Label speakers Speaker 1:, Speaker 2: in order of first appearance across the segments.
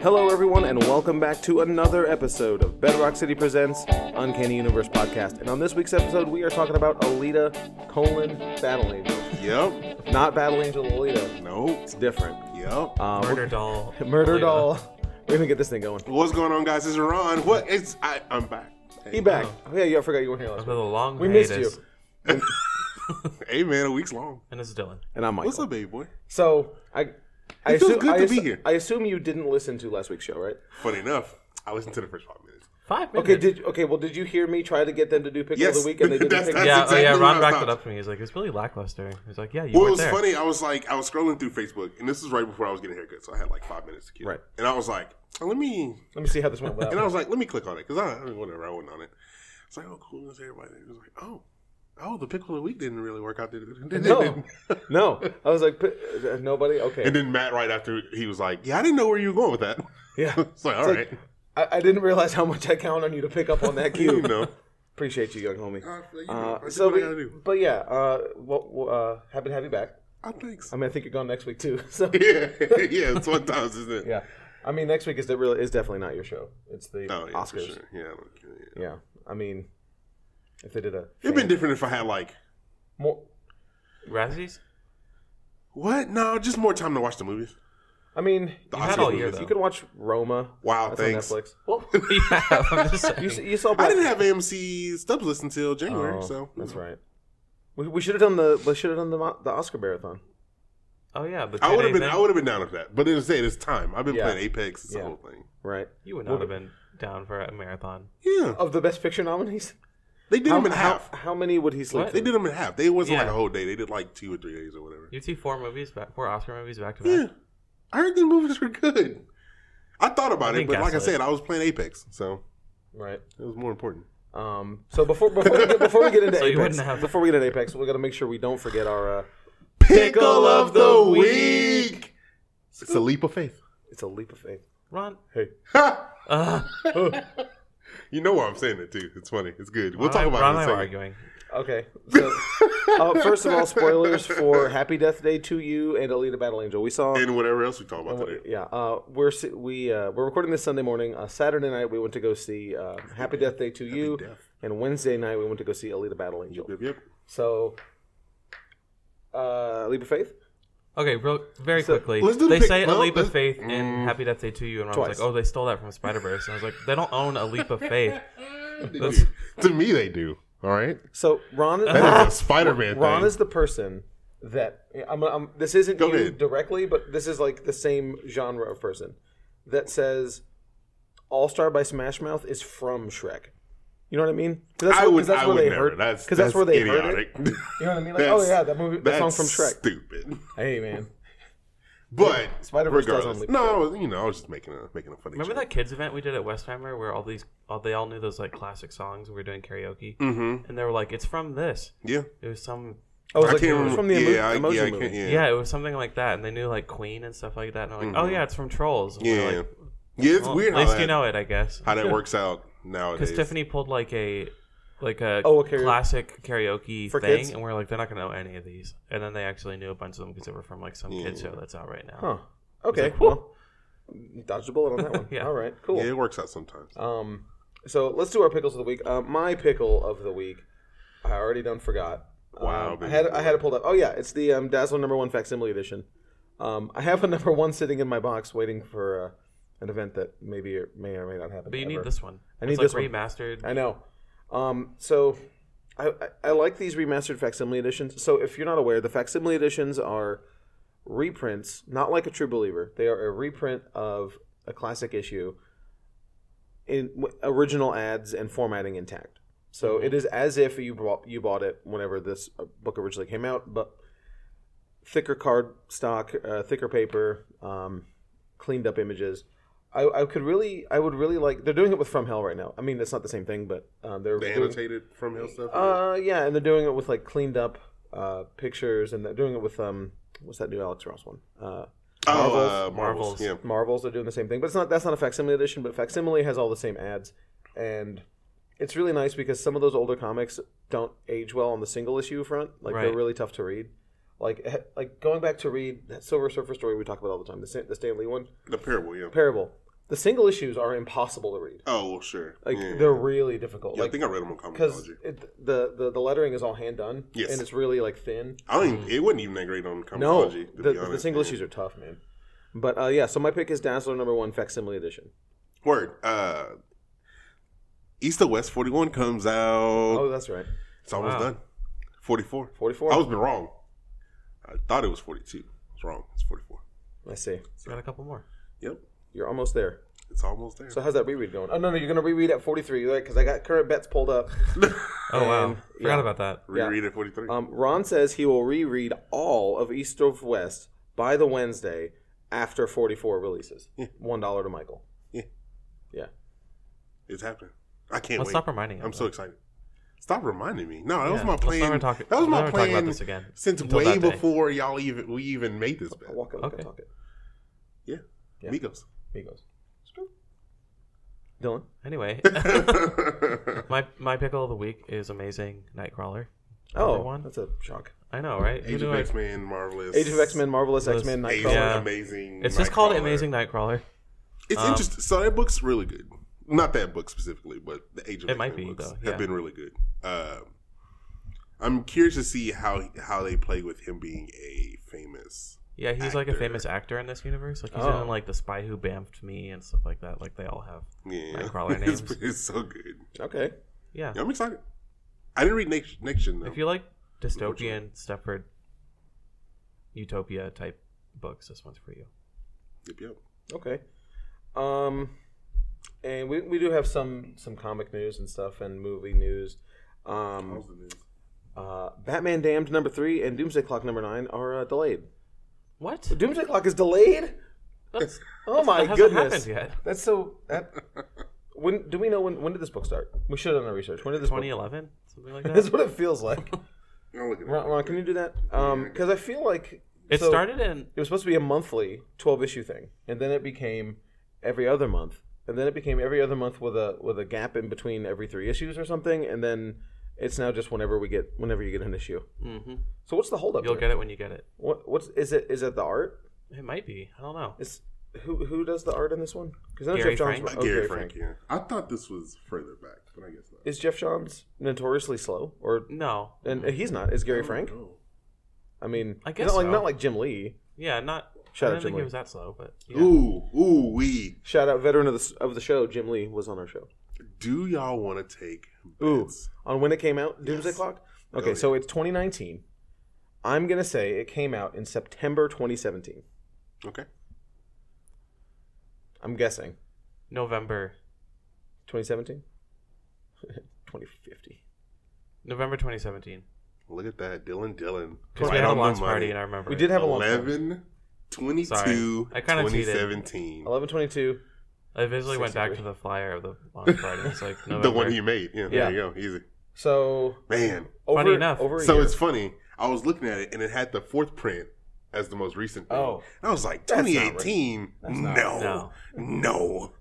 Speaker 1: Hello, everyone, and welcome back to another episode of Bedrock City Presents Uncanny Universe Podcast. And on this week's episode, we are talking about Alita colon Battle Angel.
Speaker 2: Yep.
Speaker 1: Not Battle Angel Alita.
Speaker 2: Nope.
Speaker 1: It's different.
Speaker 2: Yep.
Speaker 1: Uh, we're-
Speaker 3: Murder doll.
Speaker 1: Murder
Speaker 3: Alita.
Speaker 1: Doll. We're gonna get this thing going.
Speaker 2: What's going on, guys? It's Ron. What? It's I. I'm back.
Speaker 1: Be back. Oh yeah, yeah, I forgot you weren't here last
Speaker 3: It's
Speaker 1: week.
Speaker 3: been a long
Speaker 1: We missed you.
Speaker 3: hiatus.
Speaker 2: Hey, man. A week's long.
Speaker 3: And this is Dylan.
Speaker 1: And I'm Michael.
Speaker 2: What's up, baby boy?
Speaker 1: So I, I
Speaker 2: feels
Speaker 1: assume
Speaker 2: good
Speaker 1: I,
Speaker 2: to be
Speaker 1: assu-
Speaker 2: here.
Speaker 1: I assume you didn't listen to last week's show, right?
Speaker 2: Funny enough, I listened to the first five minutes.
Speaker 3: Five minutes.
Speaker 1: Okay. Did okay. Well, did you hear me try to get them to do pick
Speaker 2: Yes,
Speaker 1: of the week and they didn't?
Speaker 2: that's-
Speaker 1: pick
Speaker 2: that's
Speaker 3: yeah,
Speaker 2: exactly
Speaker 3: oh, yeah.
Speaker 2: what I
Speaker 3: Ron
Speaker 2: was
Speaker 3: backed
Speaker 2: about.
Speaker 3: it up for me. He's like, it's really lackluster. He's like, yeah, you
Speaker 2: Well, it
Speaker 3: weren't
Speaker 2: was
Speaker 3: there.
Speaker 2: funny. I was like, I was scrolling through Facebook, and this is right before I was getting a haircut, so I had like five minutes to kill.
Speaker 1: Right. Uh,
Speaker 2: And I was like, oh, let me.
Speaker 1: Let me see how this went.
Speaker 2: And I was like, let me click on it because I, I mean, whatever. I wasn't on it. It's like, oh, cool. There's everybody. There. It was like, oh, oh, the pickle of the week didn't really work out. Did it? Did it?
Speaker 1: no, no. I was like, p- uh, nobody. Okay.
Speaker 2: And then Matt, right after, he was like, yeah, I didn't know where you were going with that.
Speaker 1: yeah.
Speaker 2: It's like, all right,
Speaker 1: I, I didn't realize how much I count on you to pick up on that
Speaker 2: you
Speaker 1: cue.
Speaker 2: know.
Speaker 1: Appreciate you, young homie.
Speaker 2: Uh, you know, I
Speaker 1: Uh,
Speaker 2: did
Speaker 1: so,
Speaker 2: what I
Speaker 1: we-
Speaker 2: gotta do.
Speaker 1: but yeah, uh, well, well, uh, happy to have you back.
Speaker 2: I think so.
Speaker 1: I mean, I think you're gone next week too. So
Speaker 2: yeah, yeah, it's one times, isn't it?
Speaker 1: yeah, I mean, next week is de- really is definitely not your show. It's the
Speaker 2: Oh, yeah, for
Speaker 1: Oscars.
Speaker 2: sure. Yeah, I don't care, yeah.
Speaker 1: Yeah, I mean, if they did a
Speaker 2: It'd been different if I had like
Speaker 1: more,
Speaker 3: Razzies?
Speaker 2: what? No, just more time to watch the movies.
Speaker 1: I mean,
Speaker 2: The
Speaker 3: had all year,
Speaker 2: movies.
Speaker 3: though.
Speaker 1: you could watch Roma.
Speaker 2: Wow,
Speaker 1: That's
Speaker 2: Oh, thanks.
Speaker 1: on Netflix.
Speaker 3: Well, yeah, I'm just saying.
Speaker 1: You, s- you saw.
Speaker 2: I
Speaker 1: Black-
Speaker 2: didn't have AMC stub list until January,
Speaker 1: Oh,
Speaker 2: so
Speaker 1: that's right. We, we should have done the we should have done the, mo- the Oscar marathon.
Speaker 3: Oh, yeah. But
Speaker 2: I would have been,
Speaker 3: today,
Speaker 2: I would have been down with that. But it was saying it's time. I've been
Speaker 1: Yeah.
Speaker 2: playing Apex this
Speaker 1: Yeah.
Speaker 2: whole thing.
Speaker 1: Right.
Speaker 3: You would not have been down for a marathon.
Speaker 2: Yeah,
Speaker 1: Of the best picture nominees,
Speaker 2: they did them in
Speaker 1: how,
Speaker 2: half.
Speaker 1: how many would he sleep?
Speaker 3: What?
Speaker 2: They did them in half. They wasn't like
Speaker 3: Yeah.
Speaker 2: a whole day. They did like two or three days or whatever.
Speaker 3: You see four movies, back, four Oscar movies back to
Speaker 2: Yeah,
Speaker 3: back.
Speaker 2: I heard the movies were good. I thought about
Speaker 3: I
Speaker 2: it,
Speaker 3: think
Speaker 2: but like I
Speaker 3: Gaslight.
Speaker 2: said, I was playing Apex, so
Speaker 1: Right.
Speaker 2: it was more important.
Speaker 1: Um, so before before we get, before we get into
Speaker 3: So you
Speaker 1: Apex,
Speaker 3: wouldn't have-
Speaker 1: before we get into Apex, we got to make sure we don't forget our. Uh,
Speaker 2: Pickle of the week. It's a leap of faith.
Speaker 1: it's a leap of faith.
Speaker 3: Ron,
Speaker 1: Hey,
Speaker 3: uh,
Speaker 2: you know why I'm saying it too. It's funny. It's good. We'll
Speaker 3: Ron
Speaker 2: talk
Speaker 3: and I- Ron
Speaker 2: about it
Speaker 3: and I
Speaker 2: in a
Speaker 3: were
Speaker 2: second.
Speaker 3: arguing.
Speaker 1: okay. So, uh, first of all, spoilers for Happy Death Day to you and Alita Battle Angel. We saw
Speaker 2: And whatever else we talk about today.
Speaker 1: Yeah, uh, we're si- we uh, we're recording this Sunday morning. Uh, Saturday night we went to go see uh, Happy Death Day to You,
Speaker 2: Death.
Speaker 1: and Wednesday night we went to go see Alita Battle Angel.
Speaker 2: Yep, yep.
Speaker 1: So, uh, leap of faith.
Speaker 3: Okay, real, very
Speaker 1: So,
Speaker 3: quickly.
Speaker 2: let's do the
Speaker 3: They
Speaker 2: pic-
Speaker 3: say a
Speaker 2: well,
Speaker 3: leap of
Speaker 2: let's- Mm.
Speaker 3: faith in Happy Death Day to you, and I
Speaker 1: Twice.
Speaker 3: was like, oh, they stole that from Spider Verse, and I was like, they don't own a leap of faith.
Speaker 2: Dude, to me, they do. All right.
Speaker 1: So Ron,
Speaker 2: That is a Spider-Man
Speaker 1: Ron
Speaker 2: thing.
Speaker 1: is the person that I'm. I'm this isn't
Speaker 2: Go
Speaker 1: you
Speaker 2: ahead.
Speaker 1: directly, but this is like the same genre of person that says All Star by Smash Mouth is from Shrek. You know what I mean? 'Cause That's
Speaker 2: I
Speaker 1: where- 'cause
Speaker 2: would.
Speaker 1: that's
Speaker 2: I
Speaker 1: where
Speaker 2: would
Speaker 1: they
Speaker 2: never.
Speaker 1: heard.
Speaker 2: That's
Speaker 1: Because that's, where they heard it.
Speaker 2: idiotic.
Speaker 1: You know what I mean? Like, oh
Speaker 2: That's-
Speaker 1: yeah, that movie, that song
Speaker 2: that's
Speaker 1: from Shrek.
Speaker 2: Stupid.
Speaker 1: Hey man,
Speaker 2: But
Speaker 1: Spider-Verse does
Speaker 2: regardless,
Speaker 1: only-
Speaker 2: no, I was- you know, I was just making a making a funny.
Speaker 3: Remember
Speaker 2: joke.
Speaker 3: that kids event we did at Westheimer where all these all, they all knew those like classic songs and we were doing karaoke
Speaker 2: Mm-hmm.
Speaker 3: and they were like it's from this.
Speaker 2: Yeah.
Speaker 3: It was some
Speaker 1: I was
Speaker 2: I
Speaker 1: like,
Speaker 2: can't
Speaker 1: it was
Speaker 2: remember.
Speaker 1: from the emo-
Speaker 2: yeah, I,
Speaker 1: emoji
Speaker 2: yeah, I
Speaker 1: movie.
Speaker 2: can't, yeah,
Speaker 3: yeah. it was something like that and they knew like Queen and stuff like that and they're like oh yeah it's from Trolls. And we
Speaker 2: Mm-hmm. yeah. yeah.
Speaker 3: were like,
Speaker 2: it's
Speaker 3: well,
Speaker 2: weird
Speaker 3: At
Speaker 2: how
Speaker 3: least
Speaker 2: that,
Speaker 3: you know it I guess.
Speaker 2: how that works out nowadays.
Speaker 3: Because Tiffany pulled like a like a,
Speaker 1: Oh, a karaoke-
Speaker 3: classic karaoke
Speaker 1: For
Speaker 3: thing
Speaker 1: kids?
Speaker 3: and we are like they're not gonna know any of these and then they actually knew a bunch of them because they were from like some kids show that's out right now.
Speaker 1: Huh. Okay.
Speaker 3: like,
Speaker 1: well, dodged a bullet on that one.
Speaker 3: Yeah.
Speaker 1: All right. Cool.
Speaker 2: Yeah, it works out sometimes.
Speaker 1: Um, so let's do our pickles of the week. Uh, my pickle of the week, I already done forgot.
Speaker 2: Wow,
Speaker 1: Um, I
Speaker 2: baby
Speaker 1: had
Speaker 2: boy.
Speaker 1: I had it pulled up. Oh yeah, it's the um, Dazzler number one facsimile edition. Um, I have a number one sitting in my box waiting for uh, an event that maybe or may or may not happen.
Speaker 3: But you
Speaker 1: ever.
Speaker 3: need this one.
Speaker 1: I need
Speaker 3: it's
Speaker 1: this
Speaker 3: like
Speaker 1: one.
Speaker 3: remastered.
Speaker 1: I know. Um, so I, I, I like these remastered facsimile editions. So if you're not aware, the facsimile editions are reprints, not like a true believer. They are a reprint of a classic issue in w- original ads and formatting intact. So it is as if you bought, you bought it whenever this uh, book originally came out, but thicker card stock, uh, thicker paper, um, cleaned up images. I, I could really, I would really like. They're doing it with From Hell right now. I mean, that's not the same thing, but um, they're
Speaker 2: They
Speaker 1: doing,
Speaker 2: annotated from Hill stuff.
Speaker 1: uh, yeah, and they're doing it with like cleaned up uh, pictures, and they're doing it with um, what's that new Alex Ross one? Uh,
Speaker 2: oh, uh, Marvels.
Speaker 3: Marvels.
Speaker 2: Yeah.
Speaker 1: Marvels are doing the same thing, but it's not. That's not a facsimile edition, but facsimile has all the same ads, and it's really nice because some of those older comics don't age well on the single issue front. Like they're
Speaker 3: Right.
Speaker 1: really tough to read. Like eh, like going back to read that Silver Surfer story we talk about all the time, the, Stan- the Stan Lee one,
Speaker 2: The parable, yeah.
Speaker 1: Parable. The single issues are impossible to read.
Speaker 2: Oh well, sure.
Speaker 1: Like
Speaker 2: yeah,
Speaker 1: they're really difficult.
Speaker 2: yeah, I
Speaker 1: like
Speaker 2: think I read them on
Speaker 1: because
Speaker 2: Comicology.
Speaker 1: the, the the lettering is all hand done.
Speaker 2: Yes.
Speaker 1: and it's really like thin.
Speaker 2: I don't. Even, it wasn't even that great on
Speaker 1: No,
Speaker 2: Comicology. to
Speaker 1: the,
Speaker 2: be
Speaker 1: the
Speaker 2: honest,
Speaker 1: single
Speaker 2: man.
Speaker 1: issues are tough, man. But uh, yeah, so my pick is Dazzler number one facsimile edition.
Speaker 2: Word. Uh, East to West 41 comes out.
Speaker 1: Oh, that's right,
Speaker 2: it's almost
Speaker 3: wow.
Speaker 2: done. 44.
Speaker 1: forty four.
Speaker 2: I was been wrong. I thought it was 42. I was wrong. It's 44.
Speaker 1: I see.
Speaker 3: It's got a couple more.
Speaker 2: Yep.
Speaker 1: You're almost there.
Speaker 2: It's almost there.
Speaker 1: So how's that reread going? Oh no, no, you're gonna reread at 43, right? Because I got current bets pulled up.
Speaker 3: Oh wow,
Speaker 1: And-
Speaker 3: forgot about that.
Speaker 2: Reread at 43.
Speaker 1: Um, Ron says he will reread all of East of West by the Wednesday after 44 releases.
Speaker 2: Yeah.
Speaker 1: One dollar to Michael.
Speaker 2: it's happening. I can't
Speaker 3: Let's
Speaker 2: wait.
Speaker 3: stop reminding me.
Speaker 2: I'm so excited. Stop reminding me. No, that was
Speaker 3: Yeah,
Speaker 2: my
Speaker 3: let's
Speaker 2: plan.
Speaker 3: never talk-
Speaker 2: that was
Speaker 3: let's
Speaker 2: my
Speaker 3: never talk about
Speaker 2: plan
Speaker 3: this again
Speaker 2: since
Speaker 3: until
Speaker 2: way
Speaker 3: that day.
Speaker 2: before y'all even we even made this bet.
Speaker 1: I'll walk it, walk
Speaker 3: Okay.
Speaker 1: it, talk it. Yeah.
Speaker 2: Migos.
Speaker 1: Migos. Dylan.
Speaker 3: Anyway, my my pickle of the week is amazing Nightcrawler.
Speaker 1: Oh,
Speaker 3: Number one.
Speaker 1: that's a shock.
Speaker 3: I know, right? Who
Speaker 2: Age
Speaker 3: knew
Speaker 2: of
Speaker 3: I-
Speaker 2: X Men, Marvelous.
Speaker 1: Age of X Men, Marvelous
Speaker 3: Those-
Speaker 1: X Men,
Speaker 2: Asian,
Speaker 1: Nightcrawler.
Speaker 3: Yeah.
Speaker 2: amazing.
Speaker 3: It's just called
Speaker 2: Nightcrawler.
Speaker 3: Amazing Nightcrawler.
Speaker 2: It's
Speaker 3: Um,
Speaker 2: interesting. So that book's really good. Not that book specifically, but the Age of
Speaker 3: It might
Speaker 2: X-Men
Speaker 3: be,
Speaker 2: books
Speaker 3: though, yeah.
Speaker 2: have been really good. Um, I'm curious to see how how they play with him being a famous.
Speaker 3: Yeah, he's like a
Speaker 2: Actor.
Speaker 3: famous actor in this universe. Like he's
Speaker 1: Oh.
Speaker 3: in like The Spy Who Bamfed Me and stuff like that. Like they all have.
Speaker 2: Yeah,
Speaker 3: Nightcrawler
Speaker 2: it's,
Speaker 3: names.
Speaker 2: it's so good.
Speaker 1: Okay.
Speaker 3: Yeah.
Speaker 2: Yeah, I'm excited. I didn't read Next Gen though.
Speaker 3: If you like dystopian
Speaker 2: Unfortunately.
Speaker 3: Stepford utopia type books, this one's for you.
Speaker 2: Yep, yep.
Speaker 1: Okay. Um, and we, we do have some some comic news and stuff and movie news. Um,
Speaker 2: How's the news?
Speaker 1: uh, Batman Damned number three and Doomsday Clock number nine are uh, delayed.
Speaker 3: What?
Speaker 1: Doomsday Clock is delayed.
Speaker 3: That's,
Speaker 1: Oh my
Speaker 3: that hasn't
Speaker 1: goodness!
Speaker 3: happened yet.
Speaker 1: That's so. That, when do we know when? When did this book start? We should have done our research. When did this? book-
Speaker 3: 2011, something like
Speaker 1: That's
Speaker 3: that.
Speaker 1: what it feels like.
Speaker 2: I'll look it up.
Speaker 1: Ron, Ron can you do that? Because I feel like
Speaker 3: It
Speaker 1: so-
Speaker 3: started in
Speaker 1: It was supposed to be a monthly twelve issue thing, and then it became every other month, and then it became every other month with a with a gap in between every three issues or something, and then it's now just whenever we get whenever you get an issue.
Speaker 2: Mm-hmm.
Speaker 3: hmm
Speaker 1: So what's the holdup?
Speaker 3: You'll
Speaker 1: here?
Speaker 3: get it when you get it.
Speaker 1: What what's is it is it the art?
Speaker 3: It might be. I don't know.
Speaker 1: Is who who does the art in this one? Because
Speaker 3: Gary
Speaker 1: Jeff Johns.
Speaker 3: Frank.
Speaker 2: Uh,
Speaker 1: oh,
Speaker 2: Gary Frank. Yeah, I thought this was further back, but I guess not.
Speaker 1: Is Jeff Johns notoriously slow, or
Speaker 3: No.
Speaker 1: and he's not? Is Gary Frank?
Speaker 2: Oh,
Speaker 1: I mean,
Speaker 3: I guess
Speaker 1: not like
Speaker 3: so.
Speaker 1: not like Jim Lee.
Speaker 3: Yeah, not.
Speaker 1: Shout out
Speaker 3: I didn't
Speaker 1: to
Speaker 3: think
Speaker 1: Lee.
Speaker 3: it was that slow, but yeah.
Speaker 2: Ooh, ooh, we
Speaker 1: Shout out veteran of the of the show, Jim Lee was on our show.
Speaker 2: do y'all want to take
Speaker 1: Ooh,
Speaker 2: bets?
Speaker 1: on when it came out, Doomsday
Speaker 2: Yes. Oh,
Speaker 1: Clock. Okay,
Speaker 2: yeah.
Speaker 1: so it's 2019. I'm gonna say it came out in September 2017.
Speaker 2: Okay,
Speaker 1: I'm guessing
Speaker 3: November,
Speaker 1: 2017, 2050.
Speaker 3: November 2017.
Speaker 2: look at that, Dylan. Dylan,
Speaker 3: Because
Speaker 2: Right
Speaker 3: we had a
Speaker 2: on the
Speaker 3: launch
Speaker 2: money.
Speaker 3: party, and I remember.
Speaker 1: We
Speaker 3: it.
Speaker 1: did have a long time.
Speaker 2: 11 22
Speaker 3: Sorry. I kinda cheated.
Speaker 2: 2017
Speaker 1: 1122.
Speaker 3: I visually went back to
Speaker 1: 63.
Speaker 3: the flyer of the launch party. It's like November.
Speaker 2: the one he made yeah there
Speaker 1: Yeah.
Speaker 2: you go easy
Speaker 1: So
Speaker 2: man
Speaker 1: over,
Speaker 3: Funny enough.
Speaker 1: over a
Speaker 2: so
Speaker 1: year.
Speaker 2: it's funny i was looking at it and it had the fourth print as the most recent thing.
Speaker 1: Oh.
Speaker 2: and i was like
Speaker 1: That's not right.
Speaker 2: 2018
Speaker 1: not
Speaker 2: no no,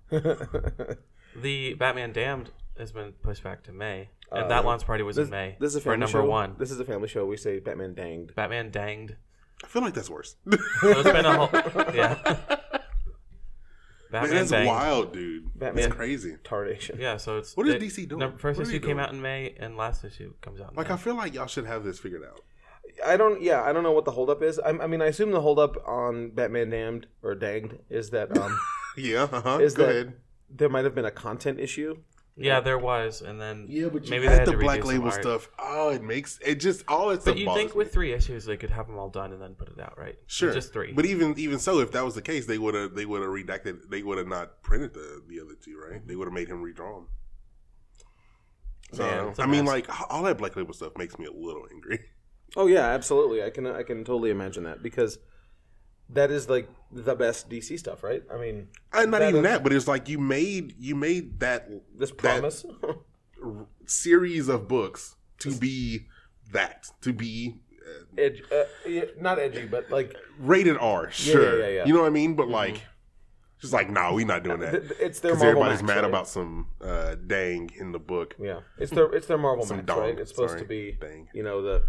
Speaker 3: The Batman Damned has been pushed back to May, and
Speaker 1: Uh,
Speaker 3: that launch party was
Speaker 1: this,
Speaker 3: in May
Speaker 1: this is a
Speaker 3: for
Speaker 1: family
Speaker 3: number
Speaker 1: show.
Speaker 3: one.
Speaker 1: This is a family show. We say Batman danged.
Speaker 3: Batman Danged.
Speaker 2: i feel like that's worse
Speaker 3: So it's been a whole yeah. Batman
Speaker 2: Man, that's
Speaker 3: Danged.
Speaker 2: wild dude
Speaker 1: Batman.
Speaker 2: that's crazy
Speaker 1: Tardation.
Speaker 3: Yeah, so it's
Speaker 2: What is
Speaker 3: they-
Speaker 2: DC doing?
Speaker 3: the first
Speaker 2: What are
Speaker 3: issue
Speaker 2: they
Speaker 3: came
Speaker 2: doing?
Speaker 3: out in May, and last issue comes out. In
Speaker 2: like
Speaker 3: May.
Speaker 2: i feel like y'all should have this figured out
Speaker 1: I don't. Yeah, I don't know what the holdup is. I, I mean, I assume the holdup on Batman Damned or Danged is that um,
Speaker 2: yeah uh-huh
Speaker 1: Is
Speaker 2: go
Speaker 1: that-
Speaker 2: ahead
Speaker 1: there might have been a content issue.
Speaker 3: yeah, there was, and then maybe they
Speaker 2: had
Speaker 3: had
Speaker 2: the
Speaker 3: to
Speaker 2: black
Speaker 3: redo some
Speaker 2: label
Speaker 3: art.
Speaker 2: stuff oh it makes it just all that stuff
Speaker 3: But you
Speaker 2: bothers
Speaker 3: think with
Speaker 2: me.
Speaker 3: three issues they could have them all done and then put it out, right?
Speaker 2: Sure,
Speaker 3: just three.
Speaker 2: But even even so, if that was the case, they would have they would have redacted. They would have not printed the the other two, right? They would have made him redraw them. So
Speaker 3: Man, it's a
Speaker 2: I mean,
Speaker 3: mess.
Speaker 2: like h- all that black label stuff makes me a little angry.
Speaker 1: Oh yeah, absolutely. I can I can totally imagine that because that is like the best DC stuff, right? I mean,
Speaker 2: And not
Speaker 1: That
Speaker 2: even
Speaker 1: is-
Speaker 2: that, but it's like you made you made that
Speaker 1: this
Speaker 2: that
Speaker 1: promise.
Speaker 2: r- series of books to be that to be uh,
Speaker 1: Edge, uh, yeah, not edgy, but like
Speaker 2: rated R. Sure,
Speaker 1: yeah, yeah.
Speaker 2: you know what I mean. But like, just like, nah, we not doing
Speaker 1: th-
Speaker 2: that.
Speaker 1: th- it's their
Speaker 2: Because
Speaker 1: Marvel
Speaker 2: everybody's
Speaker 1: Max,
Speaker 2: mad
Speaker 1: right?
Speaker 2: about some uh, dang in the book.
Speaker 1: yeah, it's their it's their Marvel
Speaker 2: Some
Speaker 1: Max,
Speaker 2: dog,
Speaker 1: right? It's supposed
Speaker 2: sorry.
Speaker 1: to be
Speaker 2: Dang.
Speaker 1: you know the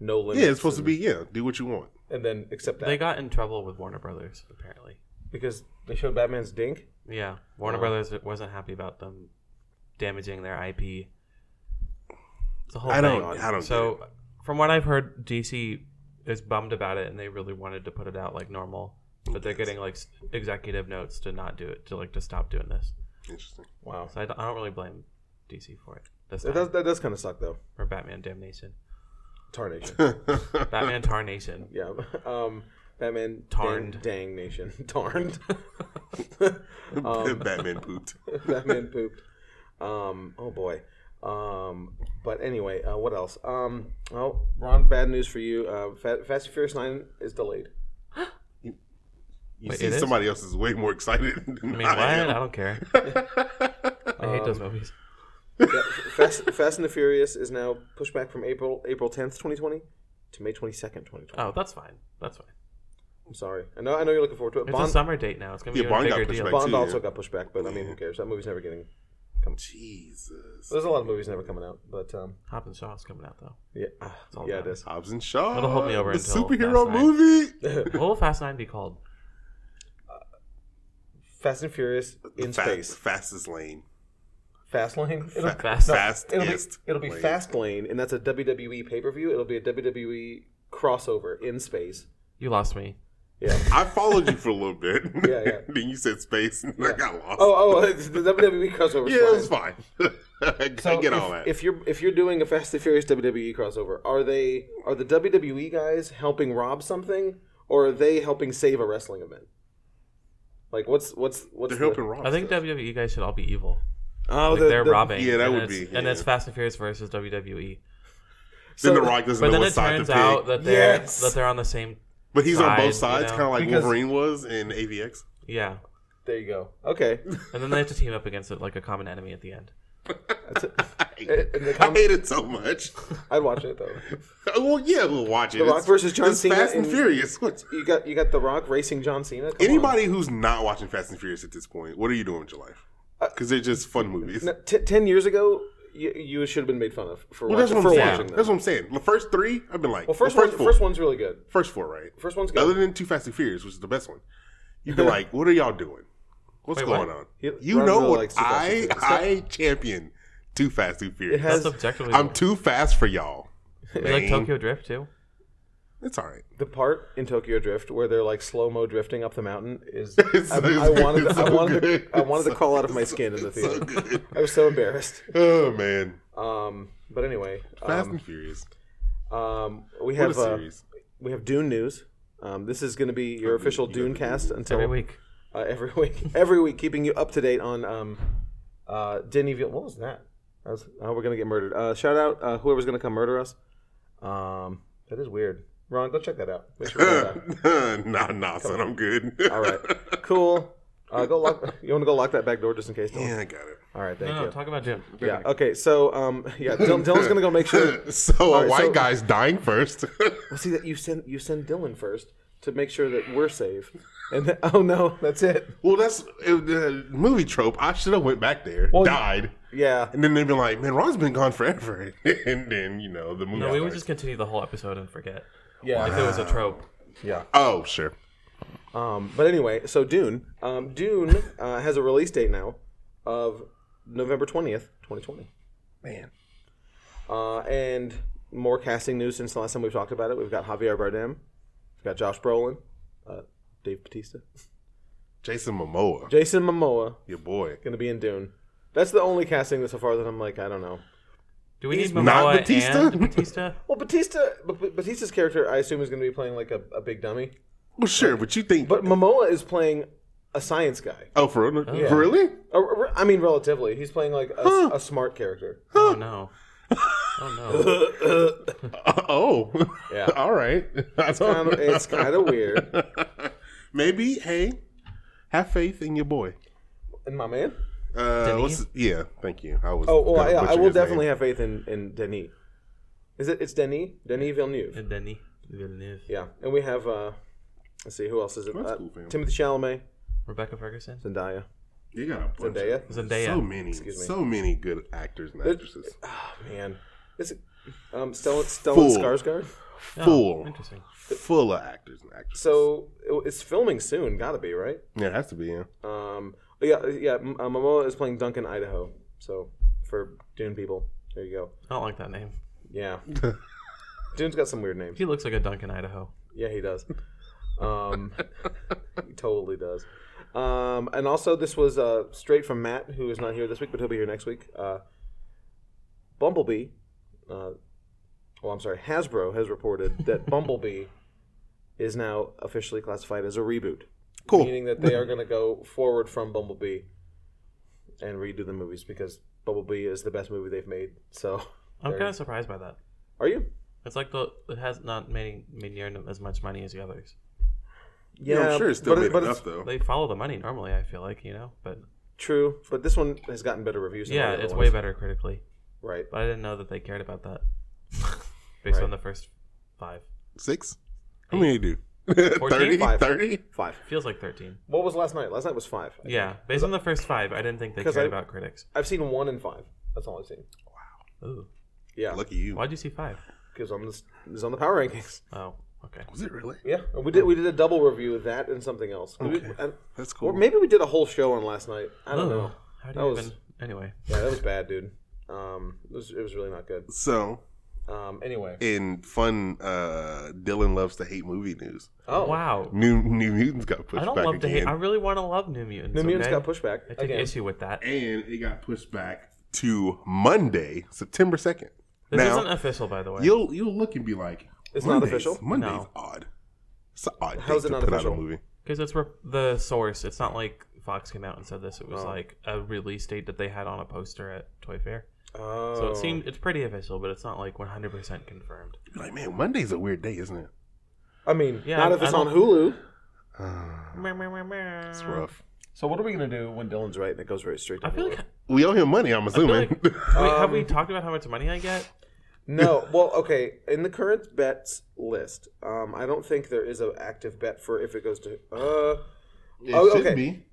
Speaker 1: no limits.
Speaker 2: Yeah, it's supposed to be yeah. Do what you want.
Speaker 1: and then except that
Speaker 3: they got in trouble with Warner Brothers apparently.
Speaker 1: because they showed Batman's dink.
Speaker 3: Yeah, Warner
Speaker 2: Oh.
Speaker 3: Brothers wasn't happy about them damaging their IP. It's a whole
Speaker 2: I don't.
Speaker 3: thing.
Speaker 2: I don't.
Speaker 3: So, from what I've heard, DC is bummed about it, and they really wanted to put it out like normal, but they're getting like s- executive notes to not do it, to like to stop doing this.
Speaker 2: get it. interesting.
Speaker 1: Wow.
Speaker 3: So I don't, I don't really blame DC for it.
Speaker 1: That
Speaker 3: This time.
Speaker 1: does, that does kind of suck though.
Speaker 3: or Batman Damnation,
Speaker 1: Tarnation.
Speaker 3: Batman Tarnation.
Speaker 1: Yeah. Um, Batman.
Speaker 3: Tarned.
Speaker 1: Dang, dang nation. Tarned. Um,
Speaker 2: Batman pooped.
Speaker 1: Batman pooped. Um, oh boy. Um, but anyway, uh, what else? Um, oh, Ron, bad news for you. Uh, Fa- Fast and Furious Nine is delayed.
Speaker 2: You
Speaker 3: Wait,
Speaker 2: see,
Speaker 3: it is?
Speaker 2: somebody else is way more excited.
Speaker 3: I
Speaker 2: Than
Speaker 3: mean, what? I don't care. I hate those
Speaker 2: Um,
Speaker 3: movies.
Speaker 1: Yeah, Fast, Fast and the Furious is now pushed back from April April tenth, twenty twenty, to May twenty second, twenty twenty.
Speaker 3: Oh, that's fine. That's fine.
Speaker 1: I'm sorry. I know. I know you're looking forward to it.
Speaker 3: It's a
Speaker 1: Bond,
Speaker 3: summer date now. It's gonna be
Speaker 2: Yeah,
Speaker 3: a
Speaker 2: Bond got
Speaker 3: bigger
Speaker 2: pushed
Speaker 3: deal.
Speaker 2: back.
Speaker 1: Bond
Speaker 2: too,
Speaker 1: also
Speaker 2: yeah.
Speaker 1: got pushed back, but I mean, who cares? That movie's never getting.
Speaker 2: Jesus.
Speaker 1: There's a lot of movies never coming out, but um,
Speaker 3: Hobbs and Shaw's coming out though.
Speaker 1: yeah,
Speaker 3: Ah, all
Speaker 1: yeah, it
Speaker 3: done.
Speaker 1: is.
Speaker 2: Hobbs and Shaw.
Speaker 3: It'll hold me over
Speaker 2: The
Speaker 3: until
Speaker 2: superhero
Speaker 3: last night.
Speaker 2: movie.
Speaker 3: What will Fast Nine be called?
Speaker 1: Fast and Furious in
Speaker 2: Fa-
Speaker 1: space.
Speaker 2: Fastest lane.
Speaker 1: Fast lane. It'll,
Speaker 2: Fa-
Speaker 3: Fast-
Speaker 2: fastest.
Speaker 1: it'll be, it'll be
Speaker 2: lane.
Speaker 1: Fast Lane, and that's a WWE pay per view. It'll be a WWE crossover in space.
Speaker 3: You lost me.
Speaker 1: Yeah.
Speaker 2: I followed you for a little bit.
Speaker 1: Yeah, yeah.
Speaker 2: then you said space, and I got lost.
Speaker 1: Oh, oh, it's the WWE crossover.
Speaker 2: yeah, it was fine. I, I get
Speaker 1: if,
Speaker 2: all that.
Speaker 1: If you're if you're doing a Fast and Furious WWE crossover, are they are the WWE guys helping rob something, or are they helping save a wrestling event? Like what's what's what's
Speaker 2: They're
Speaker 1: the-
Speaker 2: helping Rob.
Speaker 3: I think
Speaker 2: stuff.
Speaker 3: WWE guys should all be evil.
Speaker 1: Oh,
Speaker 3: Like,
Speaker 1: the-
Speaker 3: they're
Speaker 1: the-
Speaker 3: robbing.
Speaker 2: Yeah, that
Speaker 3: and
Speaker 2: would
Speaker 3: it's-
Speaker 2: be-
Speaker 3: And it's
Speaker 2: yeah.
Speaker 3: Fast and Furious versus WWE.
Speaker 1: so-
Speaker 2: then The Rock doesn't
Speaker 3: But
Speaker 2: know
Speaker 3: then
Speaker 2: what
Speaker 3: it
Speaker 2: side to
Speaker 3: turns
Speaker 2: pick.
Speaker 3: out that they're
Speaker 1: Yes.
Speaker 3: that they're on the same.
Speaker 2: but he's on
Speaker 3: side, you
Speaker 2: both sides,
Speaker 3: know?
Speaker 2: kind of like
Speaker 1: Because-
Speaker 2: Wolverine was in AVX.
Speaker 3: Yeah,
Speaker 1: There you go. Okay.
Speaker 3: and then they have to team up against it like a common enemy at the end.
Speaker 1: That's it. in the
Speaker 2: I
Speaker 1: com-
Speaker 2: hate it so much. Uh,
Speaker 1: I'd watch it though.
Speaker 2: well, yeah, we'll watch it.
Speaker 1: The Rock
Speaker 2: It's-
Speaker 1: versus John
Speaker 2: it's
Speaker 1: Cena
Speaker 2: Fast and
Speaker 1: in-
Speaker 2: Furious. What-
Speaker 1: You got you got The Rock racing John Cena. Come on.
Speaker 2: Anybody who's not watching Fast and Furious at this point, what are you doing with your life? Because they're just fun movies.
Speaker 1: Uh, No, t- ten years ago, you, you should have been made fun of for,
Speaker 2: well,
Speaker 1: watch-
Speaker 2: that's what
Speaker 1: for
Speaker 2: I'm
Speaker 1: watching
Speaker 2: saying.
Speaker 1: them.
Speaker 2: That's what I'm saying. The first three, I've been like,
Speaker 1: well, first,
Speaker 2: the first
Speaker 1: one,
Speaker 2: four,
Speaker 1: first one's really good.
Speaker 2: first four, right?
Speaker 1: First one's good.
Speaker 2: Other than Too Fast and Furious, which is the best one, you've been like, what are y'all doing? What's
Speaker 3: Wait,
Speaker 2: going
Speaker 3: what?
Speaker 2: on?
Speaker 1: He-
Speaker 2: you
Speaker 1: Ron
Speaker 2: know
Speaker 1: really
Speaker 2: what?
Speaker 1: likes Too Fast and
Speaker 2: I
Speaker 1: Furious.
Speaker 2: I champion Too Fast Too Furious.
Speaker 1: has-
Speaker 3: That's objectively.
Speaker 2: I'm too fast for y'all.
Speaker 3: You like
Speaker 2: man.
Speaker 3: Tokyo Drift too.
Speaker 2: It's all right.
Speaker 1: The part in Tokyo Drift where they're like slow mo drifting up the mountain is
Speaker 2: It's-
Speaker 1: I, I wanted
Speaker 2: it's
Speaker 1: I
Speaker 2: so
Speaker 1: wanted
Speaker 2: good.
Speaker 1: to, I wanted to
Speaker 2: It's
Speaker 1: crawl out of my skin in the
Speaker 2: So
Speaker 1: theater.
Speaker 2: good.
Speaker 1: I was so embarrassed.
Speaker 2: oh man,
Speaker 1: Um, but anyway,
Speaker 2: Fast
Speaker 1: um,
Speaker 2: and Furious.
Speaker 1: um, we
Speaker 2: What a
Speaker 1: have uh,
Speaker 2: series.
Speaker 1: we have Dune news. Um, this is going to be your official
Speaker 2: you got
Speaker 1: Dune
Speaker 2: the
Speaker 1: cast until
Speaker 3: Every week.
Speaker 1: Uh, every week, every week, keeping you up to date on um, uh, Denny. Vill- What was that? that was, oh, we're gonna get murdered. Uh, shout out uh, whoever's gonna come murder us. Um, that is weird. Ron, go check that out. Make sure you check that out.
Speaker 2: nah, nah, son, I'm good.
Speaker 1: All right, cool. Uh, go lock. You want to go lock that back door just in case? Dylan?
Speaker 2: Yeah, I got it.
Speaker 1: All right, thank
Speaker 3: No, no,
Speaker 1: you.
Speaker 3: talk about Jim.
Speaker 1: yeah. Okay. So, um, yeah, Dylan, Dylan's gonna go make sure.
Speaker 2: So a
Speaker 1: right,
Speaker 2: white
Speaker 1: so-
Speaker 2: guy's dying first.
Speaker 1: Well, see that you send you send Dylan first to make sure that we're safe. And then, oh no, that's it.
Speaker 2: well, that's uh, the movie trope. I should have went back there,
Speaker 1: you-
Speaker 2: died,
Speaker 1: Yeah.
Speaker 2: and then they'd be like, "Man, Ron's been gone forever." and then you know the movie.
Speaker 3: No, we would
Speaker 2: starts.
Speaker 3: just continue the whole episode and forget.
Speaker 1: Yeah.
Speaker 3: If it was a trope.
Speaker 1: Yeah.
Speaker 2: Oh, sure.
Speaker 1: Um, but anyway, so Dune, um, Dune uh, has a release date now of November twentieth, twenty twenty,
Speaker 2: Man,
Speaker 1: uh, and more casting news since the last time we've talked about it. We've got Javier Bardem, we've got Josh Brolin, uh, Dave Bautista,
Speaker 2: Jason Momoa,
Speaker 1: Jason Momoa
Speaker 2: your boy.
Speaker 1: going to be in Dune. That's the only casting that so far that I'm like I don't know.
Speaker 3: Do we
Speaker 1: He's
Speaker 3: need Momoa
Speaker 2: not Batista?
Speaker 3: and Batista?
Speaker 1: Well, Batista, B- B- Batista's character I assume is going to be playing like a, a big dummy,
Speaker 2: Well, sure, but you think?
Speaker 1: but Momoa is playing a science guy.
Speaker 2: oh, for real? really?
Speaker 1: A- a- I mean, relatively, he's playing like a, a smart character.
Speaker 3: Oh no. Oh no.
Speaker 2: Uh, oh,
Speaker 1: Yeah.
Speaker 2: All right. That's
Speaker 1: Kinda- it's kind of weird.
Speaker 2: Maybe. Hey, have faith in your boy.
Speaker 1: And my man?
Speaker 2: Uh,
Speaker 3: Denis?
Speaker 2: what's, yeah, thank you. I was.
Speaker 1: Oh, well,
Speaker 2: gonna
Speaker 1: yeah, I
Speaker 2: butcher
Speaker 1: will
Speaker 2: his name.
Speaker 1: definitely have faith in, in Denis. Is it? It's Denis? Denis Villeneuve.
Speaker 3: And Denis Villeneuve.
Speaker 1: Yeah. And we have, uh, let's see, who else is it?
Speaker 2: That's
Speaker 1: Uh,
Speaker 2: cool, fam.
Speaker 1: Timothy Chalamet,
Speaker 3: Rebecca Ferguson.
Speaker 1: Zendaya.
Speaker 2: You got a bunch
Speaker 1: Zendaya?
Speaker 2: of-
Speaker 3: Zendaya.
Speaker 2: So many, so many good actors and actresses.
Speaker 1: Oh, man. Is it um, Stellan, Stellan
Speaker 2: Fool.
Speaker 1: Skarsgård?
Speaker 3: Oh,
Speaker 2: Full,
Speaker 3: Interesting.
Speaker 2: full of actors and actresses.
Speaker 1: So it- it's filming soon, gotta be, right?
Speaker 2: yeah, it has to be. Yeah.
Speaker 1: Um, Yeah, yeah. M- Uh, Momoa is playing Duncan Idaho. So for Dune people, there you go.
Speaker 3: I don't like that name.
Speaker 1: Yeah, Dune's got some weird names.
Speaker 3: He looks like a Duncan Idaho.
Speaker 1: Yeah, he does. Um, he totally does. Um, and also, this was uh, straight from Matt, who is not here this week, but he'll be here next week. Uh, Bumblebee, uh, well, I'm sorry, Hasbro has reported that Bumblebee is now officially classified as a reboot,
Speaker 2: Cool.
Speaker 1: meaning that they are going to go forward from Bumblebee and redo the movies because Bumblebee is the best movie they've made. So,
Speaker 3: I'm
Speaker 1: There
Speaker 3: kind
Speaker 1: you-
Speaker 3: of surprised by that.
Speaker 1: are you?
Speaker 3: It's like the it has not made made near as much money as the others.
Speaker 2: Yeah, I'm sure it's still
Speaker 1: but
Speaker 2: made
Speaker 1: but
Speaker 2: enough
Speaker 1: it's-
Speaker 2: though.
Speaker 3: They follow the money normally. I feel like you know, but
Speaker 1: True, but this one has gotten better reviews. Than
Speaker 3: yeah,
Speaker 1: all the
Speaker 3: it's
Speaker 1: other
Speaker 3: way
Speaker 1: ones.
Speaker 3: better critically.
Speaker 1: Right.
Speaker 3: But I didn't know that they cared about that based
Speaker 1: Right.
Speaker 3: on the first five.
Speaker 2: Six? How many do you do? 30?
Speaker 1: Five.
Speaker 2: 30?
Speaker 1: Five.
Speaker 3: Feels like thirteen.
Speaker 1: What was last night? Last night was five.
Speaker 3: Yeah, based on the first five, I didn't think they
Speaker 1: 'Cause
Speaker 3: cared
Speaker 1: I-
Speaker 3: about critics.
Speaker 1: I've seen one and five. That's all I've seen.
Speaker 3: Ooh,
Speaker 1: Yeah,
Speaker 2: Lucky you.
Speaker 3: why'd you see five?
Speaker 1: because I'm this is on the power rankings.
Speaker 3: Oh, okay.
Speaker 2: Was it really?
Speaker 1: Yeah, and we did we did a double review of that and something else. We-
Speaker 2: Okay.
Speaker 1: and-
Speaker 2: That's cool.
Speaker 1: or maybe we did a whole show on last night. I don't
Speaker 3: Ooh,
Speaker 1: know.
Speaker 3: How do
Speaker 1: That
Speaker 3: you
Speaker 1: was-
Speaker 3: even? Anyway,
Speaker 1: Yeah, that was bad, dude. Um, it was, it was really not good.
Speaker 2: So,
Speaker 1: Um, anyway.
Speaker 2: in fun, uh, Dylan loves to hate movie news.
Speaker 1: Oh
Speaker 3: wow.
Speaker 2: New New Mutants got pushed
Speaker 3: I don't
Speaker 2: back
Speaker 3: love to
Speaker 2: again,
Speaker 3: hate. I really want to love New Mutants.
Speaker 1: New Mutants
Speaker 3: okay?
Speaker 1: got pushed back
Speaker 3: I take
Speaker 1: again.
Speaker 3: issue with that.
Speaker 2: and it got pushed back to Monday, September second.
Speaker 3: This
Speaker 2: now
Speaker 3: isn't official, by the way.
Speaker 2: you'll you'll look and be like,
Speaker 1: It's not
Speaker 2: "Mondays-
Speaker 1: official?"
Speaker 2: Monday's
Speaker 3: No.
Speaker 2: odd. It's an odd
Speaker 1: How
Speaker 2: date
Speaker 1: is it
Speaker 2: to
Speaker 1: not
Speaker 2: put out
Speaker 1: official?
Speaker 2: a movie.
Speaker 3: Because it's re- the source. It's not like Fox came out and said this. It was like a release date that they had on a poster at Toy Fair.
Speaker 1: Oh.
Speaker 3: So it seemed it's pretty official, but it's not like 100% confirmed.
Speaker 2: You're Like, man, Monday's a weird day, isn't it?
Speaker 1: I mean,
Speaker 3: Yeah,
Speaker 1: not
Speaker 3: I-
Speaker 1: if it's
Speaker 3: I
Speaker 1: on
Speaker 3: don't-
Speaker 1: Hulu. Ah.
Speaker 2: It's
Speaker 3: Uh,
Speaker 2: rough.
Speaker 1: So what are we gonna do when Dylan's right and it goes right straight?
Speaker 3: I
Speaker 1: To
Speaker 3: feel
Speaker 1: Hulu?
Speaker 3: like.
Speaker 2: We owe him money, I'm
Speaker 3: I feel
Speaker 2: assuming.
Speaker 3: like wait, have
Speaker 1: Um,
Speaker 3: we talked about how much money I get?
Speaker 1: No, well, okay. In the current bets list, um, I don't think there is an active bet for if it goes to uh,
Speaker 2: it
Speaker 1: Oh,
Speaker 2: should
Speaker 1: okay.
Speaker 2: be.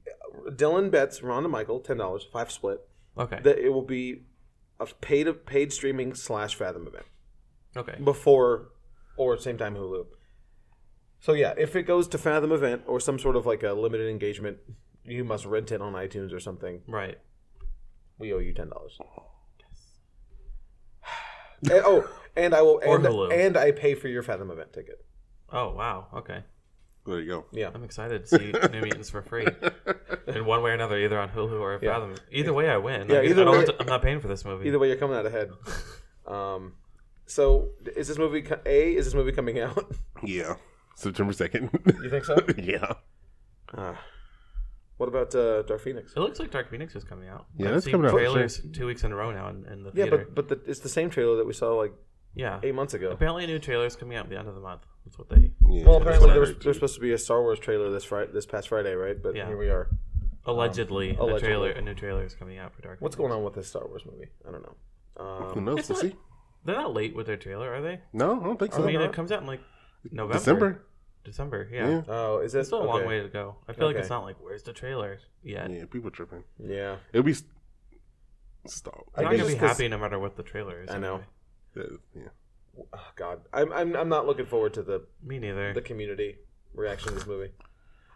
Speaker 1: Dylan bets Rhonda Michael ten dollars five split
Speaker 3: Okay.
Speaker 1: that it will be a paid paid streaming slash Fathom event
Speaker 3: okay.
Speaker 1: before or same time Hulu. So yeah, if it goes to Fathom event or some sort of like a limited engagement, you must rent it on iTunes or something.
Speaker 3: Right.
Speaker 1: We owe you ten dollars.
Speaker 2: Oh,
Speaker 1: And, oh, and I will
Speaker 3: Or
Speaker 1: and,
Speaker 3: Hulu.
Speaker 1: and I pay for your Fathom event ticket.
Speaker 3: Oh, wow. Okay.
Speaker 2: There you go.
Speaker 1: Yeah.
Speaker 3: I'm excited to see New Mutants for free. In one way or another, either on Hulu or
Speaker 1: Yeah.
Speaker 3: Fathom. Either way, I win.
Speaker 1: Yeah,
Speaker 3: I,
Speaker 1: either
Speaker 3: I don't
Speaker 1: way-
Speaker 3: have to- I'm not paying for this movie.
Speaker 1: Either way, you're coming out ahead. Um, so is this movie co- a? Is this movie coming out?
Speaker 2: Yeah. September second.
Speaker 1: You think so?
Speaker 2: yeah.
Speaker 1: Ah. what about uh, Dark Phoenix?
Speaker 3: It looks like Dark Phoenix is coming out.
Speaker 2: Yeah,
Speaker 3: I've
Speaker 2: that's
Speaker 3: seen
Speaker 2: coming out for sure.
Speaker 3: Trailers two weeks in a row now in, in the
Speaker 1: Yeah,
Speaker 3: theater.
Speaker 1: but but the, it's the same trailer that we saw like
Speaker 3: yeah.
Speaker 1: eight months ago.
Speaker 3: Apparently, a new trailer is coming out at the end of the month. That's what they
Speaker 2: Yeah,
Speaker 1: Well, apparently
Speaker 2: that's
Speaker 1: there was,
Speaker 2: what I heard,
Speaker 1: there was
Speaker 2: too.
Speaker 1: supposed to be a Star Wars trailer this Friday, this past Friday, right? But
Speaker 3: Yeah.
Speaker 1: here we are.
Speaker 3: allegedly,
Speaker 1: allegedly.
Speaker 3: a trailer, a new trailer is coming out for Dark.
Speaker 1: What's going on with this Star Wars movie? I don't know.
Speaker 2: Who
Speaker 1: Um,
Speaker 2: knows? We'll
Speaker 3: not-
Speaker 2: see.
Speaker 3: They're not late with their trailer, are they?
Speaker 2: No, I don't think
Speaker 1: Are
Speaker 2: so.
Speaker 3: I mean,
Speaker 1: not?
Speaker 3: it comes out in like November,
Speaker 2: December.
Speaker 3: December. Yeah,
Speaker 2: Yeah.
Speaker 1: oh, is this
Speaker 3: it's still a long
Speaker 1: okay.
Speaker 3: way to go. I feel like
Speaker 1: Okay.
Speaker 3: it's not like where's the trailer yet.
Speaker 2: Yeah, people tripping.
Speaker 1: Yeah,
Speaker 2: It'll be st- stalled.
Speaker 1: I
Speaker 3: I'm not
Speaker 1: guess
Speaker 3: gonna be
Speaker 1: it's 'cause-
Speaker 3: happy no matter what the trailer is.
Speaker 1: I know.
Speaker 3: anyway.
Speaker 2: Yeah, yeah.
Speaker 1: Oh, God, I'm, I'm I'm not looking forward to the
Speaker 3: Me neither.
Speaker 1: the community reaction to this movie.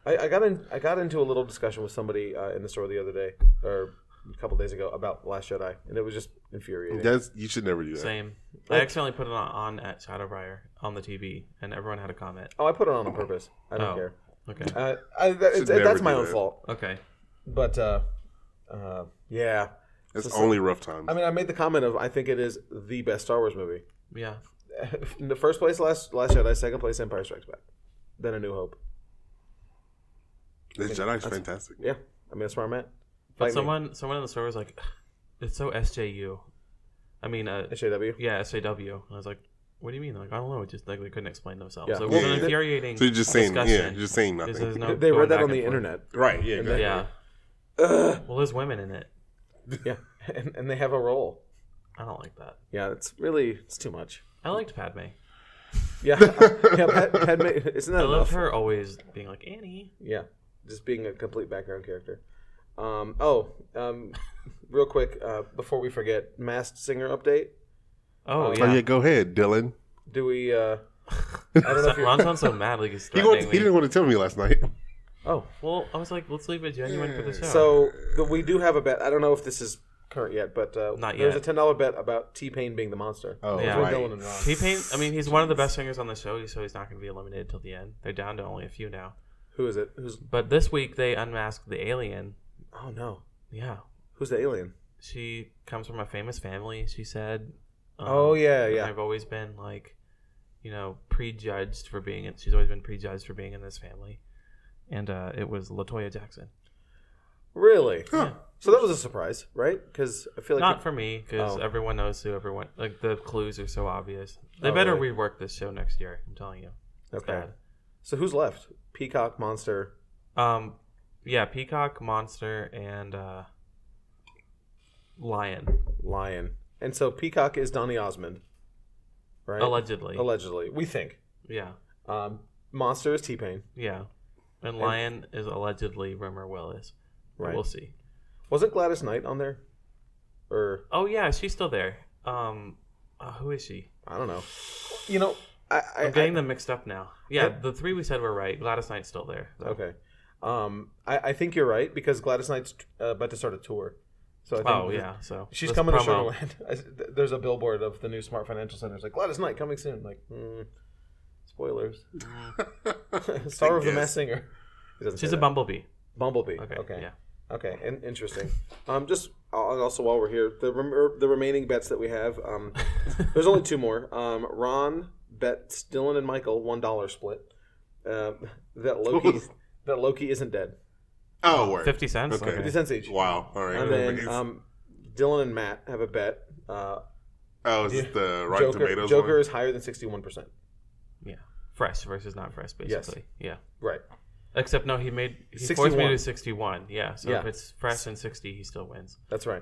Speaker 1: I, I got in I got into a little discussion with somebody uh, in the store the other day or a couple days ago about Last Jedi, and it was just infuriating.
Speaker 2: That's you should never do that.
Speaker 3: Same. I
Speaker 1: Like-
Speaker 3: accidentally put it on, on at Shadowbriar on the TV, and everyone had a comment.
Speaker 1: Oh, I put it on on purpose. I don't
Speaker 3: Oh.
Speaker 1: care.
Speaker 3: Okay.
Speaker 1: Uh, I, that, it's,
Speaker 2: never
Speaker 1: that's my
Speaker 2: do
Speaker 1: own
Speaker 2: that.
Speaker 1: fault.
Speaker 3: Okay.
Speaker 1: But uh, uh, yeah,
Speaker 2: That's only rough times.
Speaker 1: I mean, I made the comment of I think it is the best Star Wars movie.
Speaker 3: Yeah.
Speaker 1: in the first place, Last Last Jedi. Second place, Empire Strikes Back. Then A New Hope.
Speaker 2: this Jedi's fantastic.
Speaker 1: Yeah, I mean that's where I'm at. Fight
Speaker 3: But
Speaker 1: me,
Speaker 3: someone, someone in the store was like, "It's so SJU." I mean, uh,
Speaker 1: SJW.
Speaker 3: yeah, SJW. And I was like, "What do you mean?" Like, I don't know. It just like they couldn't explain themselves.
Speaker 1: Yeah.
Speaker 3: So it was
Speaker 2: Yeah,
Speaker 3: an
Speaker 2: yeah.
Speaker 3: infuriating.
Speaker 2: So you're just saying, yeah,
Speaker 3: discussion.
Speaker 2: you're just saying
Speaker 3: Because
Speaker 2: nothing.
Speaker 3: there's no
Speaker 1: they
Speaker 3: going
Speaker 1: read that
Speaker 3: back
Speaker 1: on
Speaker 3: and
Speaker 1: the
Speaker 3: forth.
Speaker 1: internet.
Speaker 2: right? Yeah, exactly.
Speaker 3: Yeah. Well, there's women in it.
Speaker 1: Yeah, and, and they have a role.
Speaker 3: I don't like that.
Speaker 1: Yeah, it's really it's too much.
Speaker 3: I liked Padme.
Speaker 1: Yeah, yeah. Pad, Padme, isn't that
Speaker 3: I
Speaker 1: enough?
Speaker 3: loved her always being like Annie.
Speaker 1: Yeah, just being a complete background character. Um, oh, um, real quick uh, before we forget, Masked Singer update.
Speaker 3: Oh
Speaker 2: Oh
Speaker 3: yeah.
Speaker 2: yeah, go ahead, Dylan.
Speaker 1: Do we? Uh,
Speaker 3: I don't know if Ron sounds so mad like he's
Speaker 2: He, wa-
Speaker 3: threatening
Speaker 2: he
Speaker 3: me.
Speaker 2: didn't want to tell me last night.
Speaker 1: Oh,
Speaker 3: Well, I was like, let's leave it genuine for the show.
Speaker 1: so the, we do have a bet. I don't know if this is current yet, but uh,
Speaker 3: Not
Speaker 1: there's a
Speaker 3: yet.
Speaker 1: ten dollar bet about T Pain being the monster.
Speaker 4: Oh,
Speaker 3: Yeah.
Speaker 4: right.
Speaker 1: Dylan and Ron.
Speaker 3: T Pain, I mean, he's one of the best singers on the show, so he's not going to be eliminated till the end. They're down to only a few now.
Speaker 1: Who is it? Who's?
Speaker 3: But this week they unmasked the alien.
Speaker 1: Oh no,
Speaker 3: Yeah,
Speaker 1: who's the alien?
Speaker 3: she comes from a famous family. She said, um,
Speaker 1: Oh, yeah,
Speaker 3: and
Speaker 1: yeah.
Speaker 3: I've always been like, you know, prejudged for being in." She's always been prejudged for being in this family." And uh, it was Latoya Jackson.
Speaker 1: Really?
Speaker 2: Huh.
Speaker 1: So that was a surprise, right? Because I feel like
Speaker 3: Not for me, because
Speaker 1: Oh.
Speaker 3: everyone knows who everyone. Like the clues are so obvious. They
Speaker 1: Oh,
Speaker 3: better
Speaker 1: really?
Speaker 3: rework this show next year. I'm telling you, it's
Speaker 1: okay. So who's left? Peacock, Monster.
Speaker 3: bad. Um, yeah, Peacock, Monster, and uh, Lion,
Speaker 1: Lion. And so Peacock is Donny Osmond, right?
Speaker 3: allegedly.
Speaker 1: Allegedly, we think.
Speaker 3: yeah,
Speaker 1: Um, Monster is T Pain,
Speaker 3: yeah, and Lion is allegedly Rumor Willis.
Speaker 1: right?
Speaker 3: We'll see.
Speaker 1: Wasn't Gladys Knight on there? Or
Speaker 3: Oh yeah, she's still there. Um, uh, who is she?
Speaker 1: I don't know. You know, I, I,
Speaker 3: I'm getting them mixed up now. Yeah,
Speaker 1: I-
Speaker 3: the three we said were right. Gladys Knight's still there.
Speaker 1: I- okay. Um, I, I think you're right because Gladys Knight's uh, about to start a tour, so I think
Speaker 3: Oh yeah, so
Speaker 1: she's
Speaker 3: this
Speaker 1: coming to
Speaker 3: promo-
Speaker 1: Sugarland. I s- th- There's a billboard of the new Smart Financial Center. It's like Gladys Knight coming soon. Like, mm, spoilers. Star of the
Speaker 2: guess.
Speaker 1: Mass Singer. He doesn't
Speaker 3: She's
Speaker 1: say
Speaker 3: a
Speaker 1: that.
Speaker 3: bumblebee.
Speaker 1: bumblebee.
Speaker 3: Okay,
Speaker 1: Okay. Okay.
Speaker 3: yeah.
Speaker 1: And interesting. Um, just uh, and also while we're here, the rem- er, the remaining bets that we have, um, there's only two more. Um, Ron bets Dylan and Michael one dollar split. Um, that Loki that Loki isn't dead.
Speaker 2: Oh, word.
Speaker 3: Fifty cents.
Speaker 2: Okay.
Speaker 1: Fifty cents each.
Speaker 2: Wow. All right.
Speaker 1: And then
Speaker 2: It's-
Speaker 1: um, Dylan and Matt have a bet. Uh,
Speaker 2: oh, is this the Rotten
Speaker 1: Joker,
Speaker 2: Tomatoes
Speaker 1: Joker
Speaker 2: one?
Speaker 1: is higher than sixty one percent.
Speaker 3: Yeah, fresh versus not fresh, basically. Yeah.
Speaker 1: Right.
Speaker 3: Except no, he made he forced me
Speaker 1: 61.
Speaker 3: to sixty-one. Yeah. So if
Speaker 1: Yeah.
Speaker 3: it's fresh and sixty, he still wins.
Speaker 1: That's right.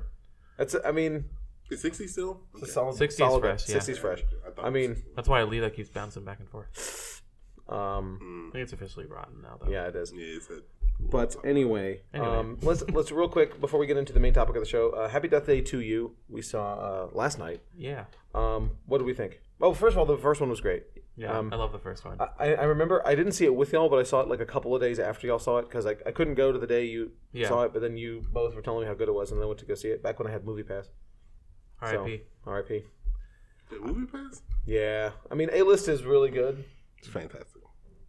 Speaker 1: That's. I mean,
Speaker 2: Is 60 still?
Speaker 1: it's a solid.
Speaker 3: 60 is
Speaker 1: solid
Speaker 3: fresh, yeah.
Speaker 1: Sixty is fresh. I
Speaker 2: thought it was
Speaker 1: mean,
Speaker 2: 60.
Speaker 3: That's why Alita keeps bouncing back and forth.
Speaker 1: um,
Speaker 2: Hmm.
Speaker 3: I think it's officially rotten now, though.
Speaker 1: yeah, it is.
Speaker 2: yeah, it's a,
Speaker 1: But anyway,
Speaker 3: Anyway.
Speaker 1: Um, let's let's real quick before we get into the main topic of the show. Uh, Happy Death Day to you. We saw uh, last night.
Speaker 3: Yeah.
Speaker 1: Um, what did we think? Oh, first of all, the first one was great.
Speaker 3: Yeah.
Speaker 1: Um,
Speaker 3: I love the first one.
Speaker 1: I, I remember I didn't see it with y'all, but I saw it like a couple of days after y'all saw it because I, I couldn't go to the day you
Speaker 3: Yeah.
Speaker 1: saw it. But then you both were telling me how good it was, and then I went to go see it back when I had Movie Pass.
Speaker 3: R.I.P.
Speaker 1: R.I.P.
Speaker 2: the movie pass?
Speaker 1: Yeah, I mean, A List is really good,
Speaker 2: It's fantastic.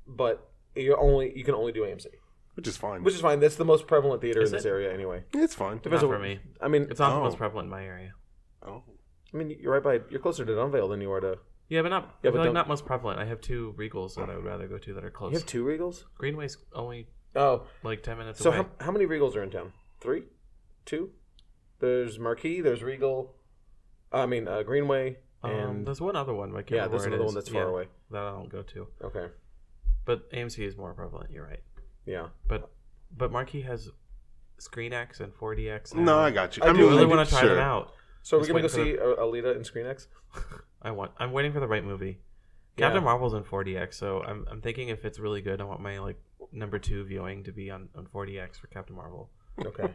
Speaker 1: but you only you can only do AMC,
Speaker 2: Which is fine.
Speaker 1: which is fine. That's the most prevalent theater
Speaker 3: Is
Speaker 1: in this
Speaker 3: it?
Speaker 1: area, anyway.
Speaker 2: it's fine.
Speaker 3: Not
Speaker 1: Depends on-
Speaker 3: for me.
Speaker 1: I mean,
Speaker 3: It's not the
Speaker 2: Oh.
Speaker 3: most prevalent in my area.
Speaker 2: Oh.
Speaker 1: I mean, you're right by you're closer to Dunvale than you are to.
Speaker 3: Yeah, but not.
Speaker 1: Yeah, but
Speaker 3: I feel like
Speaker 1: don't-
Speaker 3: not most prevalent. I have two regals that I would rather go to that are close.
Speaker 1: You have two Regals.
Speaker 3: Greenway's only
Speaker 1: Oh,
Speaker 3: like ten minutes
Speaker 1: so
Speaker 3: away.
Speaker 1: how, how many Regals are in town? Three, two. There's Marquis. There's Regal. I mean uh, Greenway.
Speaker 3: um,
Speaker 1: And
Speaker 3: there's one other one. but I can't
Speaker 1: yeah,
Speaker 3: remember
Speaker 1: there's
Speaker 3: where it
Speaker 1: another
Speaker 3: is.
Speaker 1: one that's far
Speaker 3: Yeah,
Speaker 1: away.
Speaker 3: that I don't go to.
Speaker 1: Okay.
Speaker 3: But AMC is more prevalent. You're right.
Speaker 1: Yeah.
Speaker 3: But but Marquee has Screen X and 4DX. now.
Speaker 2: No, I got you. I,
Speaker 1: I
Speaker 3: I
Speaker 2: mean,
Speaker 1: do
Speaker 3: really
Speaker 2: like,
Speaker 3: want to try
Speaker 2: sure.
Speaker 3: them out.
Speaker 1: So are we
Speaker 3: Just
Speaker 1: gonna go
Speaker 3: wait for
Speaker 1: see uh, Alita in Screen X?
Speaker 3: I want. I'm waiting for the right movie. Captain Marvel's in 4DX, so I'm, I'm thinking if it's really good, I want my like number two viewing to be on, on 4DX for Captain Marvel.
Speaker 1: Okay.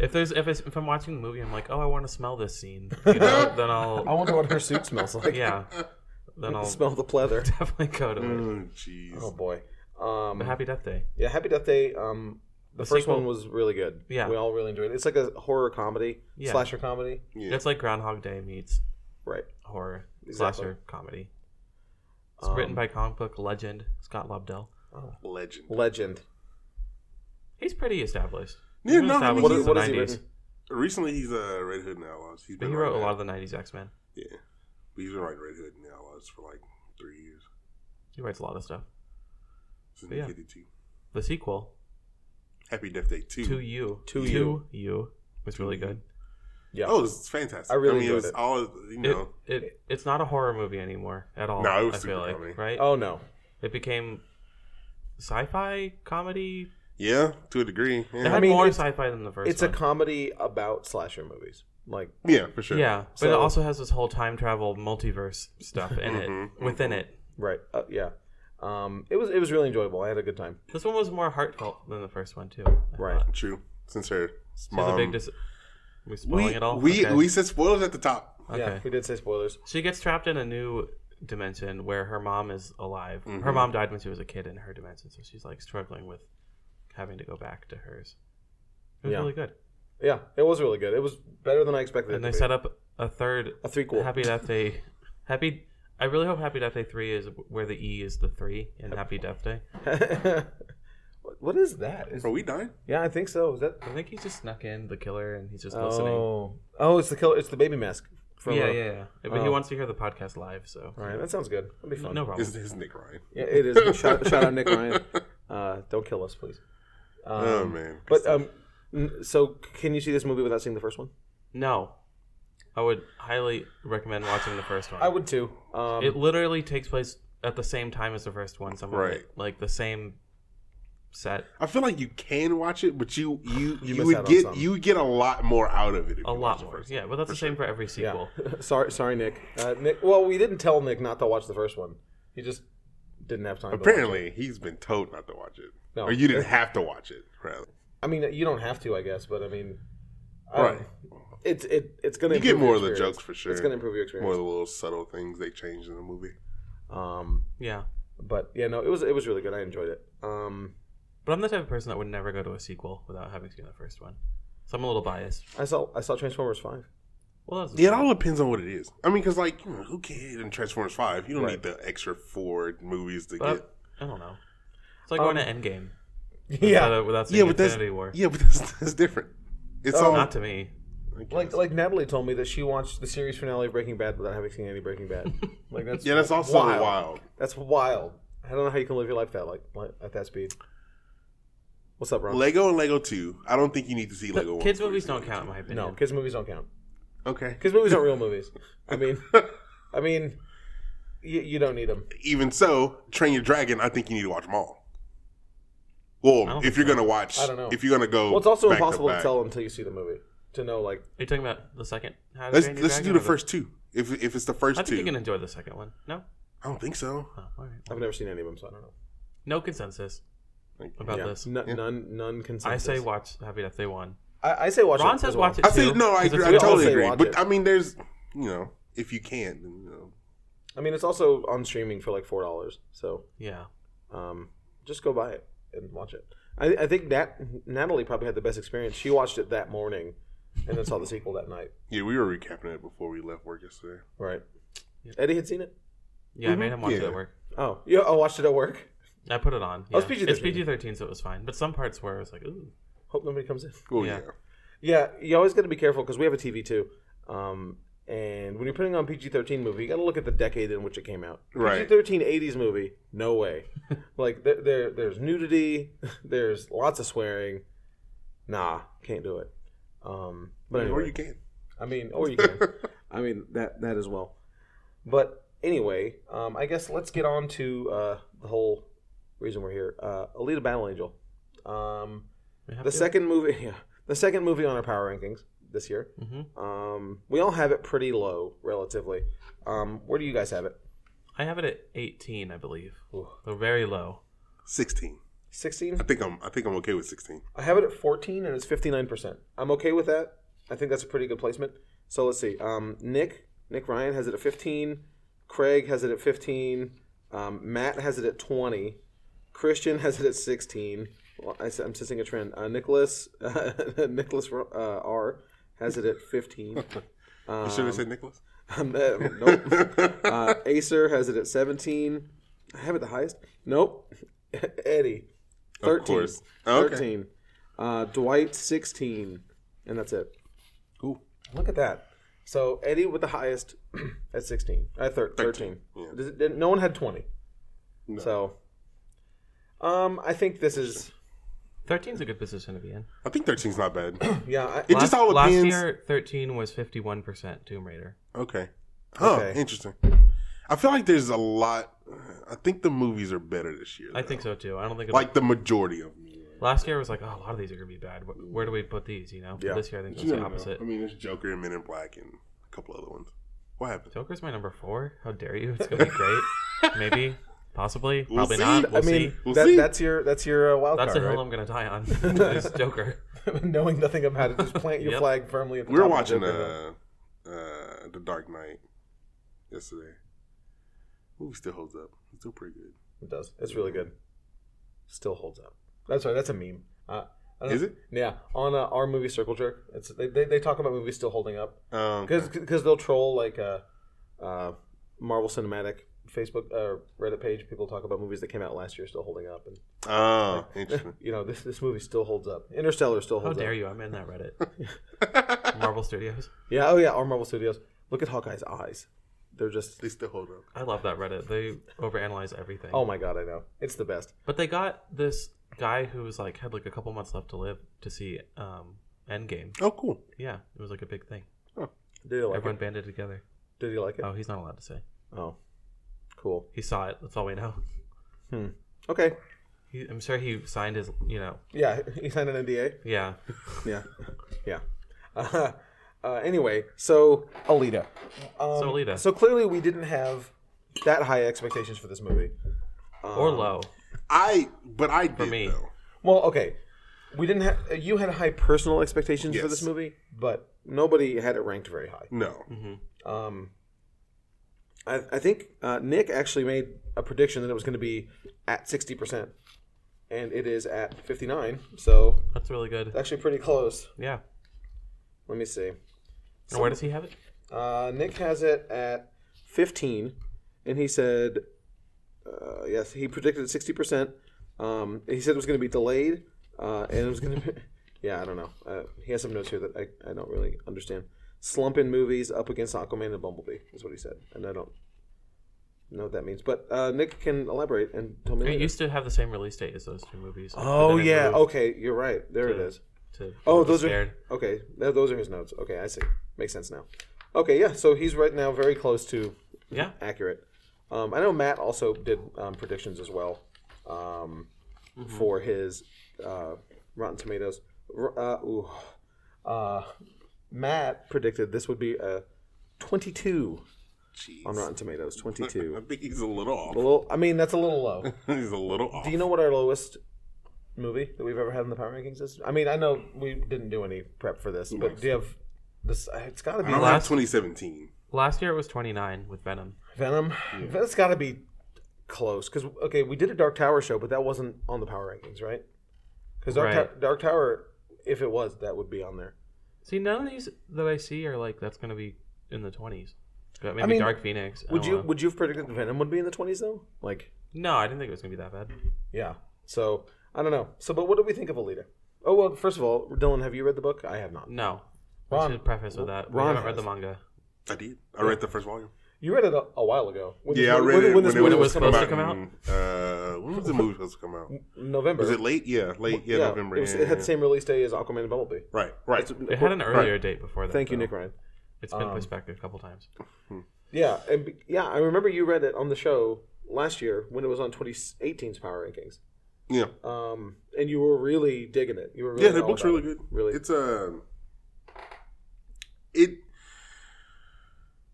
Speaker 3: If there's if, it's, if I'm watching the movie, I'm like, oh, I want to smell this scene. You know, then
Speaker 1: I
Speaker 3: I'll
Speaker 1: wonder what her suit smells like.
Speaker 3: yeah, then I'll
Speaker 1: Smell the pleather.
Speaker 3: definitely go to it.
Speaker 2: Mm, Jeez.
Speaker 1: Oh boy. Um,
Speaker 3: But Happy Death Day.
Speaker 1: yeah, Happy Death Day. Um, the,
Speaker 3: The
Speaker 1: first
Speaker 3: sequel-
Speaker 1: one was really good.
Speaker 3: Yeah.
Speaker 1: we all really enjoyed it. It's like a horror comedy,
Speaker 3: Yeah.
Speaker 1: slasher comedy,
Speaker 2: Yeah.
Speaker 3: It's like Groundhog Day meets
Speaker 1: right?
Speaker 3: horror
Speaker 1: Exactly.
Speaker 3: slasher comedy. It's written
Speaker 1: Um,
Speaker 3: by comic book legend Scott Lobdell.
Speaker 2: legend.
Speaker 1: Legend.
Speaker 3: He's pretty established.
Speaker 2: Yeah,
Speaker 3: He was
Speaker 2: no, I mean,
Speaker 3: established
Speaker 2: what
Speaker 3: in
Speaker 2: is-
Speaker 3: the
Speaker 1: what is he
Speaker 3: 90s.
Speaker 1: written?
Speaker 2: Recently, he's a uh, Red Hood and Outlaws. He's
Speaker 3: But
Speaker 2: been
Speaker 3: he wrote a
Speaker 2: writing-
Speaker 3: lot of the '90s X-Men.
Speaker 2: Yeah, he's been writing Red Hood and Outlaws for like three years.
Speaker 3: He writes a lot of stuff.
Speaker 2: Since
Speaker 3: Yeah.
Speaker 2: yeah. two.
Speaker 3: The sequel
Speaker 2: Happy Death Day two.
Speaker 3: to you,
Speaker 1: To
Speaker 3: you, you was really good.
Speaker 1: Yeah.
Speaker 2: Oh, it's fantastic.
Speaker 1: I really
Speaker 2: mean,
Speaker 1: enjoyed
Speaker 2: it was
Speaker 1: it.
Speaker 2: all you know.
Speaker 3: It, it it's not a horror movie anymore at all.
Speaker 2: No, it was
Speaker 3: I feel
Speaker 2: super
Speaker 3: like
Speaker 2: comedy.
Speaker 3: right.
Speaker 1: Oh no.
Speaker 3: It became sci-fi comedy.
Speaker 2: yeah, to a degree.
Speaker 3: It
Speaker 2: Yeah,
Speaker 3: had
Speaker 1: mean,
Speaker 3: more
Speaker 1: it's-
Speaker 3: sci-fi than the first.
Speaker 1: It's a
Speaker 3: one.
Speaker 1: comedy about slasher movies. Like
Speaker 2: yeah for sure.
Speaker 3: yeah, but it
Speaker 1: So-
Speaker 3: also has this whole time travel multiverse stuff in
Speaker 2: Mhm,
Speaker 3: it within it.
Speaker 1: right. Uh, yeah. Um, it was it was really enjoyable. I had a good time.
Speaker 3: This one was more heartfelt than the first one too. I
Speaker 1: Right.
Speaker 3: thought.
Speaker 2: true. Since her
Speaker 3: She has a
Speaker 2: mom,
Speaker 3: big dis- we spoiling
Speaker 2: we
Speaker 3: it all.
Speaker 2: we
Speaker 3: okay.
Speaker 2: we said spoilers at the top.
Speaker 3: okay.
Speaker 1: Yeah, we did say spoilers.
Speaker 3: She gets trapped in a new
Speaker 1: Mm-hmm.
Speaker 3: dimension where her mom is alive. Her mom died when she was a kid in her dimension, so she's like struggling with having to go back to hers. It was
Speaker 1: Yeah.
Speaker 3: really good,
Speaker 1: Yeah, it was really good. It was better than I expected.
Speaker 3: and
Speaker 1: it
Speaker 3: they
Speaker 1: to be.
Speaker 3: set up a third
Speaker 1: a threequel.
Speaker 3: Happy Death Day. Happy. I really hope Happy Death Day three is where the E is the three in Happy Death Day.
Speaker 1: What- what is that? Is,
Speaker 2: Are we dying?
Speaker 1: yeah, I think so. Is that?
Speaker 3: I think he just snuck in the killer and he's just listening.
Speaker 1: Oh, oh, it's the kill. It's the baby mask. From
Speaker 3: yeah,
Speaker 1: uh,
Speaker 3: yeah, yeah. But he
Speaker 1: Oh.
Speaker 3: wants to hear the podcast live, so
Speaker 1: All right, that sounds good. That'd be
Speaker 3: no,
Speaker 1: fun.
Speaker 3: no problem.
Speaker 2: Is this Nick Ryan?
Speaker 1: Yeah, it is. shout, shout out Nick Ryan. Uh, don't kill us, please. Um,
Speaker 2: oh man.
Speaker 1: But um, n- so can you see this movie without seeing the first one?
Speaker 3: No, I would highly recommend watching the first one.
Speaker 1: I would too. Um,
Speaker 3: It literally takes place at the same time as the first one, somewhere
Speaker 2: Right.
Speaker 3: like the same set.
Speaker 2: I feel like you can watch it, but you you you,
Speaker 1: miss out
Speaker 2: would
Speaker 1: on
Speaker 2: get
Speaker 1: some.
Speaker 2: you would get a lot more out of it. If
Speaker 3: A
Speaker 2: you
Speaker 3: lot
Speaker 2: watch it
Speaker 3: more,
Speaker 2: first.
Speaker 3: yeah. But that's the same for every
Speaker 1: yeah.
Speaker 3: sequel.
Speaker 1: sorry, sorry, Nick. Uh, Nick. Well, we didn't tell Nick not to watch the first one. He just didn't have time. to watch it.
Speaker 2: Apparently, he's been told not to watch it,
Speaker 1: No.
Speaker 2: or you didn't have to watch it. Rather,
Speaker 1: I mean, you don't have to, I guess, but I mean, I don't-
Speaker 2: right?
Speaker 1: It's it, it's gonna
Speaker 2: You get
Speaker 1: improve your
Speaker 2: more of the
Speaker 1: experience.
Speaker 2: jokes for sure.
Speaker 1: It's gonna improve your
Speaker 2: more of
Speaker 1: experience.
Speaker 2: the little subtle things they changed in the movie.
Speaker 1: Um,
Speaker 3: Yeah.
Speaker 1: but yeah, no, it was it was really good. I enjoyed it. Um,
Speaker 3: But I'm the type of person that would never go to a sequel without having seen the first one, so I'm a little biased.
Speaker 1: I saw I saw Transformers Five.
Speaker 3: Well, that's
Speaker 2: Yeah, it all depends on what it is. I mean, because like, you know, who cares in Transformers Five? You don't need the extra four movies to
Speaker 3: but
Speaker 2: get. Um,
Speaker 3: I don't know. It's like going to Endgame. Without, without seeing
Speaker 2: Yeah, but that's
Speaker 3: Infinity War.
Speaker 2: yeah, but that's, that's different. It's all
Speaker 3: Not to me.
Speaker 1: Like like Natalie told me that she watched the series finale of Breaking Bad without having seen any Breaking Bad. like that's
Speaker 2: yeah, that's also
Speaker 1: wild.
Speaker 2: wild.
Speaker 1: That's wild. I don't know how you can live your life that like like, at that speed. What's up, Ron?
Speaker 2: Lego and Lego Two. I don't think you need to see Lego.
Speaker 3: Kids
Speaker 2: one,
Speaker 3: movies
Speaker 2: two,
Speaker 3: don't count, in my opinion.
Speaker 1: no, kids movies don't count.
Speaker 2: Okay,
Speaker 1: Kids movies aren't real movies. I mean, I mean, you, you don't need them.
Speaker 2: even so, Train Your Dragon, I think you need to watch them all. Well,
Speaker 3: don't
Speaker 2: if you're gonna watch,
Speaker 1: I don't know.
Speaker 2: if you're gonna go,
Speaker 1: Well, it's also
Speaker 2: back
Speaker 1: impossible to,
Speaker 2: back.
Speaker 1: tell until you see the movie to know like
Speaker 3: Are you talking about the second? How to
Speaker 2: Let's
Speaker 3: Train Your
Speaker 2: let's
Speaker 3: Dragon
Speaker 2: do
Speaker 3: or
Speaker 2: the first two. If if it's the
Speaker 3: I
Speaker 2: first
Speaker 3: think
Speaker 2: two,
Speaker 3: you can enjoy the second one. No?
Speaker 2: I don't think so.
Speaker 3: Oh, all right.
Speaker 1: I've never seen any of them, so I don't know.
Speaker 3: No consensus about
Speaker 1: Yeah,
Speaker 3: this.
Speaker 1: N- none, none
Speaker 3: I
Speaker 1: consensus.
Speaker 3: say watch Happy Death Day 1.
Speaker 1: I, I say watch.
Speaker 3: Ron
Speaker 1: it
Speaker 3: says
Speaker 1: as well.
Speaker 3: watch it
Speaker 2: I think
Speaker 3: too,
Speaker 2: no, I
Speaker 3: 'cause
Speaker 2: agree.
Speaker 3: it's
Speaker 2: I
Speaker 3: really
Speaker 2: totally
Speaker 1: all
Speaker 2: agree.
Speaker 1: say
Speaker 2: But
Speaker 1: watch it.
Speaker 2: I mean, there's you know, if you can, then, you know,
Speaker 1: I mean, it's also on streaming for like four dollars, so
Speaker 3: Yeah.
Speaker 1: um, just go buy it and watch it. I, I think that Natalie probably had the best experience. She watched it that morning, and then saw the sequel that night.
Speaker 2: yeah, we were recapping it before we left work yesterday.
Speaker 1: Right. Eddie had seen it.
Speaker 3: Yeah, I made him watch
Speaker 2: Mm-hmm.
Speaker 3: it
Speaker 2: Yeah.
Speaker 3: at work.
Speaker 1: Oh, yeah. I watched it at work.
Speaker 3: I put it on.
Speaker 1: Oh, it's
Speaker 3: yeah.
Speaker 1: PG-13.
Speaker 3: It's PG 13, so it was fine. But some parts where I was like, ooh.
Speaker 1: Hope nobody comes in.
Speaker 2: Oh yeah,
Speaker 3: Yeah.
Speaker 1: Yeah, you always got to be careful because we have a TV too. Um, and when you're putting on PG-13 movie, you got to look at the decade in which it came out.
Speaker 2: Right.
Speaker 1: PG-13 80s movie, no way. like there, there, there's nudity, there's lots of swearing. Nah, can't do it. Um, but
Speaker 2: or
Speaker 1: anyway,
Speaker 2: you can.
Speaker 1: I mean, or you can. I mean that that as well. But anyway, um, I guess let's get on to uh, the whole reason we're here. Uh, Alita: Battle Angel. Um,
Speaker 3: We have
Speaker 1: the second movie, yeah, the second movie on our power rankings this year.
Speaker 3: hmm
Speaker 1: Um, we all have it pretty low, relatively. Um, where do you guys have it?
Speaker 3: I have it at 18, I believe.
Speaker 1: Ooh.
Speaker 3: So very low.
Speaker 2: Sixteen.
Speaker 1: Sixteen.
Speaker 2: I think I'm. I think I'm okay with sixteen.
Speaker 1: I have it at fourteen, and it's fifty nine percent. I'm okay with that. I think that's a pretty good placement. So let's see. Um, Nick, Nick Ryan has it at fifteen. Craig has it at fifteen. Um, Matt has it at twenty. Christian has it at sixteen. Well, I, am sensing a trend. Uh, Nicholas, Nicholas uh, R has it at fifteen.
Speaker 2: You should have said Nicholas.
Speaker 1: Um, uh, nope. Uh, Acer has it at 17. I have it the highest. Nope. Eddie, 13.
Speaker 2: course. Okay.
Speaker 1: 13. Uh, Dwight, 16. And that's it.
Speaker 2: Cool.
Speaker 1: Look at that. So Eddie with the highest at 16. At thir- 13.
Speaker 2: yeah.
Speaker 1: Does it- did- no one had 20.
Speaker 2: No.
Speaker 1: So um, I think this is.
Speaker 3: 13's a good position to be in.
Speaker 2: I think 13's not bad.
Speaker 1: Yeah. I,
Speaker 2: It just all
Speaker 3: last
Speaker 2: depends.
Speaker 3: year, 13 was 51% Tomb Raider.
Speaker 2: Okay. Huh.
Speaker 1: Okay.
Speaker 2: Interesting. I feel like there's a lot. I think the movies are better this year.
Speaker 3: I
Speaker 2: though.
Speaker 3: think so too. I don't think it
Speaker 2: like the majority of them.
Speaker 3: last year was like, oh, a lot of these are gonna be bad. Wh- Where do we put these? You know, Mm-hmm.
Speaker 1: Yeah.
Speaker 3: this year I think it's the opposite.
Speaker 2: I mean, there's Joker and Men in Black and a couple other ones. What happened?
Speaker 3: Joker's my number four. How dare you? It's gonna be great. Maybe, possibly,
Speaker 2: We'll
Speaker 3: probably
Speaker 2: see.
Speaker 3: not. We'll
Speaker 1: I mean,
Speaker 3: see.
Speaker 2: We'll
Speaker 1: that,
Speaker 2: see.
Speaker 1: that's your that's your uh, wild
Speaker 3: That's the
Speaker 1: card,
Speaker 3: hill
Speaker 1: right?
Speaker 3: I'm gonna die on. is Joker.
Speaker 1: Knowing nothing about it, just plant your
Speaker 3: Yep.
Speaker 1: flag firmly. At the
Speaker 2: We were
Speaker 1: top of the
Speaker 2: watching
Speaker 1: Joker hill.
Speaker 2: uh, uh, The Dark Knight yesterday. Movie still holds up. It's still pretty good.
Speaker 1: It does. It's really good. Still holds up. That's right. That's a meme. Uh, I don't
Speaker 2: Is
Speaker 1: know.
Speaker 2: it?
Speaker 1: Yeah, on uh, our movie Circle Jerk, it's they, they, they talk about movies still holding up
Speaker 2: Um,
Speaker 1: because because they'll troll like uh, uh, Marvel Cinematic Facebook uh, Reddit page. People talk about movies that came out last year still holding up, and
Speaker 2: oh, interesting.
Speaker 1: you know this this movie still holds up. Interstellar still
Speaker 3: How
Speaker 1: holds
Speaker 3: dare
Speaker 1: up.
Speaker 3: you? I'm in that Reddit. Marvel Studios.
Speaker 1: Yeah, oh yeah, or Marvel Studios. Look at Hawkeye's eyes; they're just
Speaker 2: They still hold up.
Speaker 3: I love that Reddit. They overanalyze everything.
Speaker 1: oh my god, I know it's the best.
Speaker 3: But they got this guy who was like had like a couple months left to live to see um Endgame.
Speaker 2: Oh, cool.
Speaker 3: Yeah, it was like a big thing.
Speaker 1: Did you like
Speaker 3: Everyone
Speaker 1: it?
Speaker 3: banded together.
Speaker 1: Did you like it?
Speaker 3: Oh, he's not allowed to say.
Speaker 1: Oh, cool.
Speaker 3: He saw it. That's all we know.
Speaker 1: Okay,
Speaker 3: He, I'm sure he signed his. You know.
Speaker 1: yeah, he signed an NDA.
Speaker 3: Yeah.
Speaker 1: Yeah, yeah. Uh, uh, anyway, so Alita. Um,
Speaker 3: So Alita.
Speaker 1: So clearly, we didn't have that high expectations for this movie. Um,
Speaker 3: or low.
Speaker 2: I, but I did
Speaker 3: me.
Speaker 2: though.
Speaker 1: Well, okay, we didn't have. You had high personal expectations for
Speaker 2: Yes.
Speaker 1: this movie, but nobody had it ranked very high.
Speaker 2: No,
Speaker 3: mm-hmm.
Speaker 1: Um, I, I think uh, Nick actually made a prediction that it was going to be at sixty percent, and it is at fifty nine. So
Speaker 3: That's really good.
Speaker 1: actually, pretty close.
Speaker 3: Yeah.
Speaker 1: Let me see.
Speaker 3: And where does he have it?
Speaker 1: Uh, Nick has it at 15, and he said, uh, yes, he predicted 60%. Um, he said it was going to be delayed, uh, and it was going to be, yeah, I don't know. Uh, he has some notes here that I, I don't really understand. Slump in movies up against Aquaman and Bumblebee is what he said, and I don't know what that means. But uh, Nick can elaborate and tell me.
Speaker 3: It
Speaker 1: later.
Speaker 3: used to have the same release date as those two movies. but
Speaker 1: oh,
Speaker 3: then it
Speaker 1: yeah,
Speaker 3: moved
Speaker 1: okay, you're right. There it
Speaker 3: to-
Speaker 1: is.
Speaker 3: to-
Speaker 1: Oh,
Speaker 3: it was
Speaker 1: those
Speaker 3: scared.
Speaker 1: are okay. th- Those are his notes. Okay, I see. Makes sense now. Okay, yeah. So he's right now very close to
Speaker 3: Yeah.
Speaker 1: accurate. Um, I know Matt also did um, predictions as well um,
Speaker 2: Mm-hmm.
Speaker 1: for his uh, Rotten Tomatoes. R- Uh, ooh. Uh, Matt predicted this would be a 22
Speaker 2: jeez.
Speaker 1: on Rotten Tomatoes.
Speaker 2: I
Speaker 1: 22.
Speaker 2: think he's a little
Speaker 1: a
Speaker 2: off.
Speaker 1: little. I mean, that's a little low.
Speaker 2: he's a little off.
Speaker 1: Do you know what our lowest movie that we've ever had in the power rankings is? I mean, I know we didn't do any prep for this, but do you have this? uh, It's got to
Speaker 2: I
Speaker 1: be
Speaker 2: don't have
Speaker 3: Last-
Speaker 2: 2017.
Speaker 3: Last year it was 29 with Venom.
Speaker 1: Venom. Venom's got to be close because okay, we did a Dark Tower show, but that wasn't on the power rankings, right? Because Dark,
Speaker 3: Right.
Speaker 1: Tow- Dark Tower, if it was, that would be on there.
Speaker 3: See, none of these that I see are like that's gonna be in the 20s. But maybe
Speaker 1: mean,
Speaker 3: Dark Phoenix. I
Speaker 1: Would
Speaker 3: don't
Speaker 1: you
Speaker 3: know.
Speaker 1: would you have predicted Venom would be in the twenties though? Like,
Speaker 3: No, I didn't think it was gonna be that bad.
Speaker 1: yeah. So I don't know. So, but what do we think of Alita? Oh well, first of all, Dylan, have you read the book? I have not.
Speaker 3: No.
Speaker 1: Ron-
Speaker 3: I should preface with that.
Speaker 1: Ron
Speaker 3: we haven't read the
Speaker 1: has.
Speaker 3: manga.
Speaker 2: I did. I read the first volume.
Speaker 1: You read it a, a while ago. When
Speaker 2: Yeah, I read it
Speaker 1: this
Speaker 3: when
Speaker 1: movie
Speaker 3: it was
Speaker 1: coming
Speaker 3: supposed
Speaker 1: out.
Speaker 3: to come out?
Speaker 2: Uh, when was the movie supposed to come out?
Speaker 1: November.
Speaker 2: Was it late? Yeah, late. Yeah, November.
Speaker 1: It, was-
Speaker 2: yeah,
Speaker 1: it had
Speaker 2: yeah.
Speaker 1: the same release day as Aquaman and Bumblebee.
Speaker 2: right, right.
Speaker 3: It had an earlier date before that.
Speaker 1: Thank you,
Speaker 3: though.
Speaker 1: Nick Um, Ryan.
Speaker 3: It's been pushed back a couple times.
Speaker 1: Yeah, and be- yeah, I remember you read it on the show last year when it was on 2018's Power Rankings.
Speaker 2: yeah,
Speaker 1: Um, and you were really digging it. You were really
Speaker 2: yeah. That
Speaker 1: all
Speaker 2: book's
Speaker 1: about
Speaker 2: really
Speaker 1: it.
Speaker 2: good.
Speaker 1: Really,
Speaker 2: it's a. It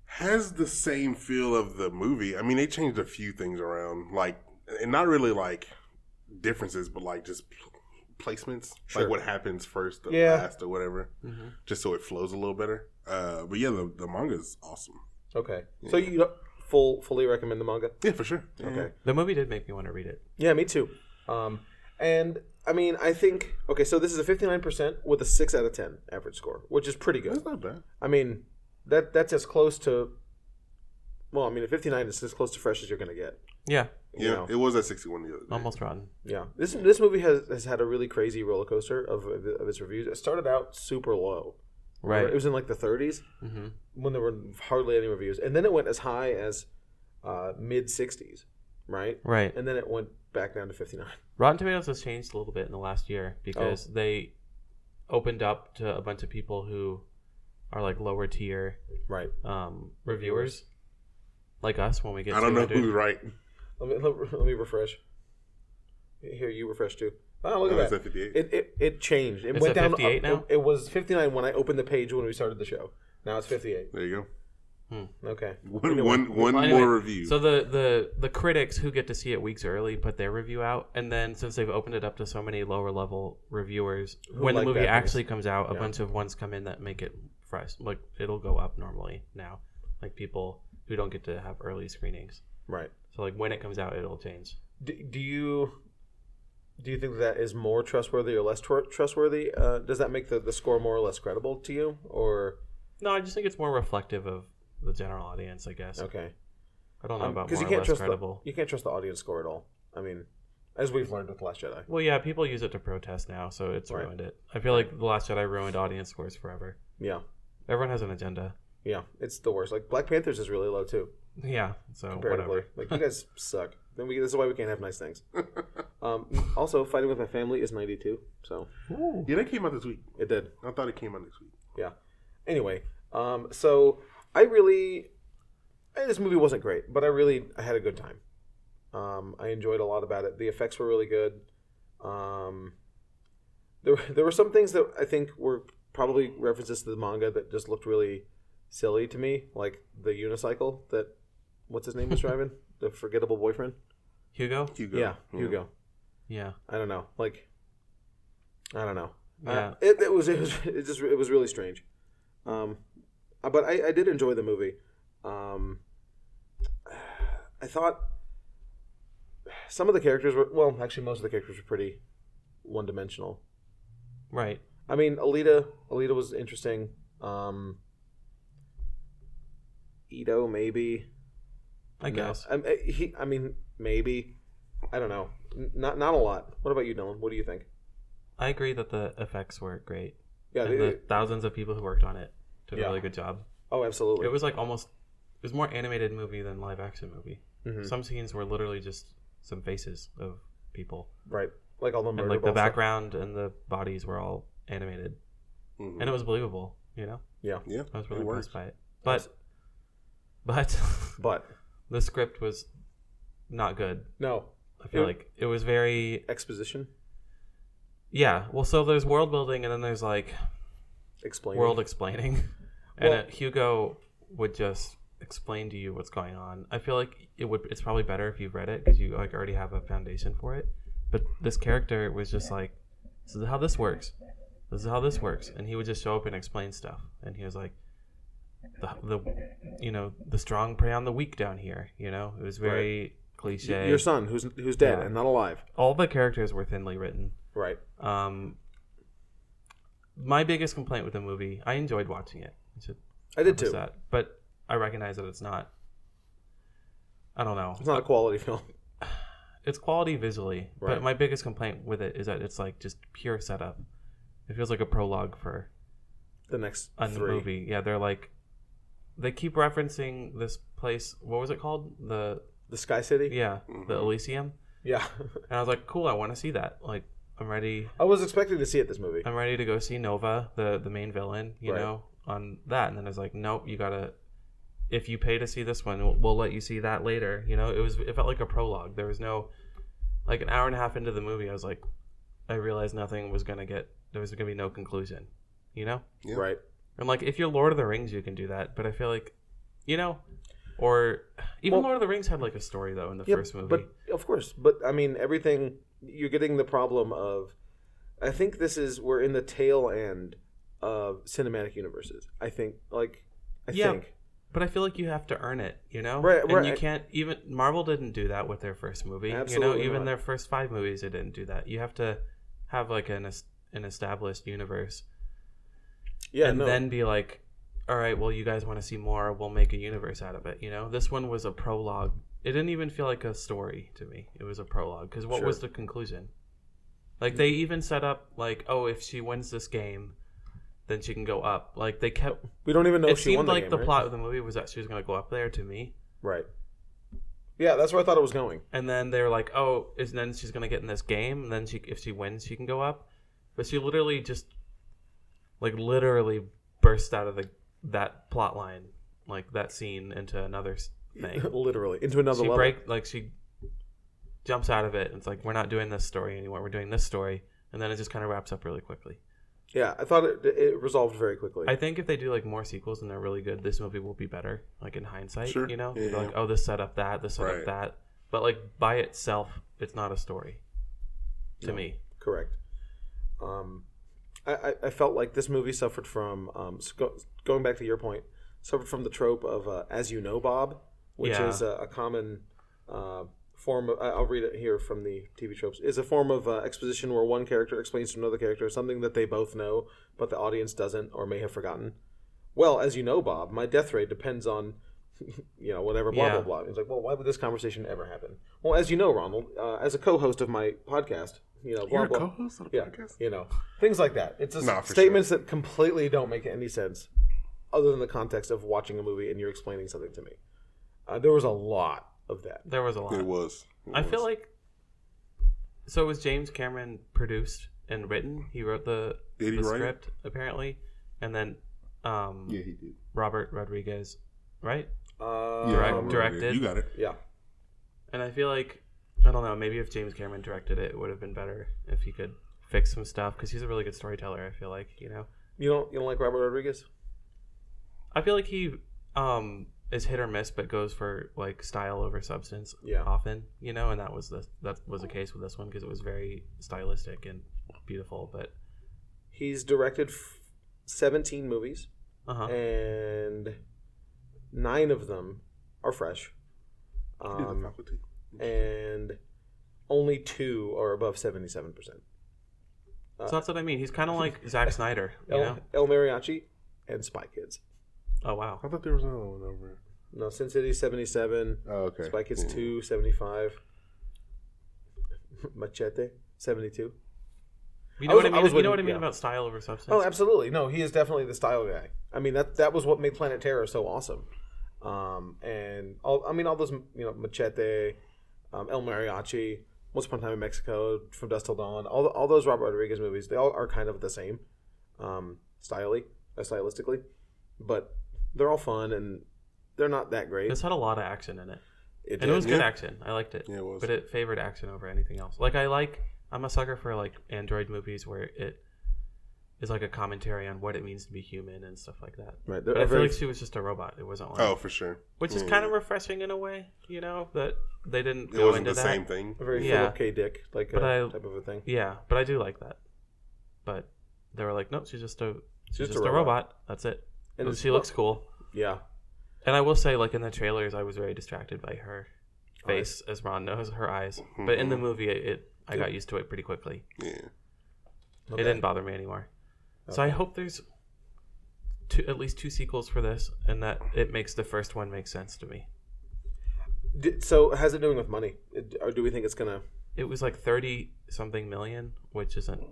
Speaker 2: has the same feel of the movie. I mean, they changed a few things around, like, and not really like differences, but like just pl- placements,
Speaker 1: Sure.
Speaker 2: like what happens first or
Speaker 1: Yeah.
Speaker 2: last or whatever,
Speaker 1: mm-hmm.
Speaker 3: Mhm.
Speaker 2: just so it flows a little better. Uh, but yeah, the, the manga is awesome.
Speaker 1: okay. So you don't full fully recommend the manga?
Speaker 2: Yeah, for sure.
Speaker 1: Okay.
Speaker 3: The movie did make me want to read it.
Speaker 1: Yeah, me too. Um, and I mean, I think okay. So this is a 59 percent with a six out of 10 average score, which is pretty good.
Speaker 2: That's not bad.
Speaker 1: I mean, that that's as close to. Well, I mean, a 59 is as close to fresh as you're gonna get.
Speaker 3: Yeah.
Speaker 2: Yeah,
Speaker 1: know.
Speaker 2: it was at 61 the other day.
Speaker 3: Almost rotten.
Speaker 1: Yeah, this this movie has, has had a really crazy roller coaster of, of its reviews. It started out super low.
Speaker 3: Right.
Speaker 1: It was in like the 30s
Speaker 3: Mhm.
Speaker 1: when there were hardly any reviews, and then it went as high as uh, mid 60s, right?
Speaker 3: Right.
Speaker 1: And then it went back down to 59.
Speaker 3: Rotten Tomatoes has changed a little bit in the last year
Speaker 1: Oh.
Speaker 3: because they opened up to a bunch of people who are like lower tier
Speaker 1: Right.
Speaker 3: um, reviewers, like us when we get.
Speaker 2: I don't know
Speaker 3: 200.
Speaker 2: who's right.
Speaker 1: Let me let, let me refresh. Here, you refresh too. Oh, look
Speaker 2: Oh,
Speaker 1: at
Speaker 2: it's
Speaker 1: that.
Speaker 2: at 58.
Speaker 1: It, it, it changed. It
Speaker 3: It's
Speaker 1: went
Speaker 3: at
Speaker 1: down.
Speaker 3: 58 now?
Speaker 1: It, it was 59 when I opened the page when we started the show. Now it's 58.
Speaker 2: There you
Speaker 1: Okay.
Speaker 2: go. One, one, one
Speaker 3: Well, anyway,
Speaker 2: more review.
Speaker 3: So the, the the critics who get to see it weeks early put their review out, and then since they've opened it up to so many lower level reviewers, when
Speaker 1: like
Speaker 3: the movie
Speaker 1: bad things.
Speaker 3: actually comes out, a bunch of ones come in that make it fresh. Like it'll go up normally now, like people who don't get to have early screenings.
Speaker 1: Right.
Speaker 3: So like when it comes out, it'll change.
Speaker 1: do, do you Do you think that is more trustworthy or less tr- trustworthy? Uh, does that make the, the score more or less credible to you? Or
Speaker 3: No, I just think it's more reflective of the general audience, I guess.
Speaker 1: okay,
Speaker 3: I don't know about
Speaker 1: because
Speaker 3: more
Speaker 1: you
Speaker 3: or
Speaker 1: can't
Speaker 3: less
Speaker 1: trust
Speaker 3: credible.
Speaker 1: the you can't trust the audience score at all. I mean, as we've learned with Last Jedi.
Speaker 3: Well, yeah, people use it to protest now, so it's
Speaker 1: Right.
Speaker 3: ruined it. I feel like The Last Jedi ruined audience scores forever.
Speaker 1: Yeah,
Speaker 3: Everyone has an agenda.
Speaker 1: yeah, it's the worst. Like Black Panthers is really low too.
Speaker 3: Yeah, so
Speaker 1: comparatively.
Speaker 3: Oh, whatever.
Speaker 1: Like you guys suck. Then we this is why we can't have nice things. Um, also, fighting with my family is ninety two, so
Speaker 2: Yeah, that came out this week.
Speaker 1: it did.
Speaker 2: I thought it came out next week.
Speaker 1: Yeah. Anyway, um, so I really eh, this movie wasn't great, but I really I had a good time. Um, I enjoyed a lot about it. The effects were really good. Um, there there were some things that I think were probably references to the manga that just looked really silly to me, like the unicycle that what's his name was driving, the forgettable boyfriend.
Speaker 3: Hugo?
Speaker 2: Hugo.
Speaker 1: Yeah, Hugo.
Speaker 3: Yeah.
Speaker 1: I don't know. Like, I don't know.
Speaker 3: Yeah.
Speaker 1: Uh, it, it was it was it just it was really strange. Um, uh, but I, I did enjoy the movie. Um, I thought some of the characters were well, actually, most of the characters were pretty one dimensional.
Speaker 3: Right.
Speaker 1: I mean, Alita Alita was interesting. Um, Ito maybe.
Speaker 3: I guess.
Speaker 1: No. I, I- he, I mean, maybe. I don't know. N- not not a lot. What about you, Dylan? What do you think?
Speaker 3: I agree that the effects were great.
Speaker 1: Yeah.
Speaker 3: and
Speaker 1: they-
Speaker 3: the thousands of people who worked on it did
Speaker 1: Yeah.
Speaker 3: a really good job.
Speaker 1: oh, absolutely.
Speaker 3: It was like almost it was more animated movie than live action movie.
Speaker 1: Hmm. Mm-hmm.
Speaker 3: Some scenes were literally just some faces of people,
Speaker 1: right. Like all the
Speaker 3: and
Speaker 1: murder
Speaker 3: like the
Speaker 1: ball stuff.
Speaker 3: background and the bodies were all animated,
Speaker 2: Mhm.
Speaker 3: and it was believable. You know,
Speaker 1: Yeah.
Speaker 2: Yeah,
Speaker 3: I was really
Speaker 2: it
Speaker 3: impressed
Speaker 2: works.
Speaker 3: by it. But but
Speaker 1: But
Speaker 3: the script was not good.
Speaker 1: no
Speaker 3: I feel
Speaker 1: Yeah.
Speaker 3: like it was very
Speaker 1: exposition.
Speaker 3: yeah. Well, so there's world building, and then there's like
Speaker 1: Explain.
Speaker 3: world explaining. And
Speaker 1: Well-
Speaker 3: uh Hugo would just explain to you what's going on. I feel like it would. It's probably better if you've read it because you like already have a foundation for it. But this character was just like, "This is how this works. This is how this works," and he would just show up and explain stuff. And he was like, "The, the you know, the strong prey on the weak down here." You know, it was very
Speaker 1: Y-
Speaker 3: cliche.
Speaker 1: Your son, who's who's dead
Speaker 3: Yeah.
Speaker 1: and not alive.
Speaker 3: All the characters were thinly written.
Speaker 1: Right.
Speaker 3: Um, my biggest complaint with the movie, I enjoyed watching it. I should
Speaker 1: I did
Speaker 3: preface
Speaker 1: too.
Speaker 3: that, but I recognize that it's not. I don't know.
Speaker 1: It's not a quality film.
Speaker 3: It's quality visually,
Speaker 1: Right.
Speaker 3: but my biggest complaint with it is that it's like just pure setup. It feels like a prologue for
Speaker 1: The next
Speaker 3: a
Speaker 1: three.
Speaker 3: movie. Yeah, they're like, they keep referencing this place. What was it called? The
Speaker 1: The Sky City.
Speaker 3: yeah,
Speaker 1: Mm-hmm.
Speaker 3: the Elysium.
Speaker 1: Yeah.
Speaker 3: And I was like, cool. I want to see that. Like, I'm ready.
Speaker 1: I was expecting to see it this movie.
Speaker 3: I'm ready to go see Nova, the the main villain, you
Speaker 1: Right.
Speaker 3: know, on that. And then it's like, nope, you gotta. If you pay to see this one, we'll, we'll let you see that later. You know, it was it felt like a prologue. There was no, like an hour and a half into the movie, I was like, I realized nothing was gonna get. There was gonna be no conclusion. You know,
Speaker 2: Yeah.
Speaker 1: Right.
Speaker 3: and like if you're Lord of the Rings, you can do that. But I feel like, you know, or even
Speaker 1: Well-
Speaker 3: Lord of the Rings had like a story though in the
Speaker 1: Yeah,
Speaker 3: first movie.
Speaker 1: But of course, but I mean, everything you're getting the problem of. I think this is we're in the tail end of cinematic universes. I think like I
Speaker 3: Yeah.
Speaker 1: think
Speaker 3: But I feel like you have to earn it, you know?
Speaker 1: Right,
Speaker 3: and
Speaker 1: right.
Speaker 3: you can't even Marvel didn't do that with their first movie.
Speaker 1: Absolutely
Speaker 3: you know, even
Speaker 1: not.
Speaker 3: their first five movies they didn't do that. You have to have like an es- an established universe
Speaker 1: yeah
Speaker 3: and
Speaker 1: no
Speaker 3: then be like, "All right, well you guys want to see more, we'll make a universe out of it." You know? This one was a prologue. It didn't even feel like a story to me. It was a prologue cuz what
Speaker 1: Sure. Mm.
Speaker 3: was the conclusion? Like they even set up like, "Oh, if she wins this game, then she can go up." Like they kept
Speaker 1: we don't even know
Speaker 3: it
Speaker 1: if Oh, she won
Speaker 3: seemed
Speaker 1: the
Speaker 3: like
Speaker 1: game,
Speaker 3: the
Speaker 1: right?
Speaker 3: plot of the movie was that she was going to go up there to me.
Speaker 1: Right. Yeah, that's where I thought it was going.
Speaker 3: and then they were like, "Oh, is then she's gonna get in this game, and then she if she wins, she can go up." But she literally just, like, literally burst out of the that plot line, like that scene into another s- thing.
Speaker 1: Literally into another
Speaker 3: she
Speaker 1: level.
Speaker 3: break like she jumps out of it. And it's like we're not doing this story anymore. We're doing this story, and then it just kind of wraps up really quickly.
Speaker 1: Yeah, I thought it, it resolved very quickly.
Speaker 3: I think if they do like more sequels and they're really good, this movie will be better. Like in hindsight,
Speaker 2: Sure.
Speaker 3: you know,
Speaker 2: Yeah,
Speaker 3: They're like oh, this set up that, this set up
Speaker 2: Right.
Speaker 3: that, but like by itself, it's not a story. To me,
Speaker 1: Correct. Um, I, I, I felt like this movie suffered from um, s- go, going back to your point, suffered from the trope of uh, as you know, Bob, which
Speaker 3: Yeah.
Speaker 1: is a, a common uh, form of I- I'll read it here from the TV tropes is a form of uh, exposition where one character explains to another character something that they both know but the audience doesn't or may have forgotten. Well, as you know, Bob, my death rate depends on you know whatever blah
Speaker 3: Yeah.
Speaker 1: blah blah. It's like, well, why would this conversation ever happen? Well, as you know, Ronald, uh, as a co-host of my podcast, you know, blah
Speaker 2: You're a
Speaker 1: blah.
Speaker 2: co-host on a
Speaker 1: yeah,
Speaker 2: podcast?
Speaker 1: you know, things like that. It's just
Speaker 2: Nah, for
Speaker 1: statements that completely don't make any sense other than the context of watching a movie and you're explaining something to me. Uh, there was a lot of that.
Speaker 3: There was a lot.
Speaker 2: It was. It
Speaker 3: I feel
Speaker 2: was.
Speaker 3: like. So was James Cameron produced and written? He wrote the,
Speaker 2: Did he
Speaker 3: the
Speaker 2: write it?
Speaker 3: script apparently, and then um,
Speaker 4: Yeah, he did.
Speaker 3: Robert Rodriguez, right?
Speaker 1: Uh,
Speaker 4: Direct-
Speaker 2: Oh, yeah,
Speaker 3: directed.
Speaker 2: You got it.
Speaker 1: yeah.
Speaker 3: And I feel like I don't know. Maybe if James Cameron directed it, it would have been better if he could fix some stuff because he's a really good storyteller. I feel like you know.
Speaker 1: You don't you don't like Robert Rodriguez?
Speaker 3: I feel like he um is hit or miss, but goes for like style over substance.
Speaker 1: Yeah.
Speaker 3: Often, you know, and that was the that was the case with this one because it was very stylistic and beautiful. But
Speaker 1: He's directed f- 17 movies
Speaker 3: uh huh.
Speaker 1: and 9 of them are fresh.
Speaker 2: He did the
Speaker 1: Um,
Speaker 2: faculty.
Speaker 1: and only 2 are above 77%.
Speaker 3: so that's what I mean. He's kind of like Zack Snyder, you know.
Speaker 1: El, El Mariachi and Spy Kids.
Speaker 3: Oh wow.
Speaker 2: I thought there was another one over. there.
Speaker 1: No, Sin City 77.
Speaker 4: Oh, okay.
Speaker 1: Spy Kids 2, 75. Machete, 72. I
Speaker 3: You know
Speaker 1: was-
Speaker 3: what I
Speaker 1: I
Speaker 3: mean.
Speaker 1: was
Speaker 3: you know
Speaker 1: waiting-
Speaker 3: what I mean
Speaker 1: yeah.
Speaker 3: about style over substance.
Speaker 1: Oh, absolutely. No, he is definitely the style guy. I mean, that that was what made Planet Terror so awesome. Um, and all, I mean, all those, you know, Machete, um, El Mariachi, Once Upon a Time in Mexico, From Dusk Till Dawn, all, all those Robert Rodriguez movies, they all are kind of the same, um, styly, uh, stylistically. But they're all fun and they're not that great.
Speaker 3: This had a lot of action in it,
Speaker 1: It
Speaker 3: and it was
Speaker 1: did-
Speaker 3: good
Speaker 2: Yeah.
Speaker 3: action. I liked it.
Speaker 2: Yeah, it was.
Speaker 3: But it favored action over anything else. Like I like. I'm a sucker for like Android movies where it is like a commentary on what it means to be human and stuff like that.
Speaker 1: right,
Speaker 3: But
Speaker 1: they're
Speaker 3: I feel
Speaker 1: very Hmm.
Speaker 3: like she was just a robot. It wasn't like,
Speaker 2: Oh, for sure.
Speaker 3: which is
Speaker 2: yeah.
Speaker 3: kind of refreshing in a way, you know, that they didn't
Speaker 2: It
Speaker 3: go
Speaker 2: wasn't
Speaker 3: into
Speaker 2: the
Speaker 3: that.
Speaker 2: same thing.
Speaker 1: A very
Speaker 3: Yeah.
Speaker 1: Philip K. Dick like
Speaker 3: But
Speaker 1: uh,
Speaker 3: I-
Speaker 1: type of a thing.
Speaker 3: Yeah, but I do like that. But they were like, nope, she's just a she's
Speaker 1: just
Speaker 3: just,
Speaker 1: a
Speaker 3: a, robot.
Speaker 1: robot."
Speaker 3: That's it.
Speaker 1: And
Speaker 3: And
Speaker 1: it's-
Speaker 3: she looks cool.
Speaker 1: Yeah,
Speaker 3: And I will say, like in the trailers, I was very distracted by her face, as Ron knows, her eyes.
Speaker 2: Mm-hmm.
Speaker 3: But in the movie, it, it I got used to it pretty quickly.
Speaker 2: Yeah.
Speaker 3: It didn't bother me anymore. So I hope there's two, at least two sequels for this, and that it makes the first one make sense to me.
Speaker 1: D- so how's it doing with money? It- Or do we think it's gonna?
Speaker 3: it was like 30 something million which isn't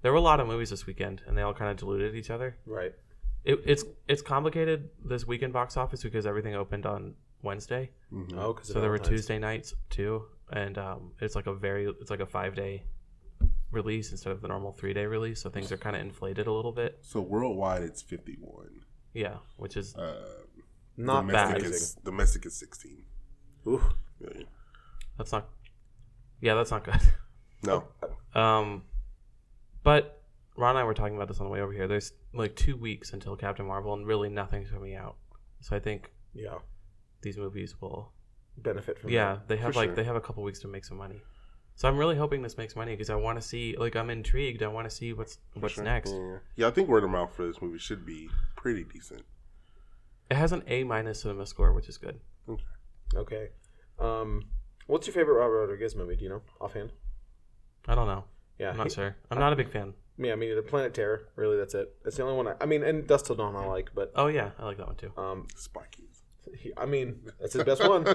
Speaker 3: there were a lot of movies this weekend and they all kind of diluted each other
Speaker 1: Right.
Speaker 3: it, it's it's complicated this weekend box office because everything opened on wednesday
Speaker 2: Mm. Mm-hmm.
Speaker 1: Oh, because
Speaker 3: so there were tuesday nights too and um, it's like a very it's like a five day release instead of the normal three day release so things are kind of inflated a little bit
Speaker 2: So worldwide, it's fifty-one.
Speaker 3: yeah which is
Speaker 2: Uh,
Speaker 1: Not that
Speaker 2: domestic
Speaker 1: amazing.
Speaker 2: is domestic is sixteen.
Speaker 1: Ooh.
Speaker 2: million.
Speaker 3: that's not yeah that's not good
Speaker 2: No,
Speaker 3: Um, but Ron and I were talking about this on the way over here. There's like two weeks until Captain Marvel, and really nothing's coming out. So I think
Speaker 1: Yeah.
Speaker 3: these movies will.
Speaker 1: Benefit from.
Speaker 3: Yeah, they have
Speaker 2: For
Speaker 3: like
Speaker 2: sure.
Speaker 3: they have a couple weeks to make some money. So I'm really hoping this makes money because I want to see. Like I'm intrigued. I want to see what's what's next.
Speaker 2: Yeah. yeah, I think word of mouth for this movie should be pretty decent.
Speaker 3: It has an A minus cinema score, which is good.
Speaker 1: that. Okay. Um, what's your favorite Robert Rodriguez movie? Do you know offhand?
Speaker 3: I don't know.
Speaker 1: Yeah.
Speaker 3: I'm not
Speaker 1: he-
Speaker 3: sure. I'm not a big fan.
Speaker 1: Yeah, I mean, the Planet Terror. Really, that's it. That's the only one. I, I mean, and Dust Till Dawn I like, but
Speaker 3: Oh yeah, I like that one too.
Speaker 1: um,
Speaker 2: Spy Kids.
Speaker 1: he, I mean, that's his best one.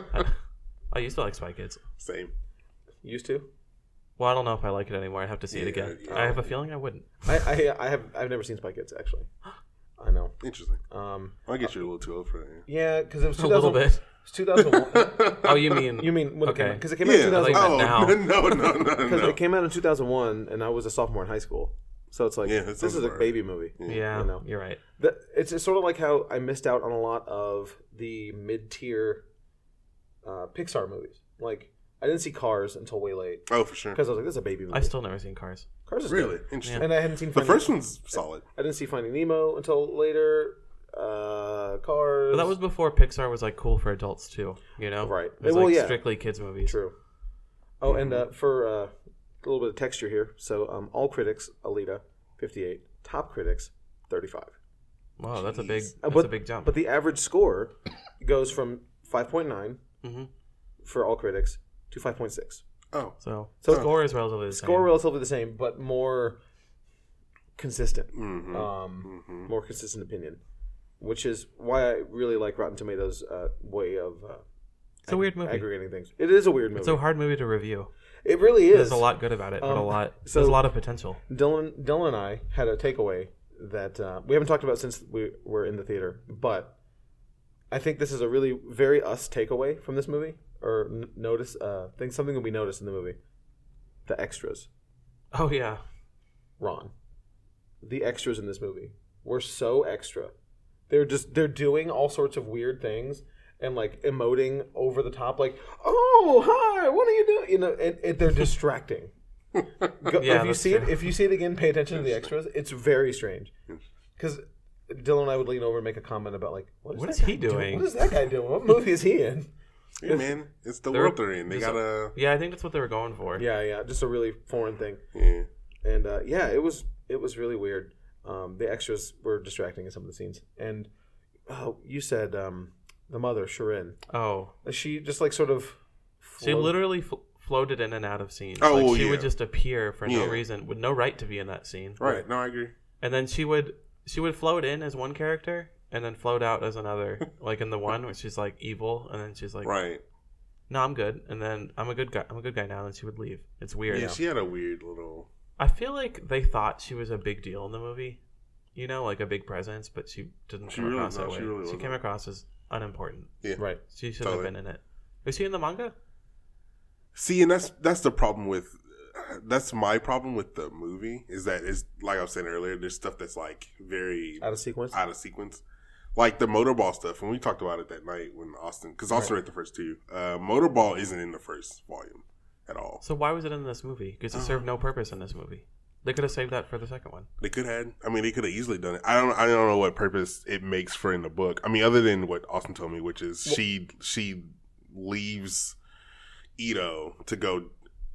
Speaker 3: I used to like Spy Kids.
Speaker 2: Same.
Speaker 1: Used to.
Speaker 3: Well, I don't know if I like it anymore. I'd have to see it
Speaker 2: Yeah,
Speaker 3: again.
Speaker 2: yeah.
Speaker 3: I have a feeling I wouldn't.
Speaker 1: I, I I have I've never seen Spy Kids actually. I know.
Speaker 2: Interesting.
Speaker 1: Um,
Speaker 2: I guess you're a little too old for that. yeah.
Speaker 1: yeah, because it was 2000,
Speaker 3: A little bit.
Speaker 1: It's 2001.
Speaker 3: Oh, you mean
Speaker 1: You mean when
Speaker 3: Okay.
Speaker 1: it came Because it came out in
Speaker 2: Yeah.
Speaker 1: 2001.
Speaker 3: thought
Speaker 2: Oh
Speaker 3: you meant
Speaker 2: no no no no.
Speaker 1: Because
Speaker 2: no.
Speaker 1: it came out in 2001, and I was a sophomore in high school. So it's like
Speaker 2: Yeah, that
Speaker 1: this
Speaker 2: sounds
Speaker 1: is a
Speaker 2: about
Speaker 1: baby movie.
Speaker 3: Yeah,
Speaker 1: You know.
Speaker 3: you're right.
Speaker 1: The- it's, it's sort of like how I missed out on a lot of the mid-tier uh, Pixar movies. Like I didn't see Cars until way late
Speaker 2: Oh, for sure.
Speaker 1: because I was like, "This is a baby movie."
Speaker 3: I've still never seen Cars.
Speaker 1: Cars is
Speaker 2: Really
Speaker 1: good.
Speaker 2: interesting.
Speaker 1: and I hadn't seen
Speaker 2: The
Speaker 1: Finding,
Speaker 2: first one's solid.
Speaker 1: I didn't see Finding Nemo until later. Uh, Cars.
Speaker 3: But that was before Pixar was like cool for adults too. You know,
Speaker 1: Right.
Speaker 3: It was
Speaker 1: Well,
Speaker 3: like
Speaker 1: yeah.
Speaker 3: strictly kids movies.
Speaker 1: True. Oh, and uh, for uh, a little bit of texture here, so um, all critics, Alita, fifty-eight. Top critics, thirty-five.
Speaker 3: Wow, that's a big
Speaker 1: Uh,
Speaker 3: that's
Speaker 1: but-
Speaker 3: a big jump.
Speaker 1: But the average score goes from five point nine
Speaker 3: Mhm.
Speaker 1: for all critics to 5.6.
Speaker 2: Oh,
Speaker 3: So,
Speaker 1: So-
Speaker 3: score is relatively the same.
Speaker 1: Score relatively the same, but more consistent.
Speaker 2: mm-hmm.
Speaker 1: Um,
Speaker 2: Mhm.
Speaker 1: More consistent opinion, which is why I really like Rotten Tomatoes' uh, way of uh,
Speaker 3: it's a weird movie.
Speaker 1: aggregating things. It is a weird movie.
Speaker 3: It's a hard movie to review.
Speaker 1: it really is.
Speaker 3: There's a lot good about it, but a
Speaker 1: Um,
Speaker 3: lot
Speaker 1: so-
Speaker 3: there's a lot of potential.
Speaker 1: Dylan, Dylan and I had a takeaway that uh, we haven't talked about since we were in the theater, but I think this is a really very us takeaway from this movie, or n- notice uh, think something that we noticed in the movie: the extras.
Speaker 3: Oh yeah,
Speaker 1: Wrong. The extras in this movie were so extra. They're just they're doing all sorts of weird things and like emoting over the top, like "Oh hi, what are you doing?" You know, and, and they're distracting. Go,
Speaker 3: Yeah,
Speaker 1: if you
Speaker 3: that's
Speaker 1: see it,
Speaker 3: true.
Speaker 1: if you see it again, pay attention to the extras. It's very strange because Dylan and I would lean over and make a comment about like, "What is,
Speaker 3: What
Speaker 1: that
Speaker 3: is he
Speaker 1: guy doing?
Speaker 3: doing?
Speaker 1: What is that guy doing? What movie is he in?"
Speaker 2: Hey, man, it's the
Speaker 3: They're-
Speaker 2: world they're in. They
Speaker 3: there's
Speaker 2: gotta.
Speaker 3: yeah. I think that's what they were going for.
Speaker 1: Yeah, yeah, just a really foreign thing.
Speaker 2: Yeah.
Speaker 1: and uh, yeah, it was it was really weird. Um, the extras were distracting in some of the scenes, and oh, you said um, the mother Shirin,
Speaker 3: Oh,
Speaker 1: she just like sort of
Speaker 3: she
Speaker 1: float-
Speaker 3: literally fl- floated in and out of scenes.
Speaker 2: Oh,
Speaker 3: like, she
Speaker 2: yeah.
Speaker 3: would just appear for no
Speaker 2: Yeah.
Speaker 3: reason, with no right to be in that scene.
Speaker 2: Right. No, I agree.
Speaker 3: And then she would she would float in as one character and then float out as another. like in the one where she's like evil, and then she's like,
Speaker 2: Right.
Speaker 3: "No, I'm good." And then I'm a good guy. I'm a good guy now. And then she would leave. It's weird.
Speaker 2: Yeah, she had a weird little.
Speaker 3: I feel like they thought she was a big deal in the movie, you know, like a big presence, but she didn't
Speaker 2: She
Speaker 3: come
Speaker 2: really-
Speaker 3: across
Speaker 2: no,
Speaker 3: that way.
Speaker 2: she
Speaker 3: She,
Speaker 2: really
Speaker 3: came
Speaker 2: wasn't.
Speaker 3: across as unimportant.
Speaker 1: right.
Speaker 3: She shouldn't
Speaker 2: Totally.
Speaker 3: have been in it. Is she in the manga?
Speaker 2: See, and that's that's the problem with. That's my problem with the movie is that it's like I was saying earlier. There's stuff that's like very
Speaker 1: Out of sequence.
Speaker 2: out of sequence. Like the motorball stuff, and we talked about it that night when Austin, because Austin read the first two. Uh, motorball isn't in the first volume at all.
Speaker 3: So why was it in this movie? Because
Speaker 2: Uh-huh.
Speaker 3: it served no purpose in this movie. They could have saved that for the second one.
Speaker 2: They could have. I mean, they could have easily done it. I don't. I don't know what purpose it makes for in the book. I mean, other than what Austin told me, which is she she leaves Ito to go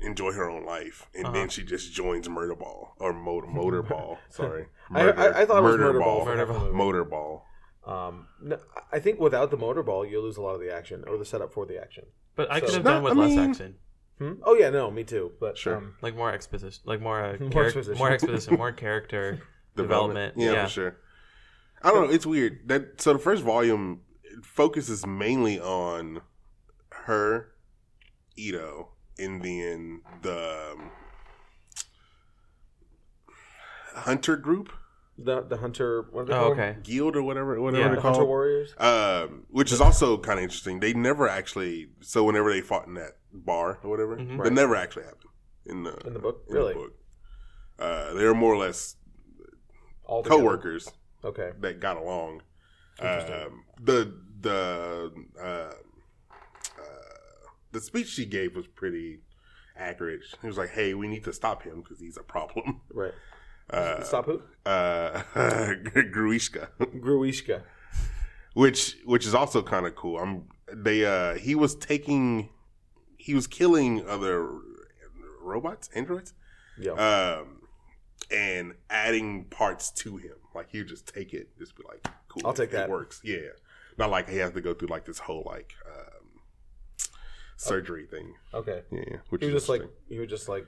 Speaker 2: enjoy her own life, and then
Speaker 3: Uh-huh.
Speaker 2: she just joins Murderball or Mo- Motorball. sorry,
Speaker 1: I- I- I thought it was Murderball.
Speaker 3: Murder Ball.
Speaker 2: Motorball.
Speaker 1: Um, no, I think without the motorball, you lose a lot of the action or the setup for the action.
Speaker 3: But I
Speaker 1: So-
Speaker 3: could have
Speaker 2: No,
Speaker 3: done with
Speaker 2: I
Speaker 3: less
Speaker 2: mean-
Speaker 3: action,
Speaker 1: Hmm? Oh yeah, no, me too. But
Speaker 2: Sure.
Speaker 1: um,
Speaker 3: like more exposition, like more uh,
Speaker 1: More
Speaker 3: more,
Speaker 1: exposition.
Speaker 3: more exposition, more character development.
Speaker 2: Yeah, for sure. I don't know. It's weird that so the first volume it focuses mainly on her, Ito, and then the um, hunter group
Speaker 1: the the hunter. What are they
Speaker 3: Oh,
Speaker 1: called?
Speaker 3: okay.
Speaker 2: guild or whatever whatever
Speaker 3: Yeah.
Speaker 2: they're
Speaker 1: The hunter
Speaker 2: called.
Speaker 1: warriors.
Speaker 2: Um, which is also kind of interesting. They never actually so whenever they fought in that bar or whatever,
Speaker 3: Mhm.
Speaker 2: that never actually happened in the
Speaker 1: In the book? Really?
Speaker 2: book. Uh, they were more or less
Speaker 1: All together.
Speaker 2: coworkers
Speaker 1: Okay.
Speaker 2: that got along.
Speaker 1: Interesting.
Speaker 2: Um, the the uh, uh, the speech she gave was pretty accurate. It was like, "Hey, we need to stop him because he's a problem."
Speaker 1: Right.
Speaker 2: Uh,
Speaker 1: Stop who?
Speaker 2: uh, Gruishka,
Speaker 1: Gruishka.
Speaker 2: which which is also kind of cool. I'm they uh, he was taking he was killing other robots, androids,
Speaker 1: Yeah.
Speaker 2: um, and adding parts to him. Like you just take it, just be like, "Cool,
Speaker 1: I'll take
Speaker 2: it
Speaker 1: that.
Speaker 2: Works, yeah. Not like he has to go through like this whole like um, surgery thing.
Speaker 1: okay.
Speaker 2: Yeah, which
Speaker 1: He was
Speaker 2: is
Speaker 1: just like
Speaker 2: interesting.
Speaker 1: he was just like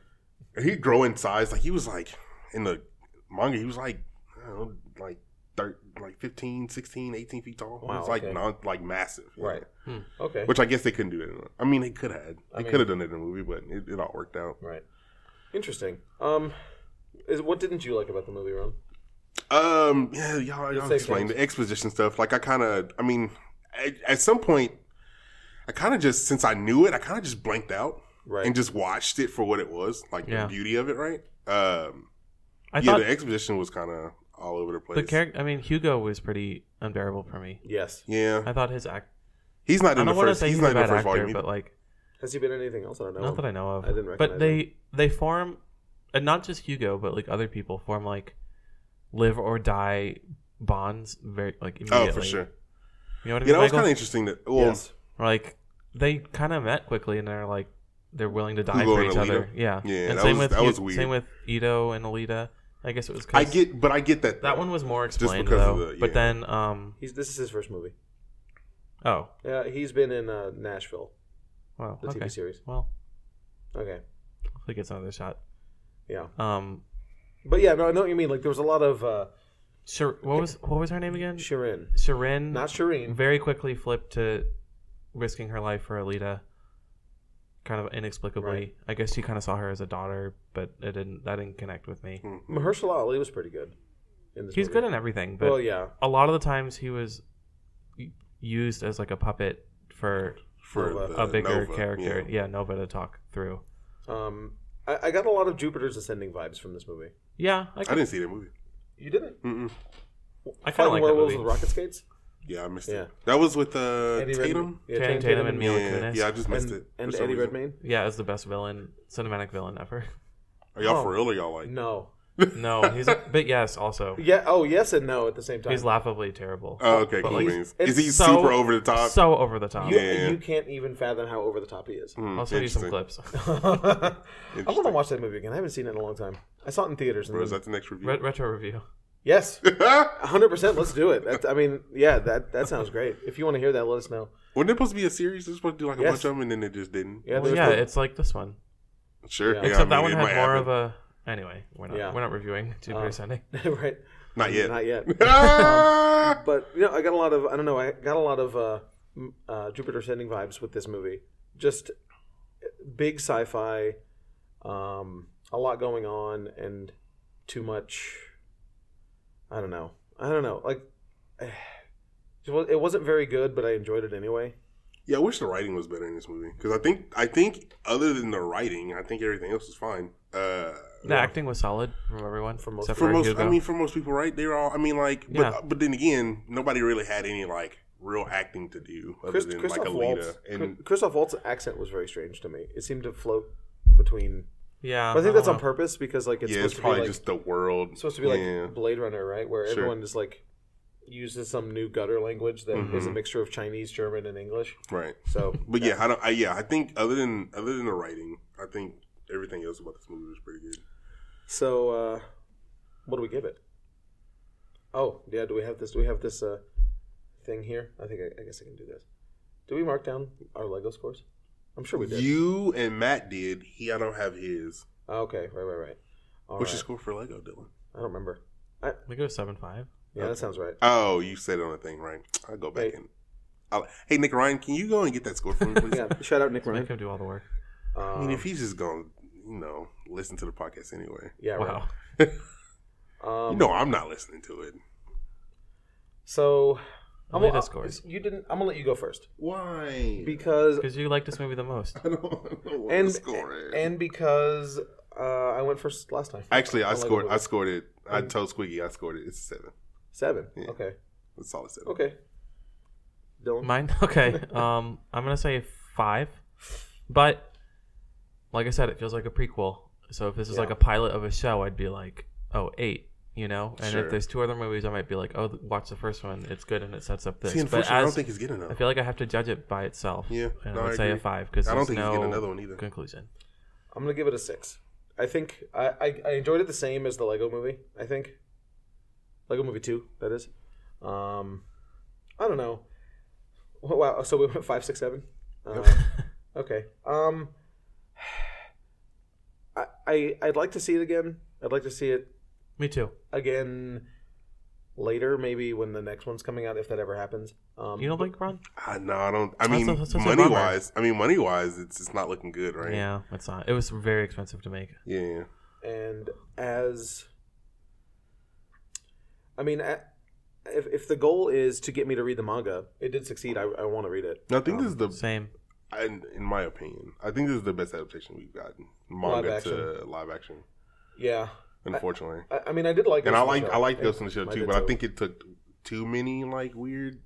Speaker 2: And he grow in size. Like he was like in the manga, he was like I don't know, like. Thir- like 15 16 18 feet tall
Speaker 1: Wow,
Speaker 2: it was like
Speaker 1: okay.
Speaker 2: non like massive you
Speaker 1: right.
Speaker 3: Hmm.
Speaker 1: Okay.
Speaker 2: know? which i guess they couldn't do that in a- i mean they could have
Speaker 1: I
Speaker 2: they
Speaker 1: mean-
Speaker 2: could have done it in a movie but it, it all worked out
Speaker 1: Right. Interesting. Um, is what didn't you like about the movie, Ron?
Speaker 2: Um, yeah, y'all, y'all
Speaker 1: say
Speaker 2: explain
Speaker 1: things.
Speaker 2: the exposition stuff. Like, I kind of, I mean, at, at some point, I kind of just, since I knew it, I kind of just blanked out
Speaker 1: Right.
Speaker 2: and just watched it for what it was, like
Speaker 3: Yeah.
Speaker 2: the beauty of it, right? Um,
Speaker 3: I
Speaker 2: yeah,
Speaker 3: thought
Speaker 2: the exposition was kind of all over the place.
Speaker 3: the character. I mean, Hugo was pretty unbearable for me.
Speaker 1: yes.
Speaker 2: yeah,
Speaker 3: I thought his act.
Speaker 2: he's not
Speaker 3: I
Speaker 2: in the
Speaker 3: don't want to
Speaker 2: first.
Speaker 3: say
Speaker 2: He's
Speaker 3: he's a
Speaker 2: not in the
Speaker 3: bad
Speaker 2: first
Speaker 3: actor,
Speaker 2: volume.
Speaker 3: but like
Speaker 1: Has he been in anything else? I don't know.
Speaker 3: Not that I know of.
Speaker 1: I didn't
Speaker 3: But
Speaker 1: recognize
Speaker 3: they they form, and not just Hugo, but like other people form like live or die bonds very like immediately.
Speaker 2: oh, for sure.
Speaker 3: You know what I mean?
Speaker 2: You know, it's
Speaker 3: Michael?
Speaker 2: kind of interesting that well,
Speaker 1: yes.
Speaker 3: Or, like they kind of met quickly, and they're like they're willing to die
Speaker 2: Hugo
Speaker 3: for
Speaker 2: and
Speaker 3: each other.
Speaker 2: Alita?
Speaker 3: Yeah.
Speaker 2: Yeah,
Speaker 3: And
Speaker 2: that
Speaker 3: same
Speaker 2: was-
Speaker 3: with
Speaker 2: that
Speaker 3: Hu-
Speaker 2: was weird.
Speaker 3: same with Ito and Alita. I guess it was. 'cause-
Speaker 2: I get, but I get that
Speaker 3: that
Speaker 2: though.
Speaker 3: one was more explained
Speaker 2: because of
Speaker 3: though.
Speaker 2: the- yeah.
Speaker 3: But then um
Speaker 1: He's this is his first movie.
Speaker 3: oh
Speaker 1: Yeah, he's been in uh, Nashville.
Speaker 3: Wow.
Speaker 1: the
Speaker 3: okay.
Speaker 1: TV series.
Speaker 3: Well,
Speaker 1: Okay,
Speaker 3: hopefully gets another shot.
Speaker 1: yeah,
Speaker 3: Um,
Speaker 1: but yeah, no, I know what you mean. Like there was a lot of uh,
Speaker 3: Shir- what was what was her name again?
Speaker 1: Shirin,
Speaker 3: Shirin.
Speaker 1: not Shireen.
Speaker 3: very quickly flipped to risking her life for Alita, kind of inexplicably.
Speaker 1: Right.
Speaker 3: I guess she kind of saw her as a daughter, but it didn't that didn't connect with
Speaker 1: Hmm.
Speaker 3: me.
Speaker 1: Mahershala Ali was pretty good. In this
Speaker 3: He's
Speaker 1: movie.
Speaker 3: good in everything, but
Speaker 1: well, yeah,
Speaker 3: a lot of the times he was u- used as like a puppet for
Speaker 2: for
Speaker 1: Nova.
Speaker 2: the
Speaker 3: a bigger
Speaker 2: Uh, Nova,
Speaker 3: character.
Speaker 2: yeah.
Speaker 3: Yeah. Nova to talk through.
Speaker 1: um, I, I got a lot of Jupiter's Ascending vibes from this movie.
Speaker 3: Yeah, I,
Speaker 2: I didn't see that movie.
Speaker 1: You didn't?
Speaker 2: Mm-mm.
Speaker 3: I kind of
Speaker 1: Fighting
Speaker 3: like that
Speaker 1: werewolves
Speaker 3: movie.
Speaker 1: with rocket skates.
Speaker 2: Yeah, I missed
Speaker 1: Yeah.
Speaker 2: it. That was with uh,
Speaker 1: Eddie Redmayne-
Speaker 2: Tatum.
Speaker 1: yeah,
Speaker 3: Channing Tatum and Mila
Speaker 2: Yeah,
Speaker 3: Kunis.
Speaker 2: yeah, I just missed
Speaker 1: and,
Speaker 2: it. for
Speaker 1: and
Speaker 2: some
Speaker 1: Eddie
Speaker 2: reason.
Speaker 1: Redmayne.
Speaker 3: yeah, as the best villain, cinematic villain ever.
Speaker 2: Are y'all
Speaker 1: Oh.
Speaker 2: for real or y'all like?
Speaker 1: No.
Speaker 3: no, he's but yes, also
Speaker 1: Yeah. Oh, yes and no at the same time.
Speaker 3: he's laughably terrible.
Speaker 2: Oh, okay,
Speaker 3: But
Speaker 2: cool
Speaker 3: like,
Speaker 2: beans.
Speaker 1: it's
Speaker 2: Is he
Speaker 3: so-
Speaker 2: super over the top?
Speaker 3: so over the top.
Speaker 1: you,
Speaker 2: Yeah.
Speaker 1: you can't even fathom how over the top he is.
Speaker 2: Hmm,
Speaker 3: I'll send you some
Speaker 2: interesting.
Speaker 3: clips.
Speaker 1: I want to
Speaker 2: Interesting.
Speaker 1: watch that movie again. I haven't seen it in a long time. I saw it in theaters. And
Speaker 2: Bro, is that the next review?
Speaker 3: Re- retro review.
Speaker 1: yes, hundred percent. Let's do it. That's, I mean, yeah, that that sounds great. If you want to hear that, let us know.
Speaker 2: Wasn't it supposed to be a series? They were supposed to do like a
Speaker 1: Yes.
Speaker 2: bunch of them, and then they just didn't.
Speaker 1: Yeah,
Speaker 3: Well,
Speaker 1: there's
Speaker 3: yeah,
Speaker 1: the-
Speaker 3: it's like this one.
Speaker 2: Sure.
Speaker 1: Yeah.
Speaker 2: Yeah,
Speaker 3: Except
Speaker 2: I mean,
Speaker 3: that one
Speaker 2: it
Speaker 3: had more
Speaker 2: might
Speaker 3: of
Speaker 2: happen.
Speaker 3: a. Anyway, we're not
Speaker 1: Yeah.
Speaker 3: we're not reviewing two
Speaker 1: Uh,
Speaker 3: per Sunday.
Speaker 1: right.
Speaker 2: Not yet.
Speaker 1: Not yet.
Speaker 2: Ah!
Speaker 1: But you know, I got a lot of I don't know. I got a lot of uh, m- uh, Jupiter Ascending vibes with this movie. Just uh, big sci-fi, um, a lot going on, and too much. I don't know. I don't know. Like, it wa- it wasn't very good, but I enjoyed it anyway.
Speaker 2: yeah, I wish the writing was better in this movie because I think I think other than the writing, I think everything else was fine. Uh,
Speaker 3: The acting was solid from everyone,
Speaker 1: For
Speaker 3: from
Speaker 1: most-
Speaker 3: except
Speaker 2: for
Speaker 3: for
Speaker 2: most,
Speaker 3: Hugo.
Speaker 2: I mean, for most people, right? They're all. I mean, like, but
Speaker 3: Yeah.
Speaker 2: but then again, nobody really had any like real acting to do other
Speaker 1: Chris,
Speaker 2: than like
Speaker 1: Christoph
Speaker 2: Alita
Speaker 1: Waltz.
Speaker 2: and
Speaker 1: Chris- Christoph Waltz's accent was very strange to me. It seemed to float between.
Speaker 3: yeah, oh,
Speaker 1: But I think
Speaker 3: don't
Speaker 1: that's on
Speaker 3: know.
Speaker 1: purpose because like it's
Speaker 2: Uh-huh. yeah,
Speaker 1: supposed
Speaker 2: it's
Speaker 1: to be
Speaker 2: probably
Speaker 1: like
Speaker 2: just the world.
Speaker 1: It's supposed to be like
Speaker 2: yeah.
Speaker 1: Blade Runner, right? Where
Speaker 2: Sure.
Speaker 1: everyone is like uses some new gutter language that is a
Speaker 2: Mhm.
Speaker 1: mixture of Chinese, German, and English.
Speaker 2: right.
Speaker 1: So,
Speaker 2: But yeah, I don't. I, yeah, I think other than other than the writing, I think everything else about this movie was pretty good.
Speaker 1: so uh, what do we give it? Oh, yeah. Do we have this? Do we have this uh, thing here? I think I, I guess I can do this. Do we mark down our Lego scores? I'm sure we did.
Speaker 2: You and Matt did. He, I don't have his.
Speaker 1: Oh, okay, right, right, right. All
Speaker 2: What's your
Speaker 1: right.
Speaker 2: score for Lego, Dylan?
Speaker 1: I don't remember.
Speaker 3: I think it was seven five.
Speaker 1: Yeah, that sounds right.
Speaker 2: Oh, you said it on the thing, right? I'll go back
Speaker 1: Hey.
Speaker 2: and. I'll, hey, Nick Ryan, can you go and get that score for me, please?
Speaker 1: Yeah, shout out Nick
Speaker 3: Make
Speaker 1: Ryan.
Speaker 3: him do all the work.
Speaker 2: I mean,
Speaker 1: Um,
Speaker 2: if he's just going, to you know, listen to the podcast anyway.
Speaker 1: yeah, right.
Speaker 3: Wow.
Speaker 1: Um,
Speaker 2: you know, I'm not listening to it.
Speaker 1: So, I'm uh,
Speaker 3: Alita
Speaker 1: gonna-
Speaker 3: scores.
Speaker 1: You didn't. I'm gonna let you go first
Speaker 2: Why?
Speaker 1: because
Speaker 3: Because you like this movie the most.
Speaker 2: I don't know what
Speaker 1: and
Speaker 2: to score it.
Speaker 1: and because uh, I went first last time.
Speaker 2: Actually, I
Speaker 1: like the
Speaker 2: scored.
Speaker 1: movie.
Speaker 2: I scored it. I told Squiggy I scored it. It's a seven.
Speaker 1: seven.
Speaker 2: Yeah.
Speaker 1: Okay,
Speaker 2: It's solid seven.
Speaker 1: okay. Dylan,
Speaker 3: Mine. Okay. Um, I'm gonna say five, but like I said, it feels like a prequel. So if this is
Speaker 1: Yeah.
Speaker 3: like a pilot of a show, I'd be like, oh, eight. You know, and
Speaker 2: Sure.
Speaker 3: if there's two other movies, I might be like, "Oh, th- watch the first one; it's good and it sets up this."
Speaker 2: See,
Speaker 3: but
Speaker 2: unfortunately, I
Speaker 3: as
Speaker 2: don't think he's getting enough.
Speaker 3: I feel like I have to judge it by itself.
Speaker 2: Yeah,
Speaker 3: and
Speaker 2: no,
Speaker 3: I would
Speaker 2: I
Speaker 3: say a
Speaker 2: agree.
Speaker 3: five because
Speaker 2: I don't
Speaker 3: there's
Speaker 2: think he's
Speaker 3: no
Speaker 2: getting another one either.
Speaker 3: conclusion.
Speaker 1: I'm gonna give it a six. I think I, I, I enjoyed it the same as the Lego Movie. I think Lego Movie Two. That is. Um, I don't know. Wh- Wow. So we went five, six, seven. Uh, okay. Um, I, I I'd like to see it again. I'd like to see it
Speaker 3: Me too.
Speaker 1: again later, maybe when the next one's coming out, if that ever happens. Um,
Speaker 3: You don't think, Ron?
Speaker 2: Uh, no, I don't. I
Speaker 3: That's
Speaker 2: mean,
Speaker 3: a- that's a bummer.
Speaker 2: money wise, I mean, money wise, it's it's not looking good, right?
Speaker 3: Yeah, it's not. It was very expensive to make.
Speaker 2: Yeah.
Speaker 1: and as I mean, a- if if the goal is to get me to read the manga, it did succeed. I, I want to read it.
Speaker 2: No, I think this is the,
Speaker 3: Same.
Speaker 2: I, in my opinion, I think this is the best adaptation we've gotten manga
Speaker 1: Live
Speaker 2: to live action.
Speaker 1: Yeah,
Speaker 2: Unfortunately,
Speaker 1: I, I mean, I did like.
Speaker 2: and
Speaker 1: Ghost
Speaker 2: I
Speaker 1: in the Shell.
Speaker 2: like I like
Speaker 1: Yeah.
Speaker 2: Ghost in the Shell
Speaker 1: I
Speaker 2: too,
Speaker 1: did
Speaker 2: but I
Speaker 1: too.
Speaker 2: think it took too many like weird.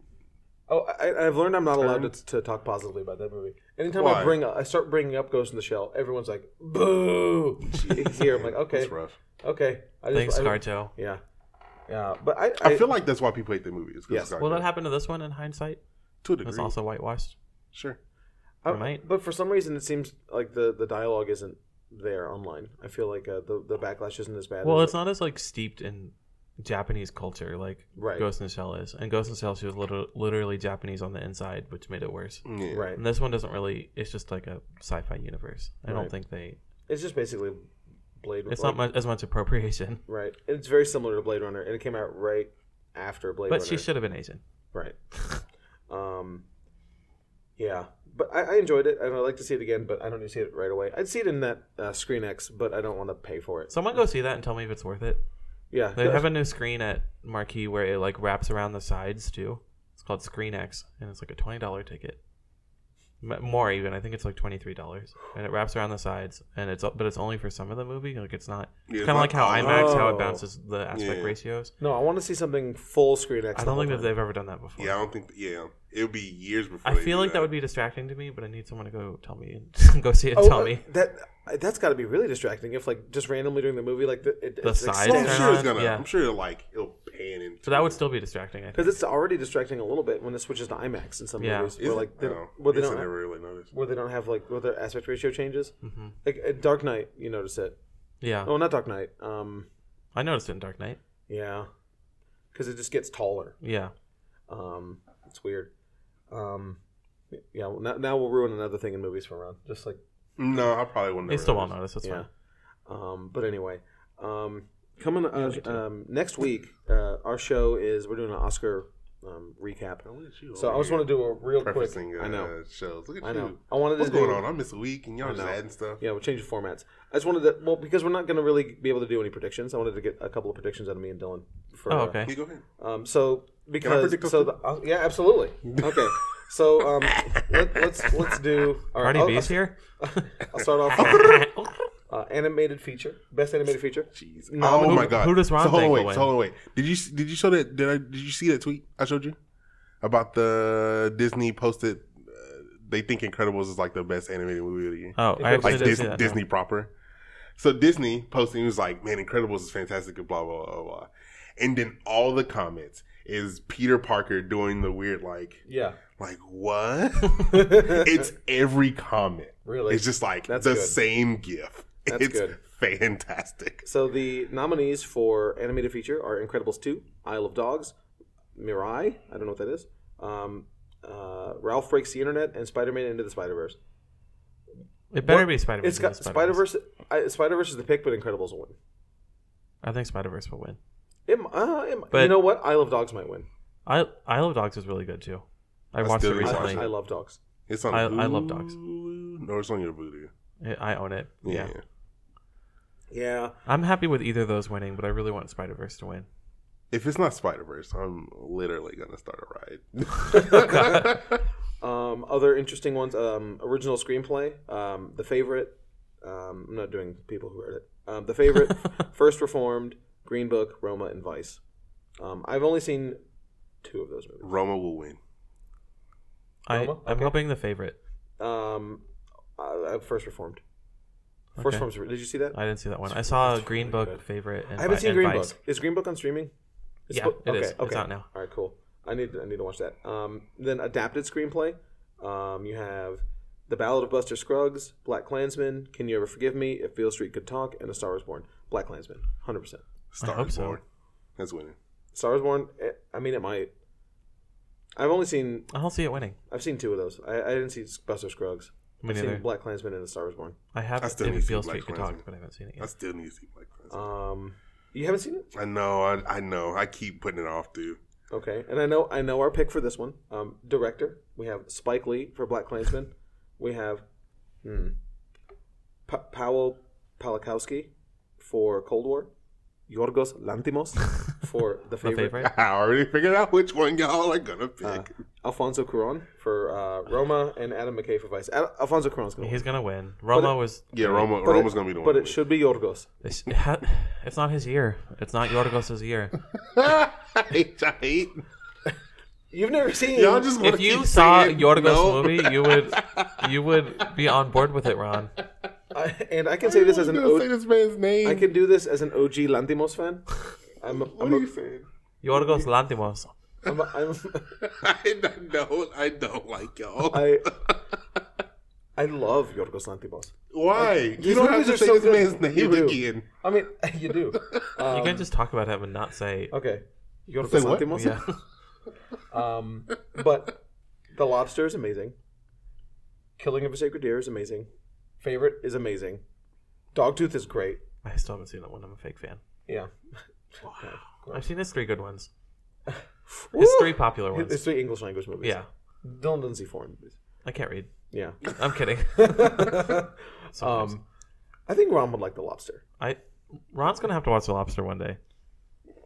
Speaker 1: Oh, I, I've learned I'm not allowed to, to talk positively about that movie. Anytime I
Speaker 2: Why?
Speaker 1: bring, up- I start bringing up Ghost in the Shell, everyone's like, "Boo!" Here, I'm like, "Okay,
Speaker 2: It's rough.
Speaker 1: okay." I just,
Speaker 3: Thanks,
Speaker 1: I-
Speaker 3: Garjo.
Speaker 1: Yeah, yeah, but I,
Speaker 2: I, feel like that's why people hate the movie. It's 'cause
Speaker 1: Yes.
Speaker 2: it's got
Speaker 3: Well, that
Speaker 2: good.
Speaker 3: happened to this one in hindsight.
Speaker 2: to a
Speaker 3: It was
Speaker 2: degree.
Speaker 3: also whitewashed.
Speaker 2: Sure.
Speaker 1: I-
Speaker 3: Right.
Speaker 1: Uh, But for some reason, it seems like the, the dialogue isn't there online. I feel like uh, the the backlash isn't as bad.
Speaker 3: Well,
Speaker 1: as
Speaker 3: it's not as like steeped in Japanese culture, like
Speaker 1: Right.
Speaker 3: Ghost in the Shell is. And Ghost in the Shell, she was literally, literally Japanese on the inside, which made it worse.
Speaker 2: Yeah.
Speaker 1: Right.
Speaker 3: And this one doesn't really. It's just like a sci-fi universe. I
Speaker 1: Right.
Speaker 3: don't think they.
Speaker 1: It's just basically Blade.
Speaker 3: It's
Speaker 1: like-
Speaker 3: not much as much appropriation.
Speaker 1: Right. It's very similar to Blade Runner, and it came out right after Blade
Speaker 3: But
Speaker 1: Runner.
Speaker 3: she should have been Asian.
Speaker 1: Right. um, yeah, but I, I enjoyed it, and I'd like to see it again. But I don't need to see it right away. I'd see it in that uh, Screen X, but I don't want to pay for it.
Speaker 3: Someone go see that and tell me if it's worth it.
Speaker 1: Yeah,
Speaker 3: They
Speaker 1: that-
Speaker 3: have a new screen at Marquee where it like wraps around the sides too. It's called Screen X, and it's like a twenty dollar ticket, M- more even. I think it's like twenty three dollars, and it wraps around the sides, and it's but it's only for some of the movie. Like it's not
Speaker 2: Yeah, it's
Speaker 3: kind of
Speaker 2: not
Speaker 3: like how
Speaker 2: all-
Speaker 3: IMAX, how
Speaker 1: Oh.
Speaker 3: it bounces the aspect
Speaker 2: Yeah.
Speaker 3: ratios.
Speaker 1: no, I want to see something full Screen X. the
Speaker 3: I don't think
Speaker 1: whole
Speaker 3: that
Speaker 1: time.
Speaker 3: they've ever done that before.
Speaker 2: Yeah, I don't think. Yeah, it would be years before.
Speaker 3: I
Speaker 2: they
Speaker 3: feel
Speaker 2: do
Speaker 3: like that would be distracting to me, but I need someone to go tell me, go see it, and
Speaker 1: Oh,
Speaker 3: tell
Speaker 1: uh,
Speaker 3: me.
Speaker 1: that uh, that's got to be really distracting if like just randomly during the movie like the, it,
Speaker 3: The
Speaker 1: it's
Speaker 3: sides
Speaker 2: Well, I'm
Speaker 3: turn
Speaker 2: sure it's
Speaker 3: on,
Speaker 2: gonna.
Speaker 3: yeah.
Speaker 2: I'm sure it'll like it'll pan into.
Speaker 3: So that would still be distracting. I think.
Speaker 1: because it's already distracting a little bit when it switches to IMAX in some
Speaker 3: Yeah.
Speaker 1: movies
Speaker 2: Is
Speaker 1: where
Speaker 2: it?
Speaker 1: like they,
Speaker 2: I don't know.
Speaker 1: where they
Speaker 2: Guess I
Speaker 1: don't
Speaker 2: never really noticed.
Speaker 1: where they don't have like where their aspect ratio changes. Like at Dark Knight, you notice it.
Speaker 3: Mm-hmm. Yeah,
Speaker 1: Oh, not Dark Knight. Um,
Speaker 3: I noticed it in Dark Knight.
Speaker 1: yeah, because it just gets taller.
Speaker 3: Yeah,
Speaker 1: Um, it's weird. Um, yeah. Well, now, now we'll ruin another thing in movies for Ron. Just like
Speaker 2: No, I probably wouldn't.
Speaker 3: they
Speaker 2: have
Speaker 3: still won't
Speaker 2: noticed.
Speaker 3: notice. That's
Speaker 1: yeah.
Speaker 3: fine.
Speaker 1: Um, but anyway, um, coming uh, um, next week, uh, our show is we're doing an Oscar um, recap.
Speaker 2: Oh, look at you
Speaker 1: So I
Speaker 2: over
Speaker 1: just
Speaker 2: here
Speaker 1: want to do a real quick.
Speaker 2: prefacing, uh,
Speaker 1: I know.
Speaker 2: shows. Look at
Speaker 1: I know.
Speaker 2: you.
Speaker 1: I wanted to
Speaker 2: What's
Speaker 1: do,
Speaker 2: going on? I miss a week and y'all just
Speaker 1: know.
Speaker 2: adding stuff.
Speaker 1: Yeah, we're changing formats. I just wanted to well because we're not going to really be able to do any predictions. I wanted to get a couple of predictions out of me and Dylan. For,
Speaker 3: Oh,
Speaker 1: uh,
Speaker 3: okay.
Speaker 2: You go ahead.
Speaker 1: Um, so because
Speaker 2: predict a
Speaker 1: so the, uh, yeah, absolutely. Okay. So um, let, let's let's do. All Oh,
Speaker 3: Cardi
Speaker 1: I'll-
Speaker 3: B's here.
Speaker 1: I'll start off. uh, animated feature, best animated feature.
Speaker 2: Jeez.
Speaker 1: No,
Speaker 2: oh
Speaker 1: who-
Speaker 2: my god.
Speaker 3: who does Ron
Speaker 2: so hold on,
Speaker 3: think
Speaker 2: wait,
Speaker 3: will win?
Speaker 2: so hold on, wait. Did you did you show that? Did I did you see that tweet I showed you about the Disney posted? Uh, they think Incredibles is like the best animated movie of the year.
Speaker 3: Oh, I actually
Speaker 2: like
Speaker 3: did
Speaker 2: Dis-
Speaker 3: see that.
Speaker 2: Disney proper. So Disney posted, he was like, "Man, Incredibles is fantastic," and blah blah blah blah. And then all the comments is Peter Parker doing the weird like,
Speaker 1: Yeah,
Speaker 2: like what? it's every comment.
Speaker 1: really.
Speaker 2: It's just like
Speaker 1: That's
Speaker 2: the
Speaker 1: good.
Speaker 2: same gif.
Speaker 1: That's
Speaker 2: it's
Speaker 1: good.
Speaker 2: fantastic.
Speaker 1: so the nominees for animated feature are Incredibles two, Isle of Dogs, Mirai. I don't know what that is. Um, uh, Ralph breaks the internet and Spider Man into the Spider Verse.
Speaker 3: It better
Speaker 1: What?
Speaker 3: be Spider Verse.
Speaker 1: It's got Spider Verse. Spider Verse is the pick, but Incredibles will win.
Speaker 3: I think Spider Verse will win.
Speaker 1: It, m- uh, it, m-
Speaker 3: But-
Speaker 1: you know what? Isle of Dogs might win.
Speaker 3: I I love Dogs is really good too. I,
Speaker 2: I
Speaker 3: watched it
Speaker 2: still didn't watch
Speaker 1: I,
Speaker 3: recently.
Speaker 1: I
Speaker 3: I,
Speaker 1: love dogs.
Speaker 2: It's on.
Speaker 3: I- I love dogs.
Speaker 2: Hulu. No, it's on your voodoo.
Speaker 3: I own it. Yeah.
Speaker 2: Yeah.
Speaker 1: Yeah,
Speaker 3: I'm happy with either of those winning, but I really want Spider Verse to win.
Speaker 2: If it's not Spider Verse, I'm literally gonna start a ride.
Speaker 1: Um, other interesting ones: um, original screenplay, um, The Favorite. Um, I'm not doing people who wrote it. Um, the Favorite, First Reformed, Green Book, Roma, and Vice. Um, I've only seen two of those movies.
Speaker 2: Roma will win.
Speaker 3: I,
Speaker 1: Roma?
Speaker 3: I'm
Speaker 1: Okay.
Speaker 3: hoping the favorite.
Speaker 1: Um, uh, uh, First Reformed. First
Speaker 3: Okay.
Speaker 1: Reformed. Did you see that? I,
Speaker 3: I didn't see that one. I saw Green Book
Speaker 1: good.
Speaker 3: favorite. And
Speaker 1: haven't
Speaker 3: Vi-
Speaker 1: seen
Speaker 3: and
Speaker 1: Green
Speaker 3: Vice.
Speaker 1: Book. Is Green Book on streaming?
Speaker 3: Yeah,
Speaker 1: spo-
Speaker 3: it is. It's out now.
Speaker 1: All right, cool. I need to, I need to watch that. Um, then adapted screenplay. Um, you have The Ballad of Buster Scruggs, Black Klansman, Can You Ever Forgive Me, If Beale Street Could Talk, and A Star Is Born. Black Klansman, hundred percent.
Speaker 2: Star
Speaker 3: hope
Speaker 2: is
Speaker 3: so.
Speaker 2: born. That's winning.
Speaker 1: Star Is Born. eh, I mean, it might. I've only seen
Speaker 3: I don't see it winning.
Speaker 1: I've seen two of those. I, I didn't see Buster Scruggs.
Speaker 3: Me
Speaker 1: I've
Speaker 3: neither.
Speaker 1: seen Black Klansman and A Star Is Born.
Speaker 3: I have.
Speaker 2: I
Speaker 3: I
Speaker 2: still
Speaker 3: still
Speaker 2: need to see
Speaker 3: Beale
Speaker 2: Black
Speaker 3: Street could
Speaker 2: Klansman.
Speaker 3: talk, but I haven't seen it
Speaker 2: I
Speaker 3: yet.
Speaker 2: still need to see Black Panther.
Speaker 1: Um, you haven't seen it?
Speaker 2: I know. I, I know. I keep putting it off, dude.
Speaker 1: Okay, and I know I know our pick for this one. Um, director, we have Spike Lee for Black Klansman. we have hmm, pa- Powell Palakowski for Cold War. Yorgos Lantimos for The
Speaker 3: The
Speaker 1: Favorite.
Speaker 3: favorite.
Speaker 2: I already figured out which one y'all are gonna pick.
Speaker 1: Uh, Alfonso Cuarón for uh, Roma and Adam McKay for Vice. Al- Alfonso Cuarón's going to
Speaker 3: He's gonna win. Roma was.
Speaker 2: yeah, Roma.
Speaker 1: But
Speaker 2: Roma's
Speaker 1: it-
Speaker 2: gonna be the
Speaker 1: But
Speaker 2: one.
Speaker 1: it
Speaker 2: to
Speaker 1: should be Yorgos.
Speaker 3: It's, it's not his year. It's not Yorgos's year.
Speaker 2: win. I hate. I hate.
Speaker 1: You've never seen.
Speaker 2: Y'all just wanna
Speaker 3: if you
Speaker 2: keep
Speaker 3: saw
Speaker 2: saying
Speaker 3: Yorgos
Speaker 2: no.
Speaker 3: movie, you would you would be on board with it, Ron.
Speaker 1: I, and I can say this as an.
Speaker 2: I'm gonna
Speaker 1: O-
Speaker 2: say this man's name.
Speaker 1: I can do this as an OG Lantimos fan. I'm. A,
Speaker 2: What
Speaker 1: I'm,
Speaker 2: are
Speaker 1: a,
Speaker 2: you saying?
Speaker 3: Yorgos Lantimos.
Speaker 1: I'm, a, I'm a-
Speaker 2: I don't. I don't like y'all.
Speaker 1: I I love Yorgos Lanthimos.
Speaker 2: Why?
Speaker 1: His
Speaker 2: you don't have
Speaker 1: movies
Speaker 2: to
Speaker 1: are
Speaker 2: say
Speaker 1: so
Speaker 2: this
Speaker 1: good.
Speaker 2: man's name
Speaker 1: You do.
Speaker 2: again.
Speaker 1: I mean, you do. Um, uh,
Speaker 3: you can't just talk about him and not say.
Speaker 1: okay. Yorgos
Speaker 2: Say what?
Speaker 1: Lanthimos.
Speaker 3: Yeah.
Speaker 1: Um, but The Lobster is amazing. Killing of a Sacred Deer is amazing. Favorite is amazing. Dogtooth is great.
Speaker 3: I still haven't seen that one. I'm a fake fan.
Speaker 1: Yeah.
Speaker 3: I've seen his three good ones.
Speaker 1: Woo!
Speaker 3: His three popular ones.
Speaker 1: It's three English language movies.
Speaker 3: yeah.
Speaker 1: Dylan doesn't see foreign movies.
Speaker 3: I can't read.
Speaker 1: Yeah.
Speaker 3: I'm kidding. Sometimes.
Speaker 1: um, I think Ron would like The Lobster.
Speaker 3: I Ron's gonna have to watch The Lobster one day.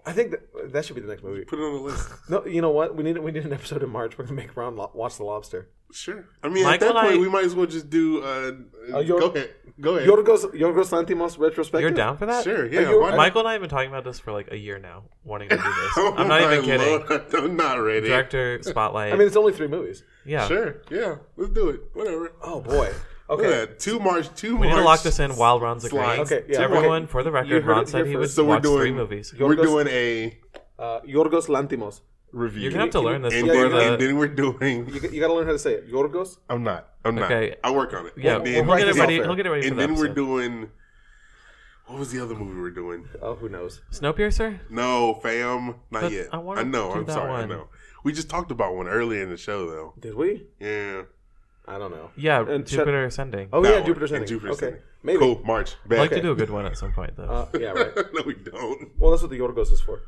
Speaker 1: I think that, that should be the next movie.
Speaker 2: Put it on the list.
Speaker 1: No, you know what? We need we need an episode in March. We're gonna make Ron lo- watch The Lobster.
Speaker 2: Sure. I mean,
Speaker 3: Michael
Speaker 2: at that point,
Speaker 3: and I-
Speaker 2: we might as well just do. Uh,
Speaker 1: Uh, your-
Speaker 2: go ahead. Go ahead.
Speaker 1: Yorgos Yorgos Lanthimos retrospective.
Speaker 3: You're down for that?
Speaker 2: sure. Yeah.
Speaker 1: you-
Speaker 2: why not?
Speaker 3: Michael and I have been talking about this for like a year now, wanting to do this.
Speaker 2: Oh
Speaker 3: I'm not
Speaker 2: my
Speaker 3: even kidding.
Speaker 2: Lord, I'm not ready.
Speaker 3: Director spotlight.
Speaker 1: I mean, it's only three movies.
Speaker 3: yeah.
Speaker 2: Sure. Yeah. Let's do it. Whatever.
Speaker 1: Oh boy.
Speaker 2: Look
Speaker 1: Okay.
Speaker 2: at that. Two March. Two
Speaker 3: We
Speaker 2: March.
Speaker 3: need to lock this in while Ron's
Speaker 2: Slides.
Speaker 3: agreeing.
Speaker 1: Okay, yeah,
Speaker 3: Everyone,
Speaker 1: okay.
Speaker 3: for the
Speaker 1: You
Speaker 3: record,
Speaker 1: heard
Speaker 3: Ron
Speaker 1: it
Speaker 3: said
Speaker 1: here
Speaker 3: he would
Speaker 1: first.
Speaker 2: So we're
Speaker 3: watch
Speaker 2: doing.
Speaker 3: three movies.
Speaker 1: You're
Speaker 2: We're
Speaker 1: Yorgos-
Speaker 2: doing a
Speaker 1: Uh, Yorgos Lantimos.
Speaker 2: review.
Speaker 3: You're gonna have to learn this
Speaker 2: and,
Speaker 3: before
Speaker 2: then,
Speaker 3: the.
Speaker 2: and then we're doing.
Speaker 1: You, g- you gotta learn how to say it. Yorgos.
Speaker 2: I'm not. I'm not.
Speaker 3: Okay.
Speaker 2: I work on it.
Speaker 3: yeah,
Speaker 2: And
Speaker 1: we'll
Speaker 2: then-
Speaker 3: we'll
Speaker 1: write
Speaker 3: get it
Speaker 1: this
Speaker 3: ready.
Speaker 1: off air.
Speaker 3: We'll get it ready for
Speaker 2: and
Speaker 3: the
Speaker 2: then we're
Speaker 3: episode.
Speaker 2: doing. What was the other movie we were doing?
Speaker 1: Oh, who knoes?
Speaker 3: Snowpiercer.
Speaker 2: No, fam, not
Speaker 3: But
Speaker 2: yet.
Speaker 3: I
Speaker 2: I,
Speaker 3: wanna
Speaker 2: know.
Speaker 3: do
Speaker 2: I'm
Speaker 3: that
Speaker 2: sorry. I
Speaker 3: one.
Speaker 2: know. We just talked about one earlier in the show, though.
Speaker 1: Did we?
Speaker 2: Yeah.
Speaker 1: I don't know.
Speaker 3: Yeah,
Speaker 1: And shut-
Speaker 3: Jupiter Ascending.
Speaker 1: Oh
Speaker 2: that
Speaker 1: yeah,
Speaker 2: one.
Speaker 1: Jupiter Ascending.
Speaker 2: And Jupiter
Speaker 1: okay,
Speaker 2: Ascending.
Speaker 1: maybe.
Speaker 2: Cool. March.
Speaker 3: I'd
Speaker 2: Back.
Speaker 3: like to do a good one at some point though.
Speaker 1: Uh, yeah, right.
Speaker 2: no, we don't.
Speaker 1: Well, that's what the Yorgos is for.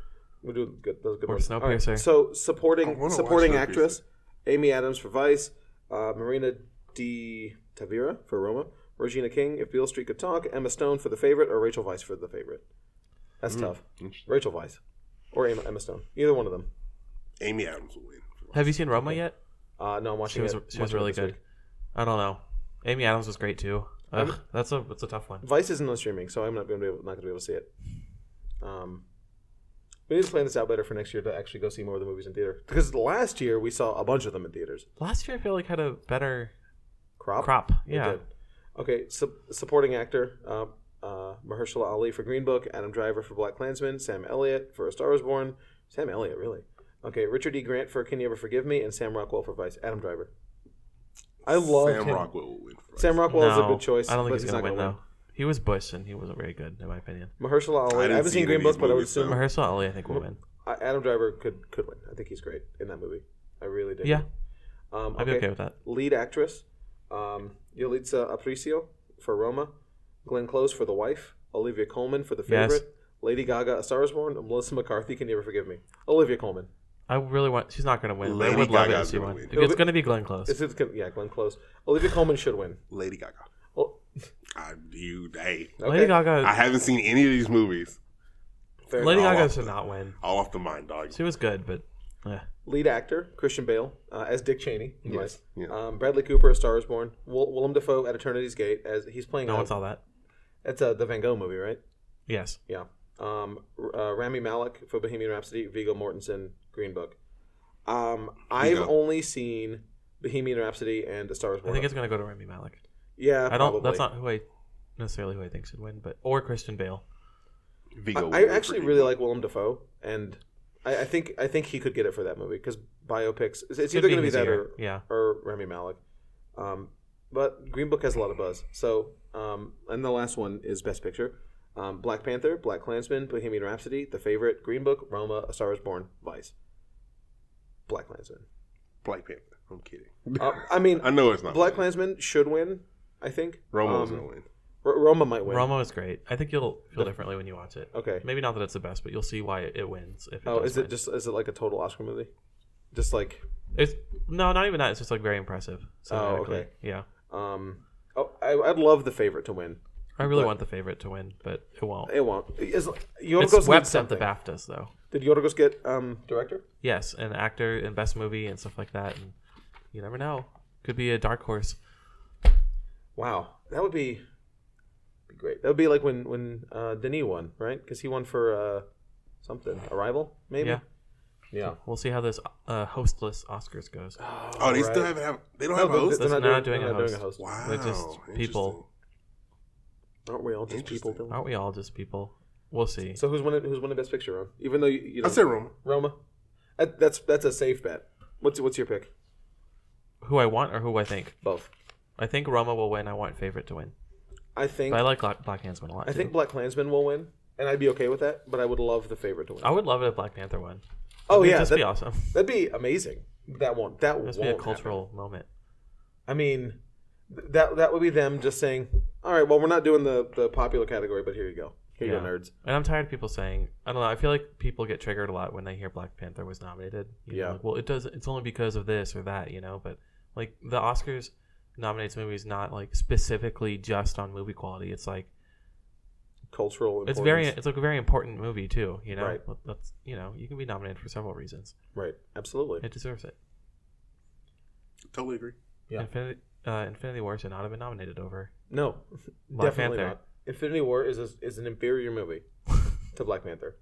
Speaker 1: We do good. Those are good
Speaker 3: Or
Speaker 1: ones. All right,
Speaker 3: Snowpiercer.
Speaker 1: So
Speaker 2: I
Speaker 1: supporting
Speaker 2: wanna
Speaker 1: supporting
Speaker 2: watch Snowpiercer.
Speaker 1: actress Amy Adams for Vice, uh, Marina Di Tavira for Roma, Regina King if Beale Street Could Talk, Emma Stone for The Favorite, or Rachel Vice for The Favorite.
Speaker 2: Hmm,
Speaker 1: That's tough. Rachel Vice or Emma, Emma Stone, either one of them.
Speaker 2: Amy Adams will win.
Speaker 3: Have you seen Roma yet?
Speaker 1: Uh, no, I'm watching.
Speaker 3: She was
Speaker 1: it.
Speaker 3: she was
Speaker 1: watching it
Speaker 3: really
Speaker 1: this
Speaker 3: good.
Speaker 1: week.
Speaker 3: I don't know. Amy Adams was great too. Ugh, that's a that's a tough one.
Speaker 1: Vice isn't on streaming, so I'm not going to be able, not going to be able to see it. Um, we need to plan this out better for next year to actually go see more of the movies in theater because last year we saw a bunch of them in theaters.
Speaker 3: Last year I feel like had a better
Speaker 1: Crop.
Speaker 3: crop.
Speaker 1: They
Speaker 3: Yeah.
Speaker 1: did. Okay, sup- supporting actor uh, uh, Mahershala Ali for Green Book, Adam Driver for Black Klansman, Sam Elliott for A Star Is Born. Sam Elliott, really? Okay, Richard E. Grant for Can You Ever Forgive Me, and Sam Rockwell for Vice. Adam Driver. I love
Speaker 2: Sam
Speaker 1: him.
Speaker 2: Rockwell will win. For
Speaker 1: Sam Rockwell is a
Speaker 3: No,
Speaker 1: good choice.
Speaker 3: I don't think
Speaker 1: but
Speaker 3: he's, gonna win
Speaker 1: not
Speaker 3: though. He was Bush and he wasn't very good in my opinion.
Speaker 1: win. Mahershala Ali. I,
Speaker 2: didn't
Speaker 1: haven't
Speaker 2: see
Speaker 1: seen
Speaker 2: any
Speaker 1: Green
Speaker 2: of
Speaker 1: Book,
Speaker 2: these
Speaker 1: but I would
Speaker 2: movies,
Speaker 1: assume
Speaker 2: though.
Speaker 3: Mahershala Ali I think will win.
Speaker 1: I- Adam Driver could could win. I think he's great in that movie. I really do.
Speaker 3: Yeah,
Speaker 1: um,
Speaker 3: I'd be okay with that.
Speaker 1: lead actress um, Yalitza Aparicio for Roma, Glenn Close for The Wife, Olivia Coleman for The
Speaker 3: Yes.
Speaker 1: Favorite, Lady Gaga, A Star Is Born, and Melissa McCarthy, Can You Ever Forgive Me? Olivia Coleman.
Speaker 3: I really want. She's not gonna win. But I
Speaker 2: Lady
Speaker 3: would love it if
Speaker 2: Gaga's
Speaker 3: she
Speaker 2: gonna
Speaker 3: won.
Speaker 2: win.
Speaker 3: It's gonna be Glenn Close.
Speaker 1: Is it, yeah, Glenn Close. Olivia Coleman should win.
Speaker 2: Lady Gaga.
Speaker 1: Oh,
Speaker 2: I, you, hey,
Speaker 3: Lady
Speaker 2: I
Speaker 3: Gaga.
Speaker 2: haven't seen any of these movies.
Speaker 1: fair
Speaker 3: Lady
Speaker 1: enough.
Speaker 3: Gaga should not win.
Speaker 2: All off the mind, dog.
Speaker 3: She was good, but eh.
Speaker 1: Lead actor Christian Bale uh, as Dick Cheney. Yes.
Speaker 2: yeah.
Speaker 1: Um, Bradley Cooper, A Star Is Born. Will- Willem Dafoe at Eternity's Gate as he's playing.
Speaker 3: no
Speaker 1: uh,
Speaker 3: one saw that.
Speaker 1: That's uh, the Van Gogh movie, right?
Speaker 3: Yes,
Speaker 1: Yeah. Um, R- uh, Rami Malik for Bohemian Rhapsody, Vigo Mortensen, Green Book. Um, I've
Speaker 2: Viggo.
Speaker 1: only seen Bohemian Rhapsody and A Star Is
Speaker 3: I
Speaker 1: Born.
Speaker 3: think it's gonna go to Rami Malek.
Speaker 1: yeah,
Speaker 3: I don't.
Speaker 1: Uh, probably.
Speaker 3: That's not who I necessarily who I think should win, but or Christian Bale.
Speaker 2: Vigo.
Speaker 1: I, I actually really like Willem Dafoe, and I, I think I think he could get it for that movie because biopics. It's, it's
Speaker 3: Could
Speaker 1: either going to be
Speaker 3: his
Speaker 1: that
Speaker 3: year.
Speaker 1: or
Speaker 3: yeah.
Speaker 1: or Rami Malik. Um, but Green Book has a lot of buzz. So, um, and the last one is Best Picture: um, Black Panther, Black Klansman, Bohemian Rhapsody, The Favorite, Green Book, Roma, A Star Is Born, Vice, Black Klansman.
Speaker 2: Black Panther. I'm kidding.
Speaker 1: Uh, I mean,
Speaker 2: I know it's not.
Speaker 1: Black
Speaker 2: winning.
Speaker 1: Klansman should win. I think
Speaker 2: Roma was
Speaker 1: Um,
Speaker 2: gonna win.
Speaker 1: R- Roma might win.
Speaker 3: Roma is great. I think you'll feel differently when you watch it.
Speaker 1: Okay.
Speaker 3: Maybe not that it's the best, but you'll see why it, it wins. If it
Speaker 1: Oh,
Speaker 3: does
Speaker 1: is it
Speaker 3: win.
Speaker 1: just is it like a total Oscar movie? Just like
Speaker 3: It's no, not even that. It's just like very impressive.
Speaker 1: Oh,
Speaker 3: cinematically.
Speaker 1: okay.
Speaker 3: Yeah,
Speaker 1: um, oh, I, I'd love the favorite to win.
Speaker 3: I really want the favorite to win, but it won't.
Speaker 1: It won't. Is,
Speaker 3: It's
Speaker 1: Yorgos
Speaker 3: wept
Speaker 1: won
Speaker 3: at the
Speaker 1: something.
Speaker 3: BAFTAs though.
Speaker 1: Did Yorgos get um director?
Speaker 3: Yes, an actor and best movie and stuff like that. And you never know. Could be a dark horse.
Speaker 1: Wow, that would be, be great. That would be like when when uh, Denis won, right? Because he won for uh, something Arrival, maybe.
Speaker 3: Yeah.
Speaker 1: Yeah.
Speaker 3: We'll see how this uh, hostless Oscars goes.
Speaker 2: Oh, they still
Speaker 1: Right.
Speaker 2: haven't have. They don't
Speaker 1: No,
Speaker 2: have a
Speaker 1: but
Speaker 2: host.
Speaker 1: they're not,
Speaker 3: They're
Speaker 1: doing,
Speaker 3: not doing
Speaker 1: they're
Speaker 3: a
Speaker 1: not doing a host.
Speaker 3: host.
Speaker 2: Wow.
Speaker 3: they're just
Speaker 2: interesting.
Speaker 3: people.
Speaker 1: Aren't we all just people?
Speaker 2: Interesting.
Speaker 1: Dylan?
Speaker 3: Aren't we all just people? We'll see.
Speaker 1: So who's winning? Who's winning Best Picture? Ron? Even though you, you
Speaker 2: I
Speaker 1: know,
Speaker 2: said Roma.
Speaker 1: Roma. That, that's that's a safe bet. What's what's your pick?
Speaker 3: who I want or who I think.
Speaker 1: Both.
Speaker 3: I think Roma will win. I want favorite to win.
Speaker 1: I think
Speaker 3: But I like Black, Black Klansman a lot.
Speaker 1: I think
Speaker 3: too.
Speaker 1: Black Klansman will win, and I'd be okay with that. But I would love the favorite to win.
Speaker 3: I would love it if Black Panther won.
Speaker 1: oh
Speaker 3: It'd
Speaker 1: yeah,
Speaker 3: just
Speaker 1: that,
Speaker 3: be awesome.
Speaker 1: would be amazing. That won't. That
Speaker 3: Just
Speaker 1: won't
Speaker 3: be a
Speaker 1: happen.
Speaker 3: cultural moment.
Speaker 1: I mean, th- that that would be them just saying, "All right, well, we're not doing the the popular category, but here you go, here you go,
Speaker 3: Yeah.
Speaker 1: nerds."
Speaker 3: And I'm tired of people saying, I don't know. I feel like people get triggered a lot when they hear Black Panther was nominated. You know,
Speaker 1: Yeah.
Speaker 3: like, well, it does. It's only because of this or that, you know. But like the Oscars nominates movies not like specifically just on movie quality. It's like
Speaker 1: Cultural.
Speaker 3: it's
Speaker 1: Importance.
Speaker 3: very it's like a very important movie too. You know,
Speaker 1: Right.
Speaker 3: Well, that's you know you can be nominated for several reasons.
Speaker 1: right. Absolutely.
Speaker 3: It deserves it.
Speaker 2: Totally agree.
Speaker 1: Yeah.
Speaker 3: Infinity uh, Infinity War should not have been nominated over.
Speaker 1: No,
Speaker 3: Black
Speaker 1: definitely
Speaker 3: Panther.
Speaker 1: not. Infinity War is a, is an inferior movie to Black Panther.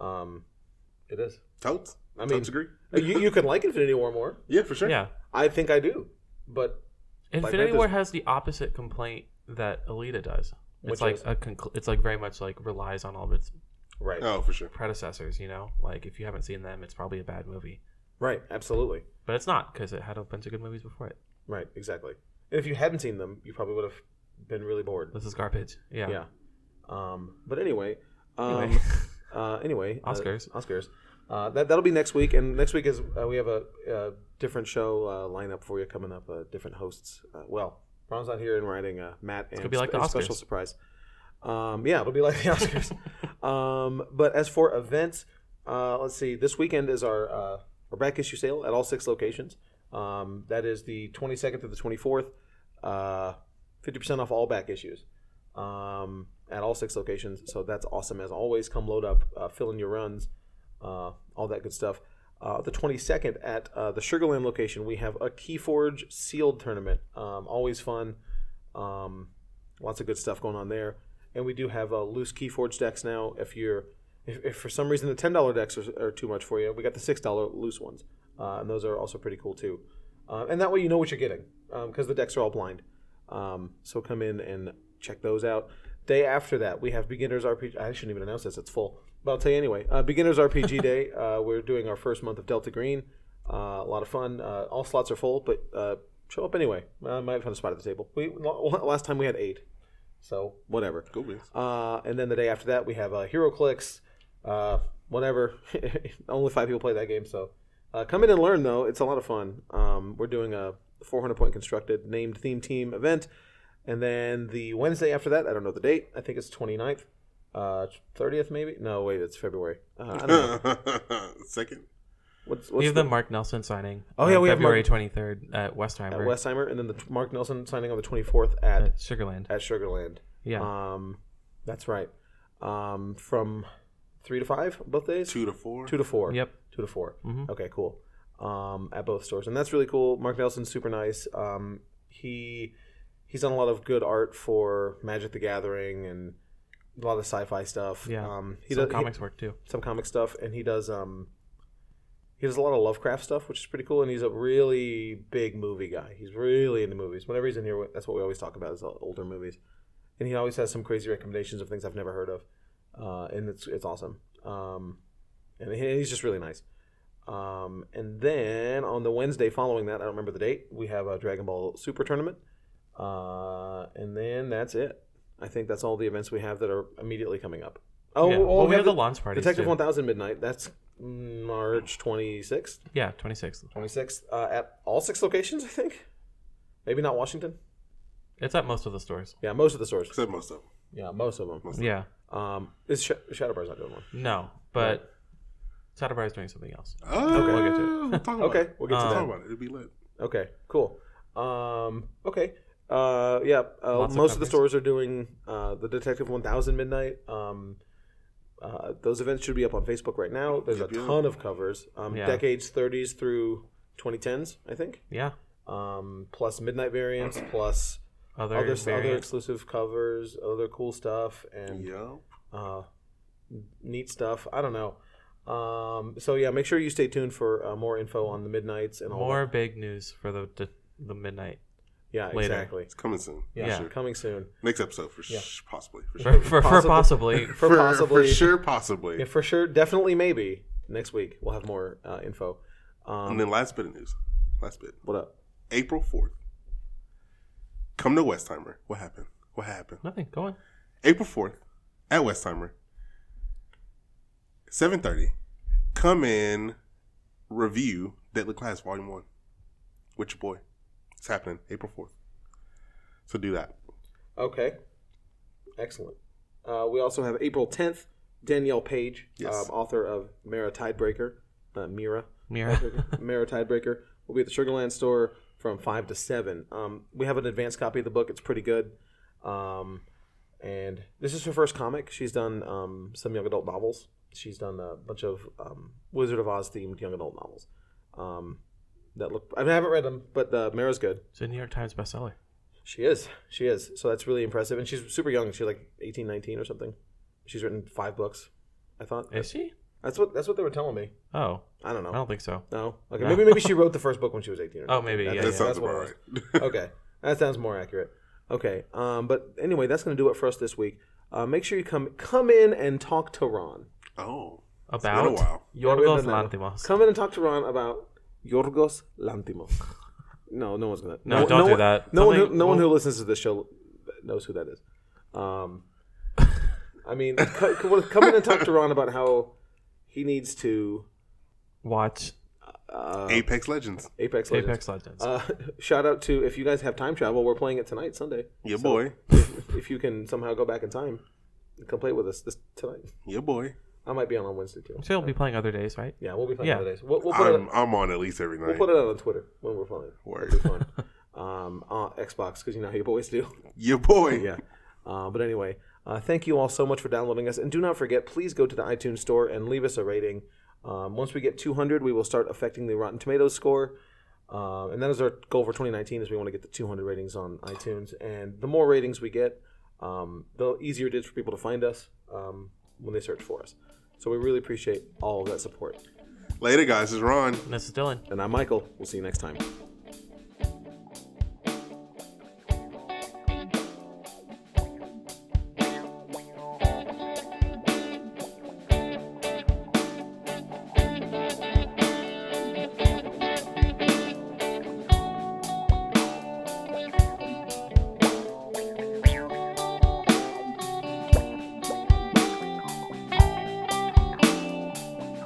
Speaker 1: Um, it is.
Speaker 2: Totes.
Speaker 1: I mean,
Speaker 2: Totes agree.
Speaker 1: you you can like Infinity War more.
Speaker 2: Yeah, for sure.
Speaker 3: Yeah,
Speaker 1: I think I do, but
Speaker 3: Infinity
Speaker 1: Panther's-
Speaker 3: War has the opposite complaint that Alita does.
Speaker 1: Which
Speaker 3: It's like
Speaker 1: is?
Speaker 3: a conclu- it's like very much like relies on all of its
Speaker 1: right,
Speaker 2: Oh, for sure.
Speaker 3: predecessors. You know, like if you haven't seen them, it's probably a bad movie.
Speaker 1: right, absolutely,
Speaker 3: But it's not because it had a bunch of good movies before it.
Speaker 1: right, exactly. And if you hadn't seen them, you probably would have been really bored.
Speaker 3: This is garbage. Yeah.
Speaker 1: Yeah. Um, but anyway, um,
Speaker 3: Anyway.
Speaker 1: uh, anyway, uh,
Speaker 3: Oscars.
Speaker 1: Oscars. Uh, that that'll be next week, and next week is uh, we have a, uh different show uh, lineup for you coming up. Uh, different hosts. Uh, well, Ron's not here and writing uh, Matt. And
Speaker 3: gonna be like the
Speaker 1: and
Speaker 3: Oscars.
Speaker 1: special surprise. Um, yeah, it'll be like the Oscars. um, but as for events, uh, let's see. This weekend is our uh, our back issue sale at all six locations. Um, that is the 22nd to the 24th. Uh, 50% off all back issues um, at all six locations. So that's awesome as always. Come load up, uh, fill in your runs, uh, all that good stuff. Uh, the 22nd at uh, the Sugarland location, we have a Keyforge sealed tournament. Um, always fun. Um, lots of good stuff going on there. And we do have uh, loose Keyforge decks now. If you're if, if for some reason the ten dollar decks are, are too much for you, we got the six dollar loose ones, uh, and those are also pretty cool too. Uh, and that way you know what you're getting because the decks are all blind. Um, so come in and check those out. Day after that, we have beginners RPG. I shouldn't even announce this; it's full, but I'll tell you anyway. Uh, beginners RPG day. Uh, we're doing our first month of Delta Green. Uh, a lot of fun. Uh, all slots are full, but uh, show up anyway. I might find a spot at the table. We la- last time we had eight, so whatever.
Speaker 2: Go Bills.
Speaker 1: Uh, and then the day after that, we have uh, Hero Clicks, uh, whatever. Only five people play that game, so uh, come in and learn. Though it's a lot of fun. Um, we're doing a 400 point constructed named theme team event, and then the Wednesday after that, I don't know the date. I think it's 29th, uh, 30th maybe. No, wait, it's February. Uh, I don't know.
Speaker 2: Second.
Speaker 1: What's,
Speaker 3: We
Speaker 1: what's
Speaker 3: have
Speaker 1: the,
Speaker 3: the Mark Nelson signing.
Speaker 1: Oh,
Speaker 3: on
Speaker 1: yeah, we have
Speaker 3: February
Speaker 1: Mark-
Speaker 3: 23rd at
Speaker 1: at
Speaker 3: Westheimer
Speaker 1: Westheimer, and then the Mark Nelson signing on the 24th at
Speaker 3: at Sugarland.
Speaker 1: at Sugarland.
Speaker 3: Yeah.
Speaker 1: Um, that's right. Um, from three to five both days.
Speaker 2: Two to four.
Speaker 1: two to four.
Speaker 3: Yep.
Speaker 1: two to 4
Speaker 3: Mhm.
Speaker 1: Okay, cool. Um, at both stores, and that's really cool. Mark Nelson's super nice. Um, he he's done a lot of good art for Magic the Gathering and a lot of sci-fi stuff.
Speaker 3: Yeah.
Speaker 1: um, he
Speaker 3: Some
Speaker 1: does
Speaker 3: comics work too.
Speaker 1: He, some comic stuff, and he does um, he does a lot of Lovecraft stuff, which is pretty cool. And he's a really big movie guy. He's really into movies. Whenever he's in here, that's what we always talk about is older movies. And he always has some crazy recommendations of things I've never heard of, uh, and it's it's awesome. Um, and he- he's just really nice. Um, and then on the Wednesday following that, I don't remember the date. We have a Dragon Ball Super tournament, uh, and then that's it. I think that's all the events we have that are immediately coming up. Oh,
Speaker 3: yeah.
Speaker 1: oh,
Speaker 3: well, we have the, launch parties
Speaker 1: Detective
Speaker 3: too.
Speaker 1: One Thousand Midnight. That's March twenty sixth,
Speaker 3: Yeah, 26th.
Speaker 1: twenty sixth uh, at all six locations. I think maybe not Washington.
Speaker 3: It's at most of the stores.
Speaker 1: Yeah, most of the stores.
Speaker 2: Except most of them.
Speaker 1: Yeah, most of them.
Speaker 3: Yeah.
Speaker 1: Um, is Sh- Shadow Bar's not doing one?
Speaker 3: No, but Satterbar is doing something else.
Speaker 1: Okay.
Speaker 2: Oh, okay.
Speaker 1: We'll
Speaker 3: get to it.
Speaker 2: We'll talk about
Speaker 1: Okay, Um,
Speaker 2: it.
Speaker 1: we'll get to
Speaker 2: We'll
Speaker 3: Um,
Speaker 1: that.
Speaker 2: talk about it. It'll be lit.
Speaker 1: Okay, cool. Um, okay. Uh, yeah, uh,
Speaker 3: Lots of
Speaker 1: most of the
Speaker 3: companies.
Speaker 1: stores are doing uh, the Detective 1000 Midnight. Um, uh, those events should be up on Facebook right now. There's a
Speaker 2: Should be up.
Speaker 1: ton of covers, um,
Speaker 3: Yeah.
Speaker 1: decades 30s through 2010s, I think.
Speaker 3: Yeah.
Speaker 1: Um, plus Midnight variants, plus
Speaker 3: Other,
Speaker 1: other other
Speaker 3: variants.
Speaker 1: exclusive covers, other cool stuff, and
Speaker 2: Yo.
Speaker 1: uh, neat stuff. I don't know. Um, so yeah, make sure you stay tuned for uh, more info on the Midnights and all
Speaker 3: more
Speaker 1: That.
Speaker 3: big news for the the, the midnight
Speaker 1: Yeah,
Speaker 3: later.
Speaker 1: exactly.
Speaker 2: It's coming soon.
Speaker 1: Yeah,
Speaker 3: Yeah.
Speaker 2: Sure.
Speaker 1: coming soon.
Speaker 2: Next episode for
Speaker 1: Yeah.
Speaker 2: sh- possibly. For sure.
Speaker 3: for, for, for
Speaker 1: Possibly.
Speaker 3: possibly.
Speaker 1: for, possibly
Speaker 2: For sure, possibly.
Speaker 1: yeah, for sure definitely maybe next week we'll have more uh, info um,
Speaker 2: Mm. and then last bit of news. Last bit.
Speaker 1: what up
Speaker 2: April 4th. Come to Westheimer. What happened? What happened?
Speaker 3: Nothing. Go on.
Speaker 2: April 4th at Westheimer. 7.30. Come in, review Deadly Class Volume 1 with your boy. It's happening April 4th. So do that.
Speaker 1: Okay. Excellent. Uh, we also have April 10th, Danielle Page,
Speaker 2: Yes.
Speaker 1: um, author of Mara Tidebreaker, uh, Mira,
Speaker 3: Mira.
Speaker 1: Mara Tidebreaker, will be at the Sugarland store from 5 to 7. Um, we have an advanced copy of the book. It's pretty good. Um, and this is her first comic. She's done um, some young adult novels. She's done a bunch of um, Wizard of Oz themed young adult novels. Um, that look, I haven't read them, but uh, Mara's good.
Speaker 3: it's a New York Times bestseller.
Speaker 1: She is. She is. So that's really impressive. And she's super young. She's like 18, 19 or something. She's written five books, I thought.
Speaker 3: Is she?
Speaker 1: That's what that's what they were telling me.
Speaker 3: Oh,
Speaker 1: I don't know.
Speaker 3: I don't think so.
Speaker 1: no. Okay.
Speaker 3: No.
Speaker 1: Maybe maybe she wrote the first book when she was 18 or
Speaker 3: Oh, maybe. Yeah,
Speaker 1: That-
Speaker 3: yeah.
Speaker 2: that
Speaker 1: that's
Speaker 2: sounds
Speaker 1: what
Speaker 2: about
Speaker 1: it
Speaker 2: right.
Speaker 1: was. Okay. That sounds more accurate. Okay. Um, but anyway, that's going to do it for us this week. Uh, make sure you come come in and talk to Ron.
Speaker 2: oh.
Speaker 3: About
Speaker 2: been a while.
Speaker 3: Yorgos
Speaker 1: Haven't done that.
Speaker 3: Lanthimos.
Speaker 1: Come in and talk to Ron about Yorgos Lantimos. No, no one's gonna.
Speaker 3: No, don't do
Speaker 1: one-
Speaker 3: that.
Speaker 1: No one, who,
Speaker 3: Something-
Speaker 1: no one who
Speaker 3: well-
Speaker 1: listens to this show knows who that is. Um, I mean, co- co- come in and talk to Ron about how he needs to
Speaker 3: Watch
Speaker 2: Apex Legends.
Speaker 1: Apex Legends.
Speaker 3: Apex Legends.
Speaker 1: Uh, shout out to if you guys have time travel, we're playing it tonight, Sunday.
Speaker 2: Your boy.
Speaker 1: If, if you can somehow go back in time, come play with us this tonight.
Speaker 2: Your boy.
Speaker 1: I might be on on Wednesday too.
Speaker 3: so you'll be playing other days, right?
Speaker 1: Yeah, we'll be playing
Speaker 3: Yeah.
Speaker 1: other days. We'll, we'll put it.
Speaker 2: I'm, I'm on at least every night.
Speaker 1: We'll put it out on Twitter when we're playing.
Speaker 2: Word.
Speaker 1: It'll be fun. um, uh, Xbox, because you know how you boys do.
Speaker 2: Your boy.
Speaker 1: Yeah. Uh, but anyway, uh, thank you all so much for downloading us. And do not forget, please go to the iTunes store and leave us a rating. Um, once we get 200, we will start affecting the Rotten Tomatoes score. Um, and that is our goal for 2019 is we want to get the 200 ratings on iTunes. And the more ratings we get, um, the easier it is for people to find us um, when they search for us. So we really appreciate all of that support.
Speaker 2: Later, guys. It's Ron.
Speaker 3: And this is Dylan.
Speaker 1: And I'm Michael. We'll see you next time.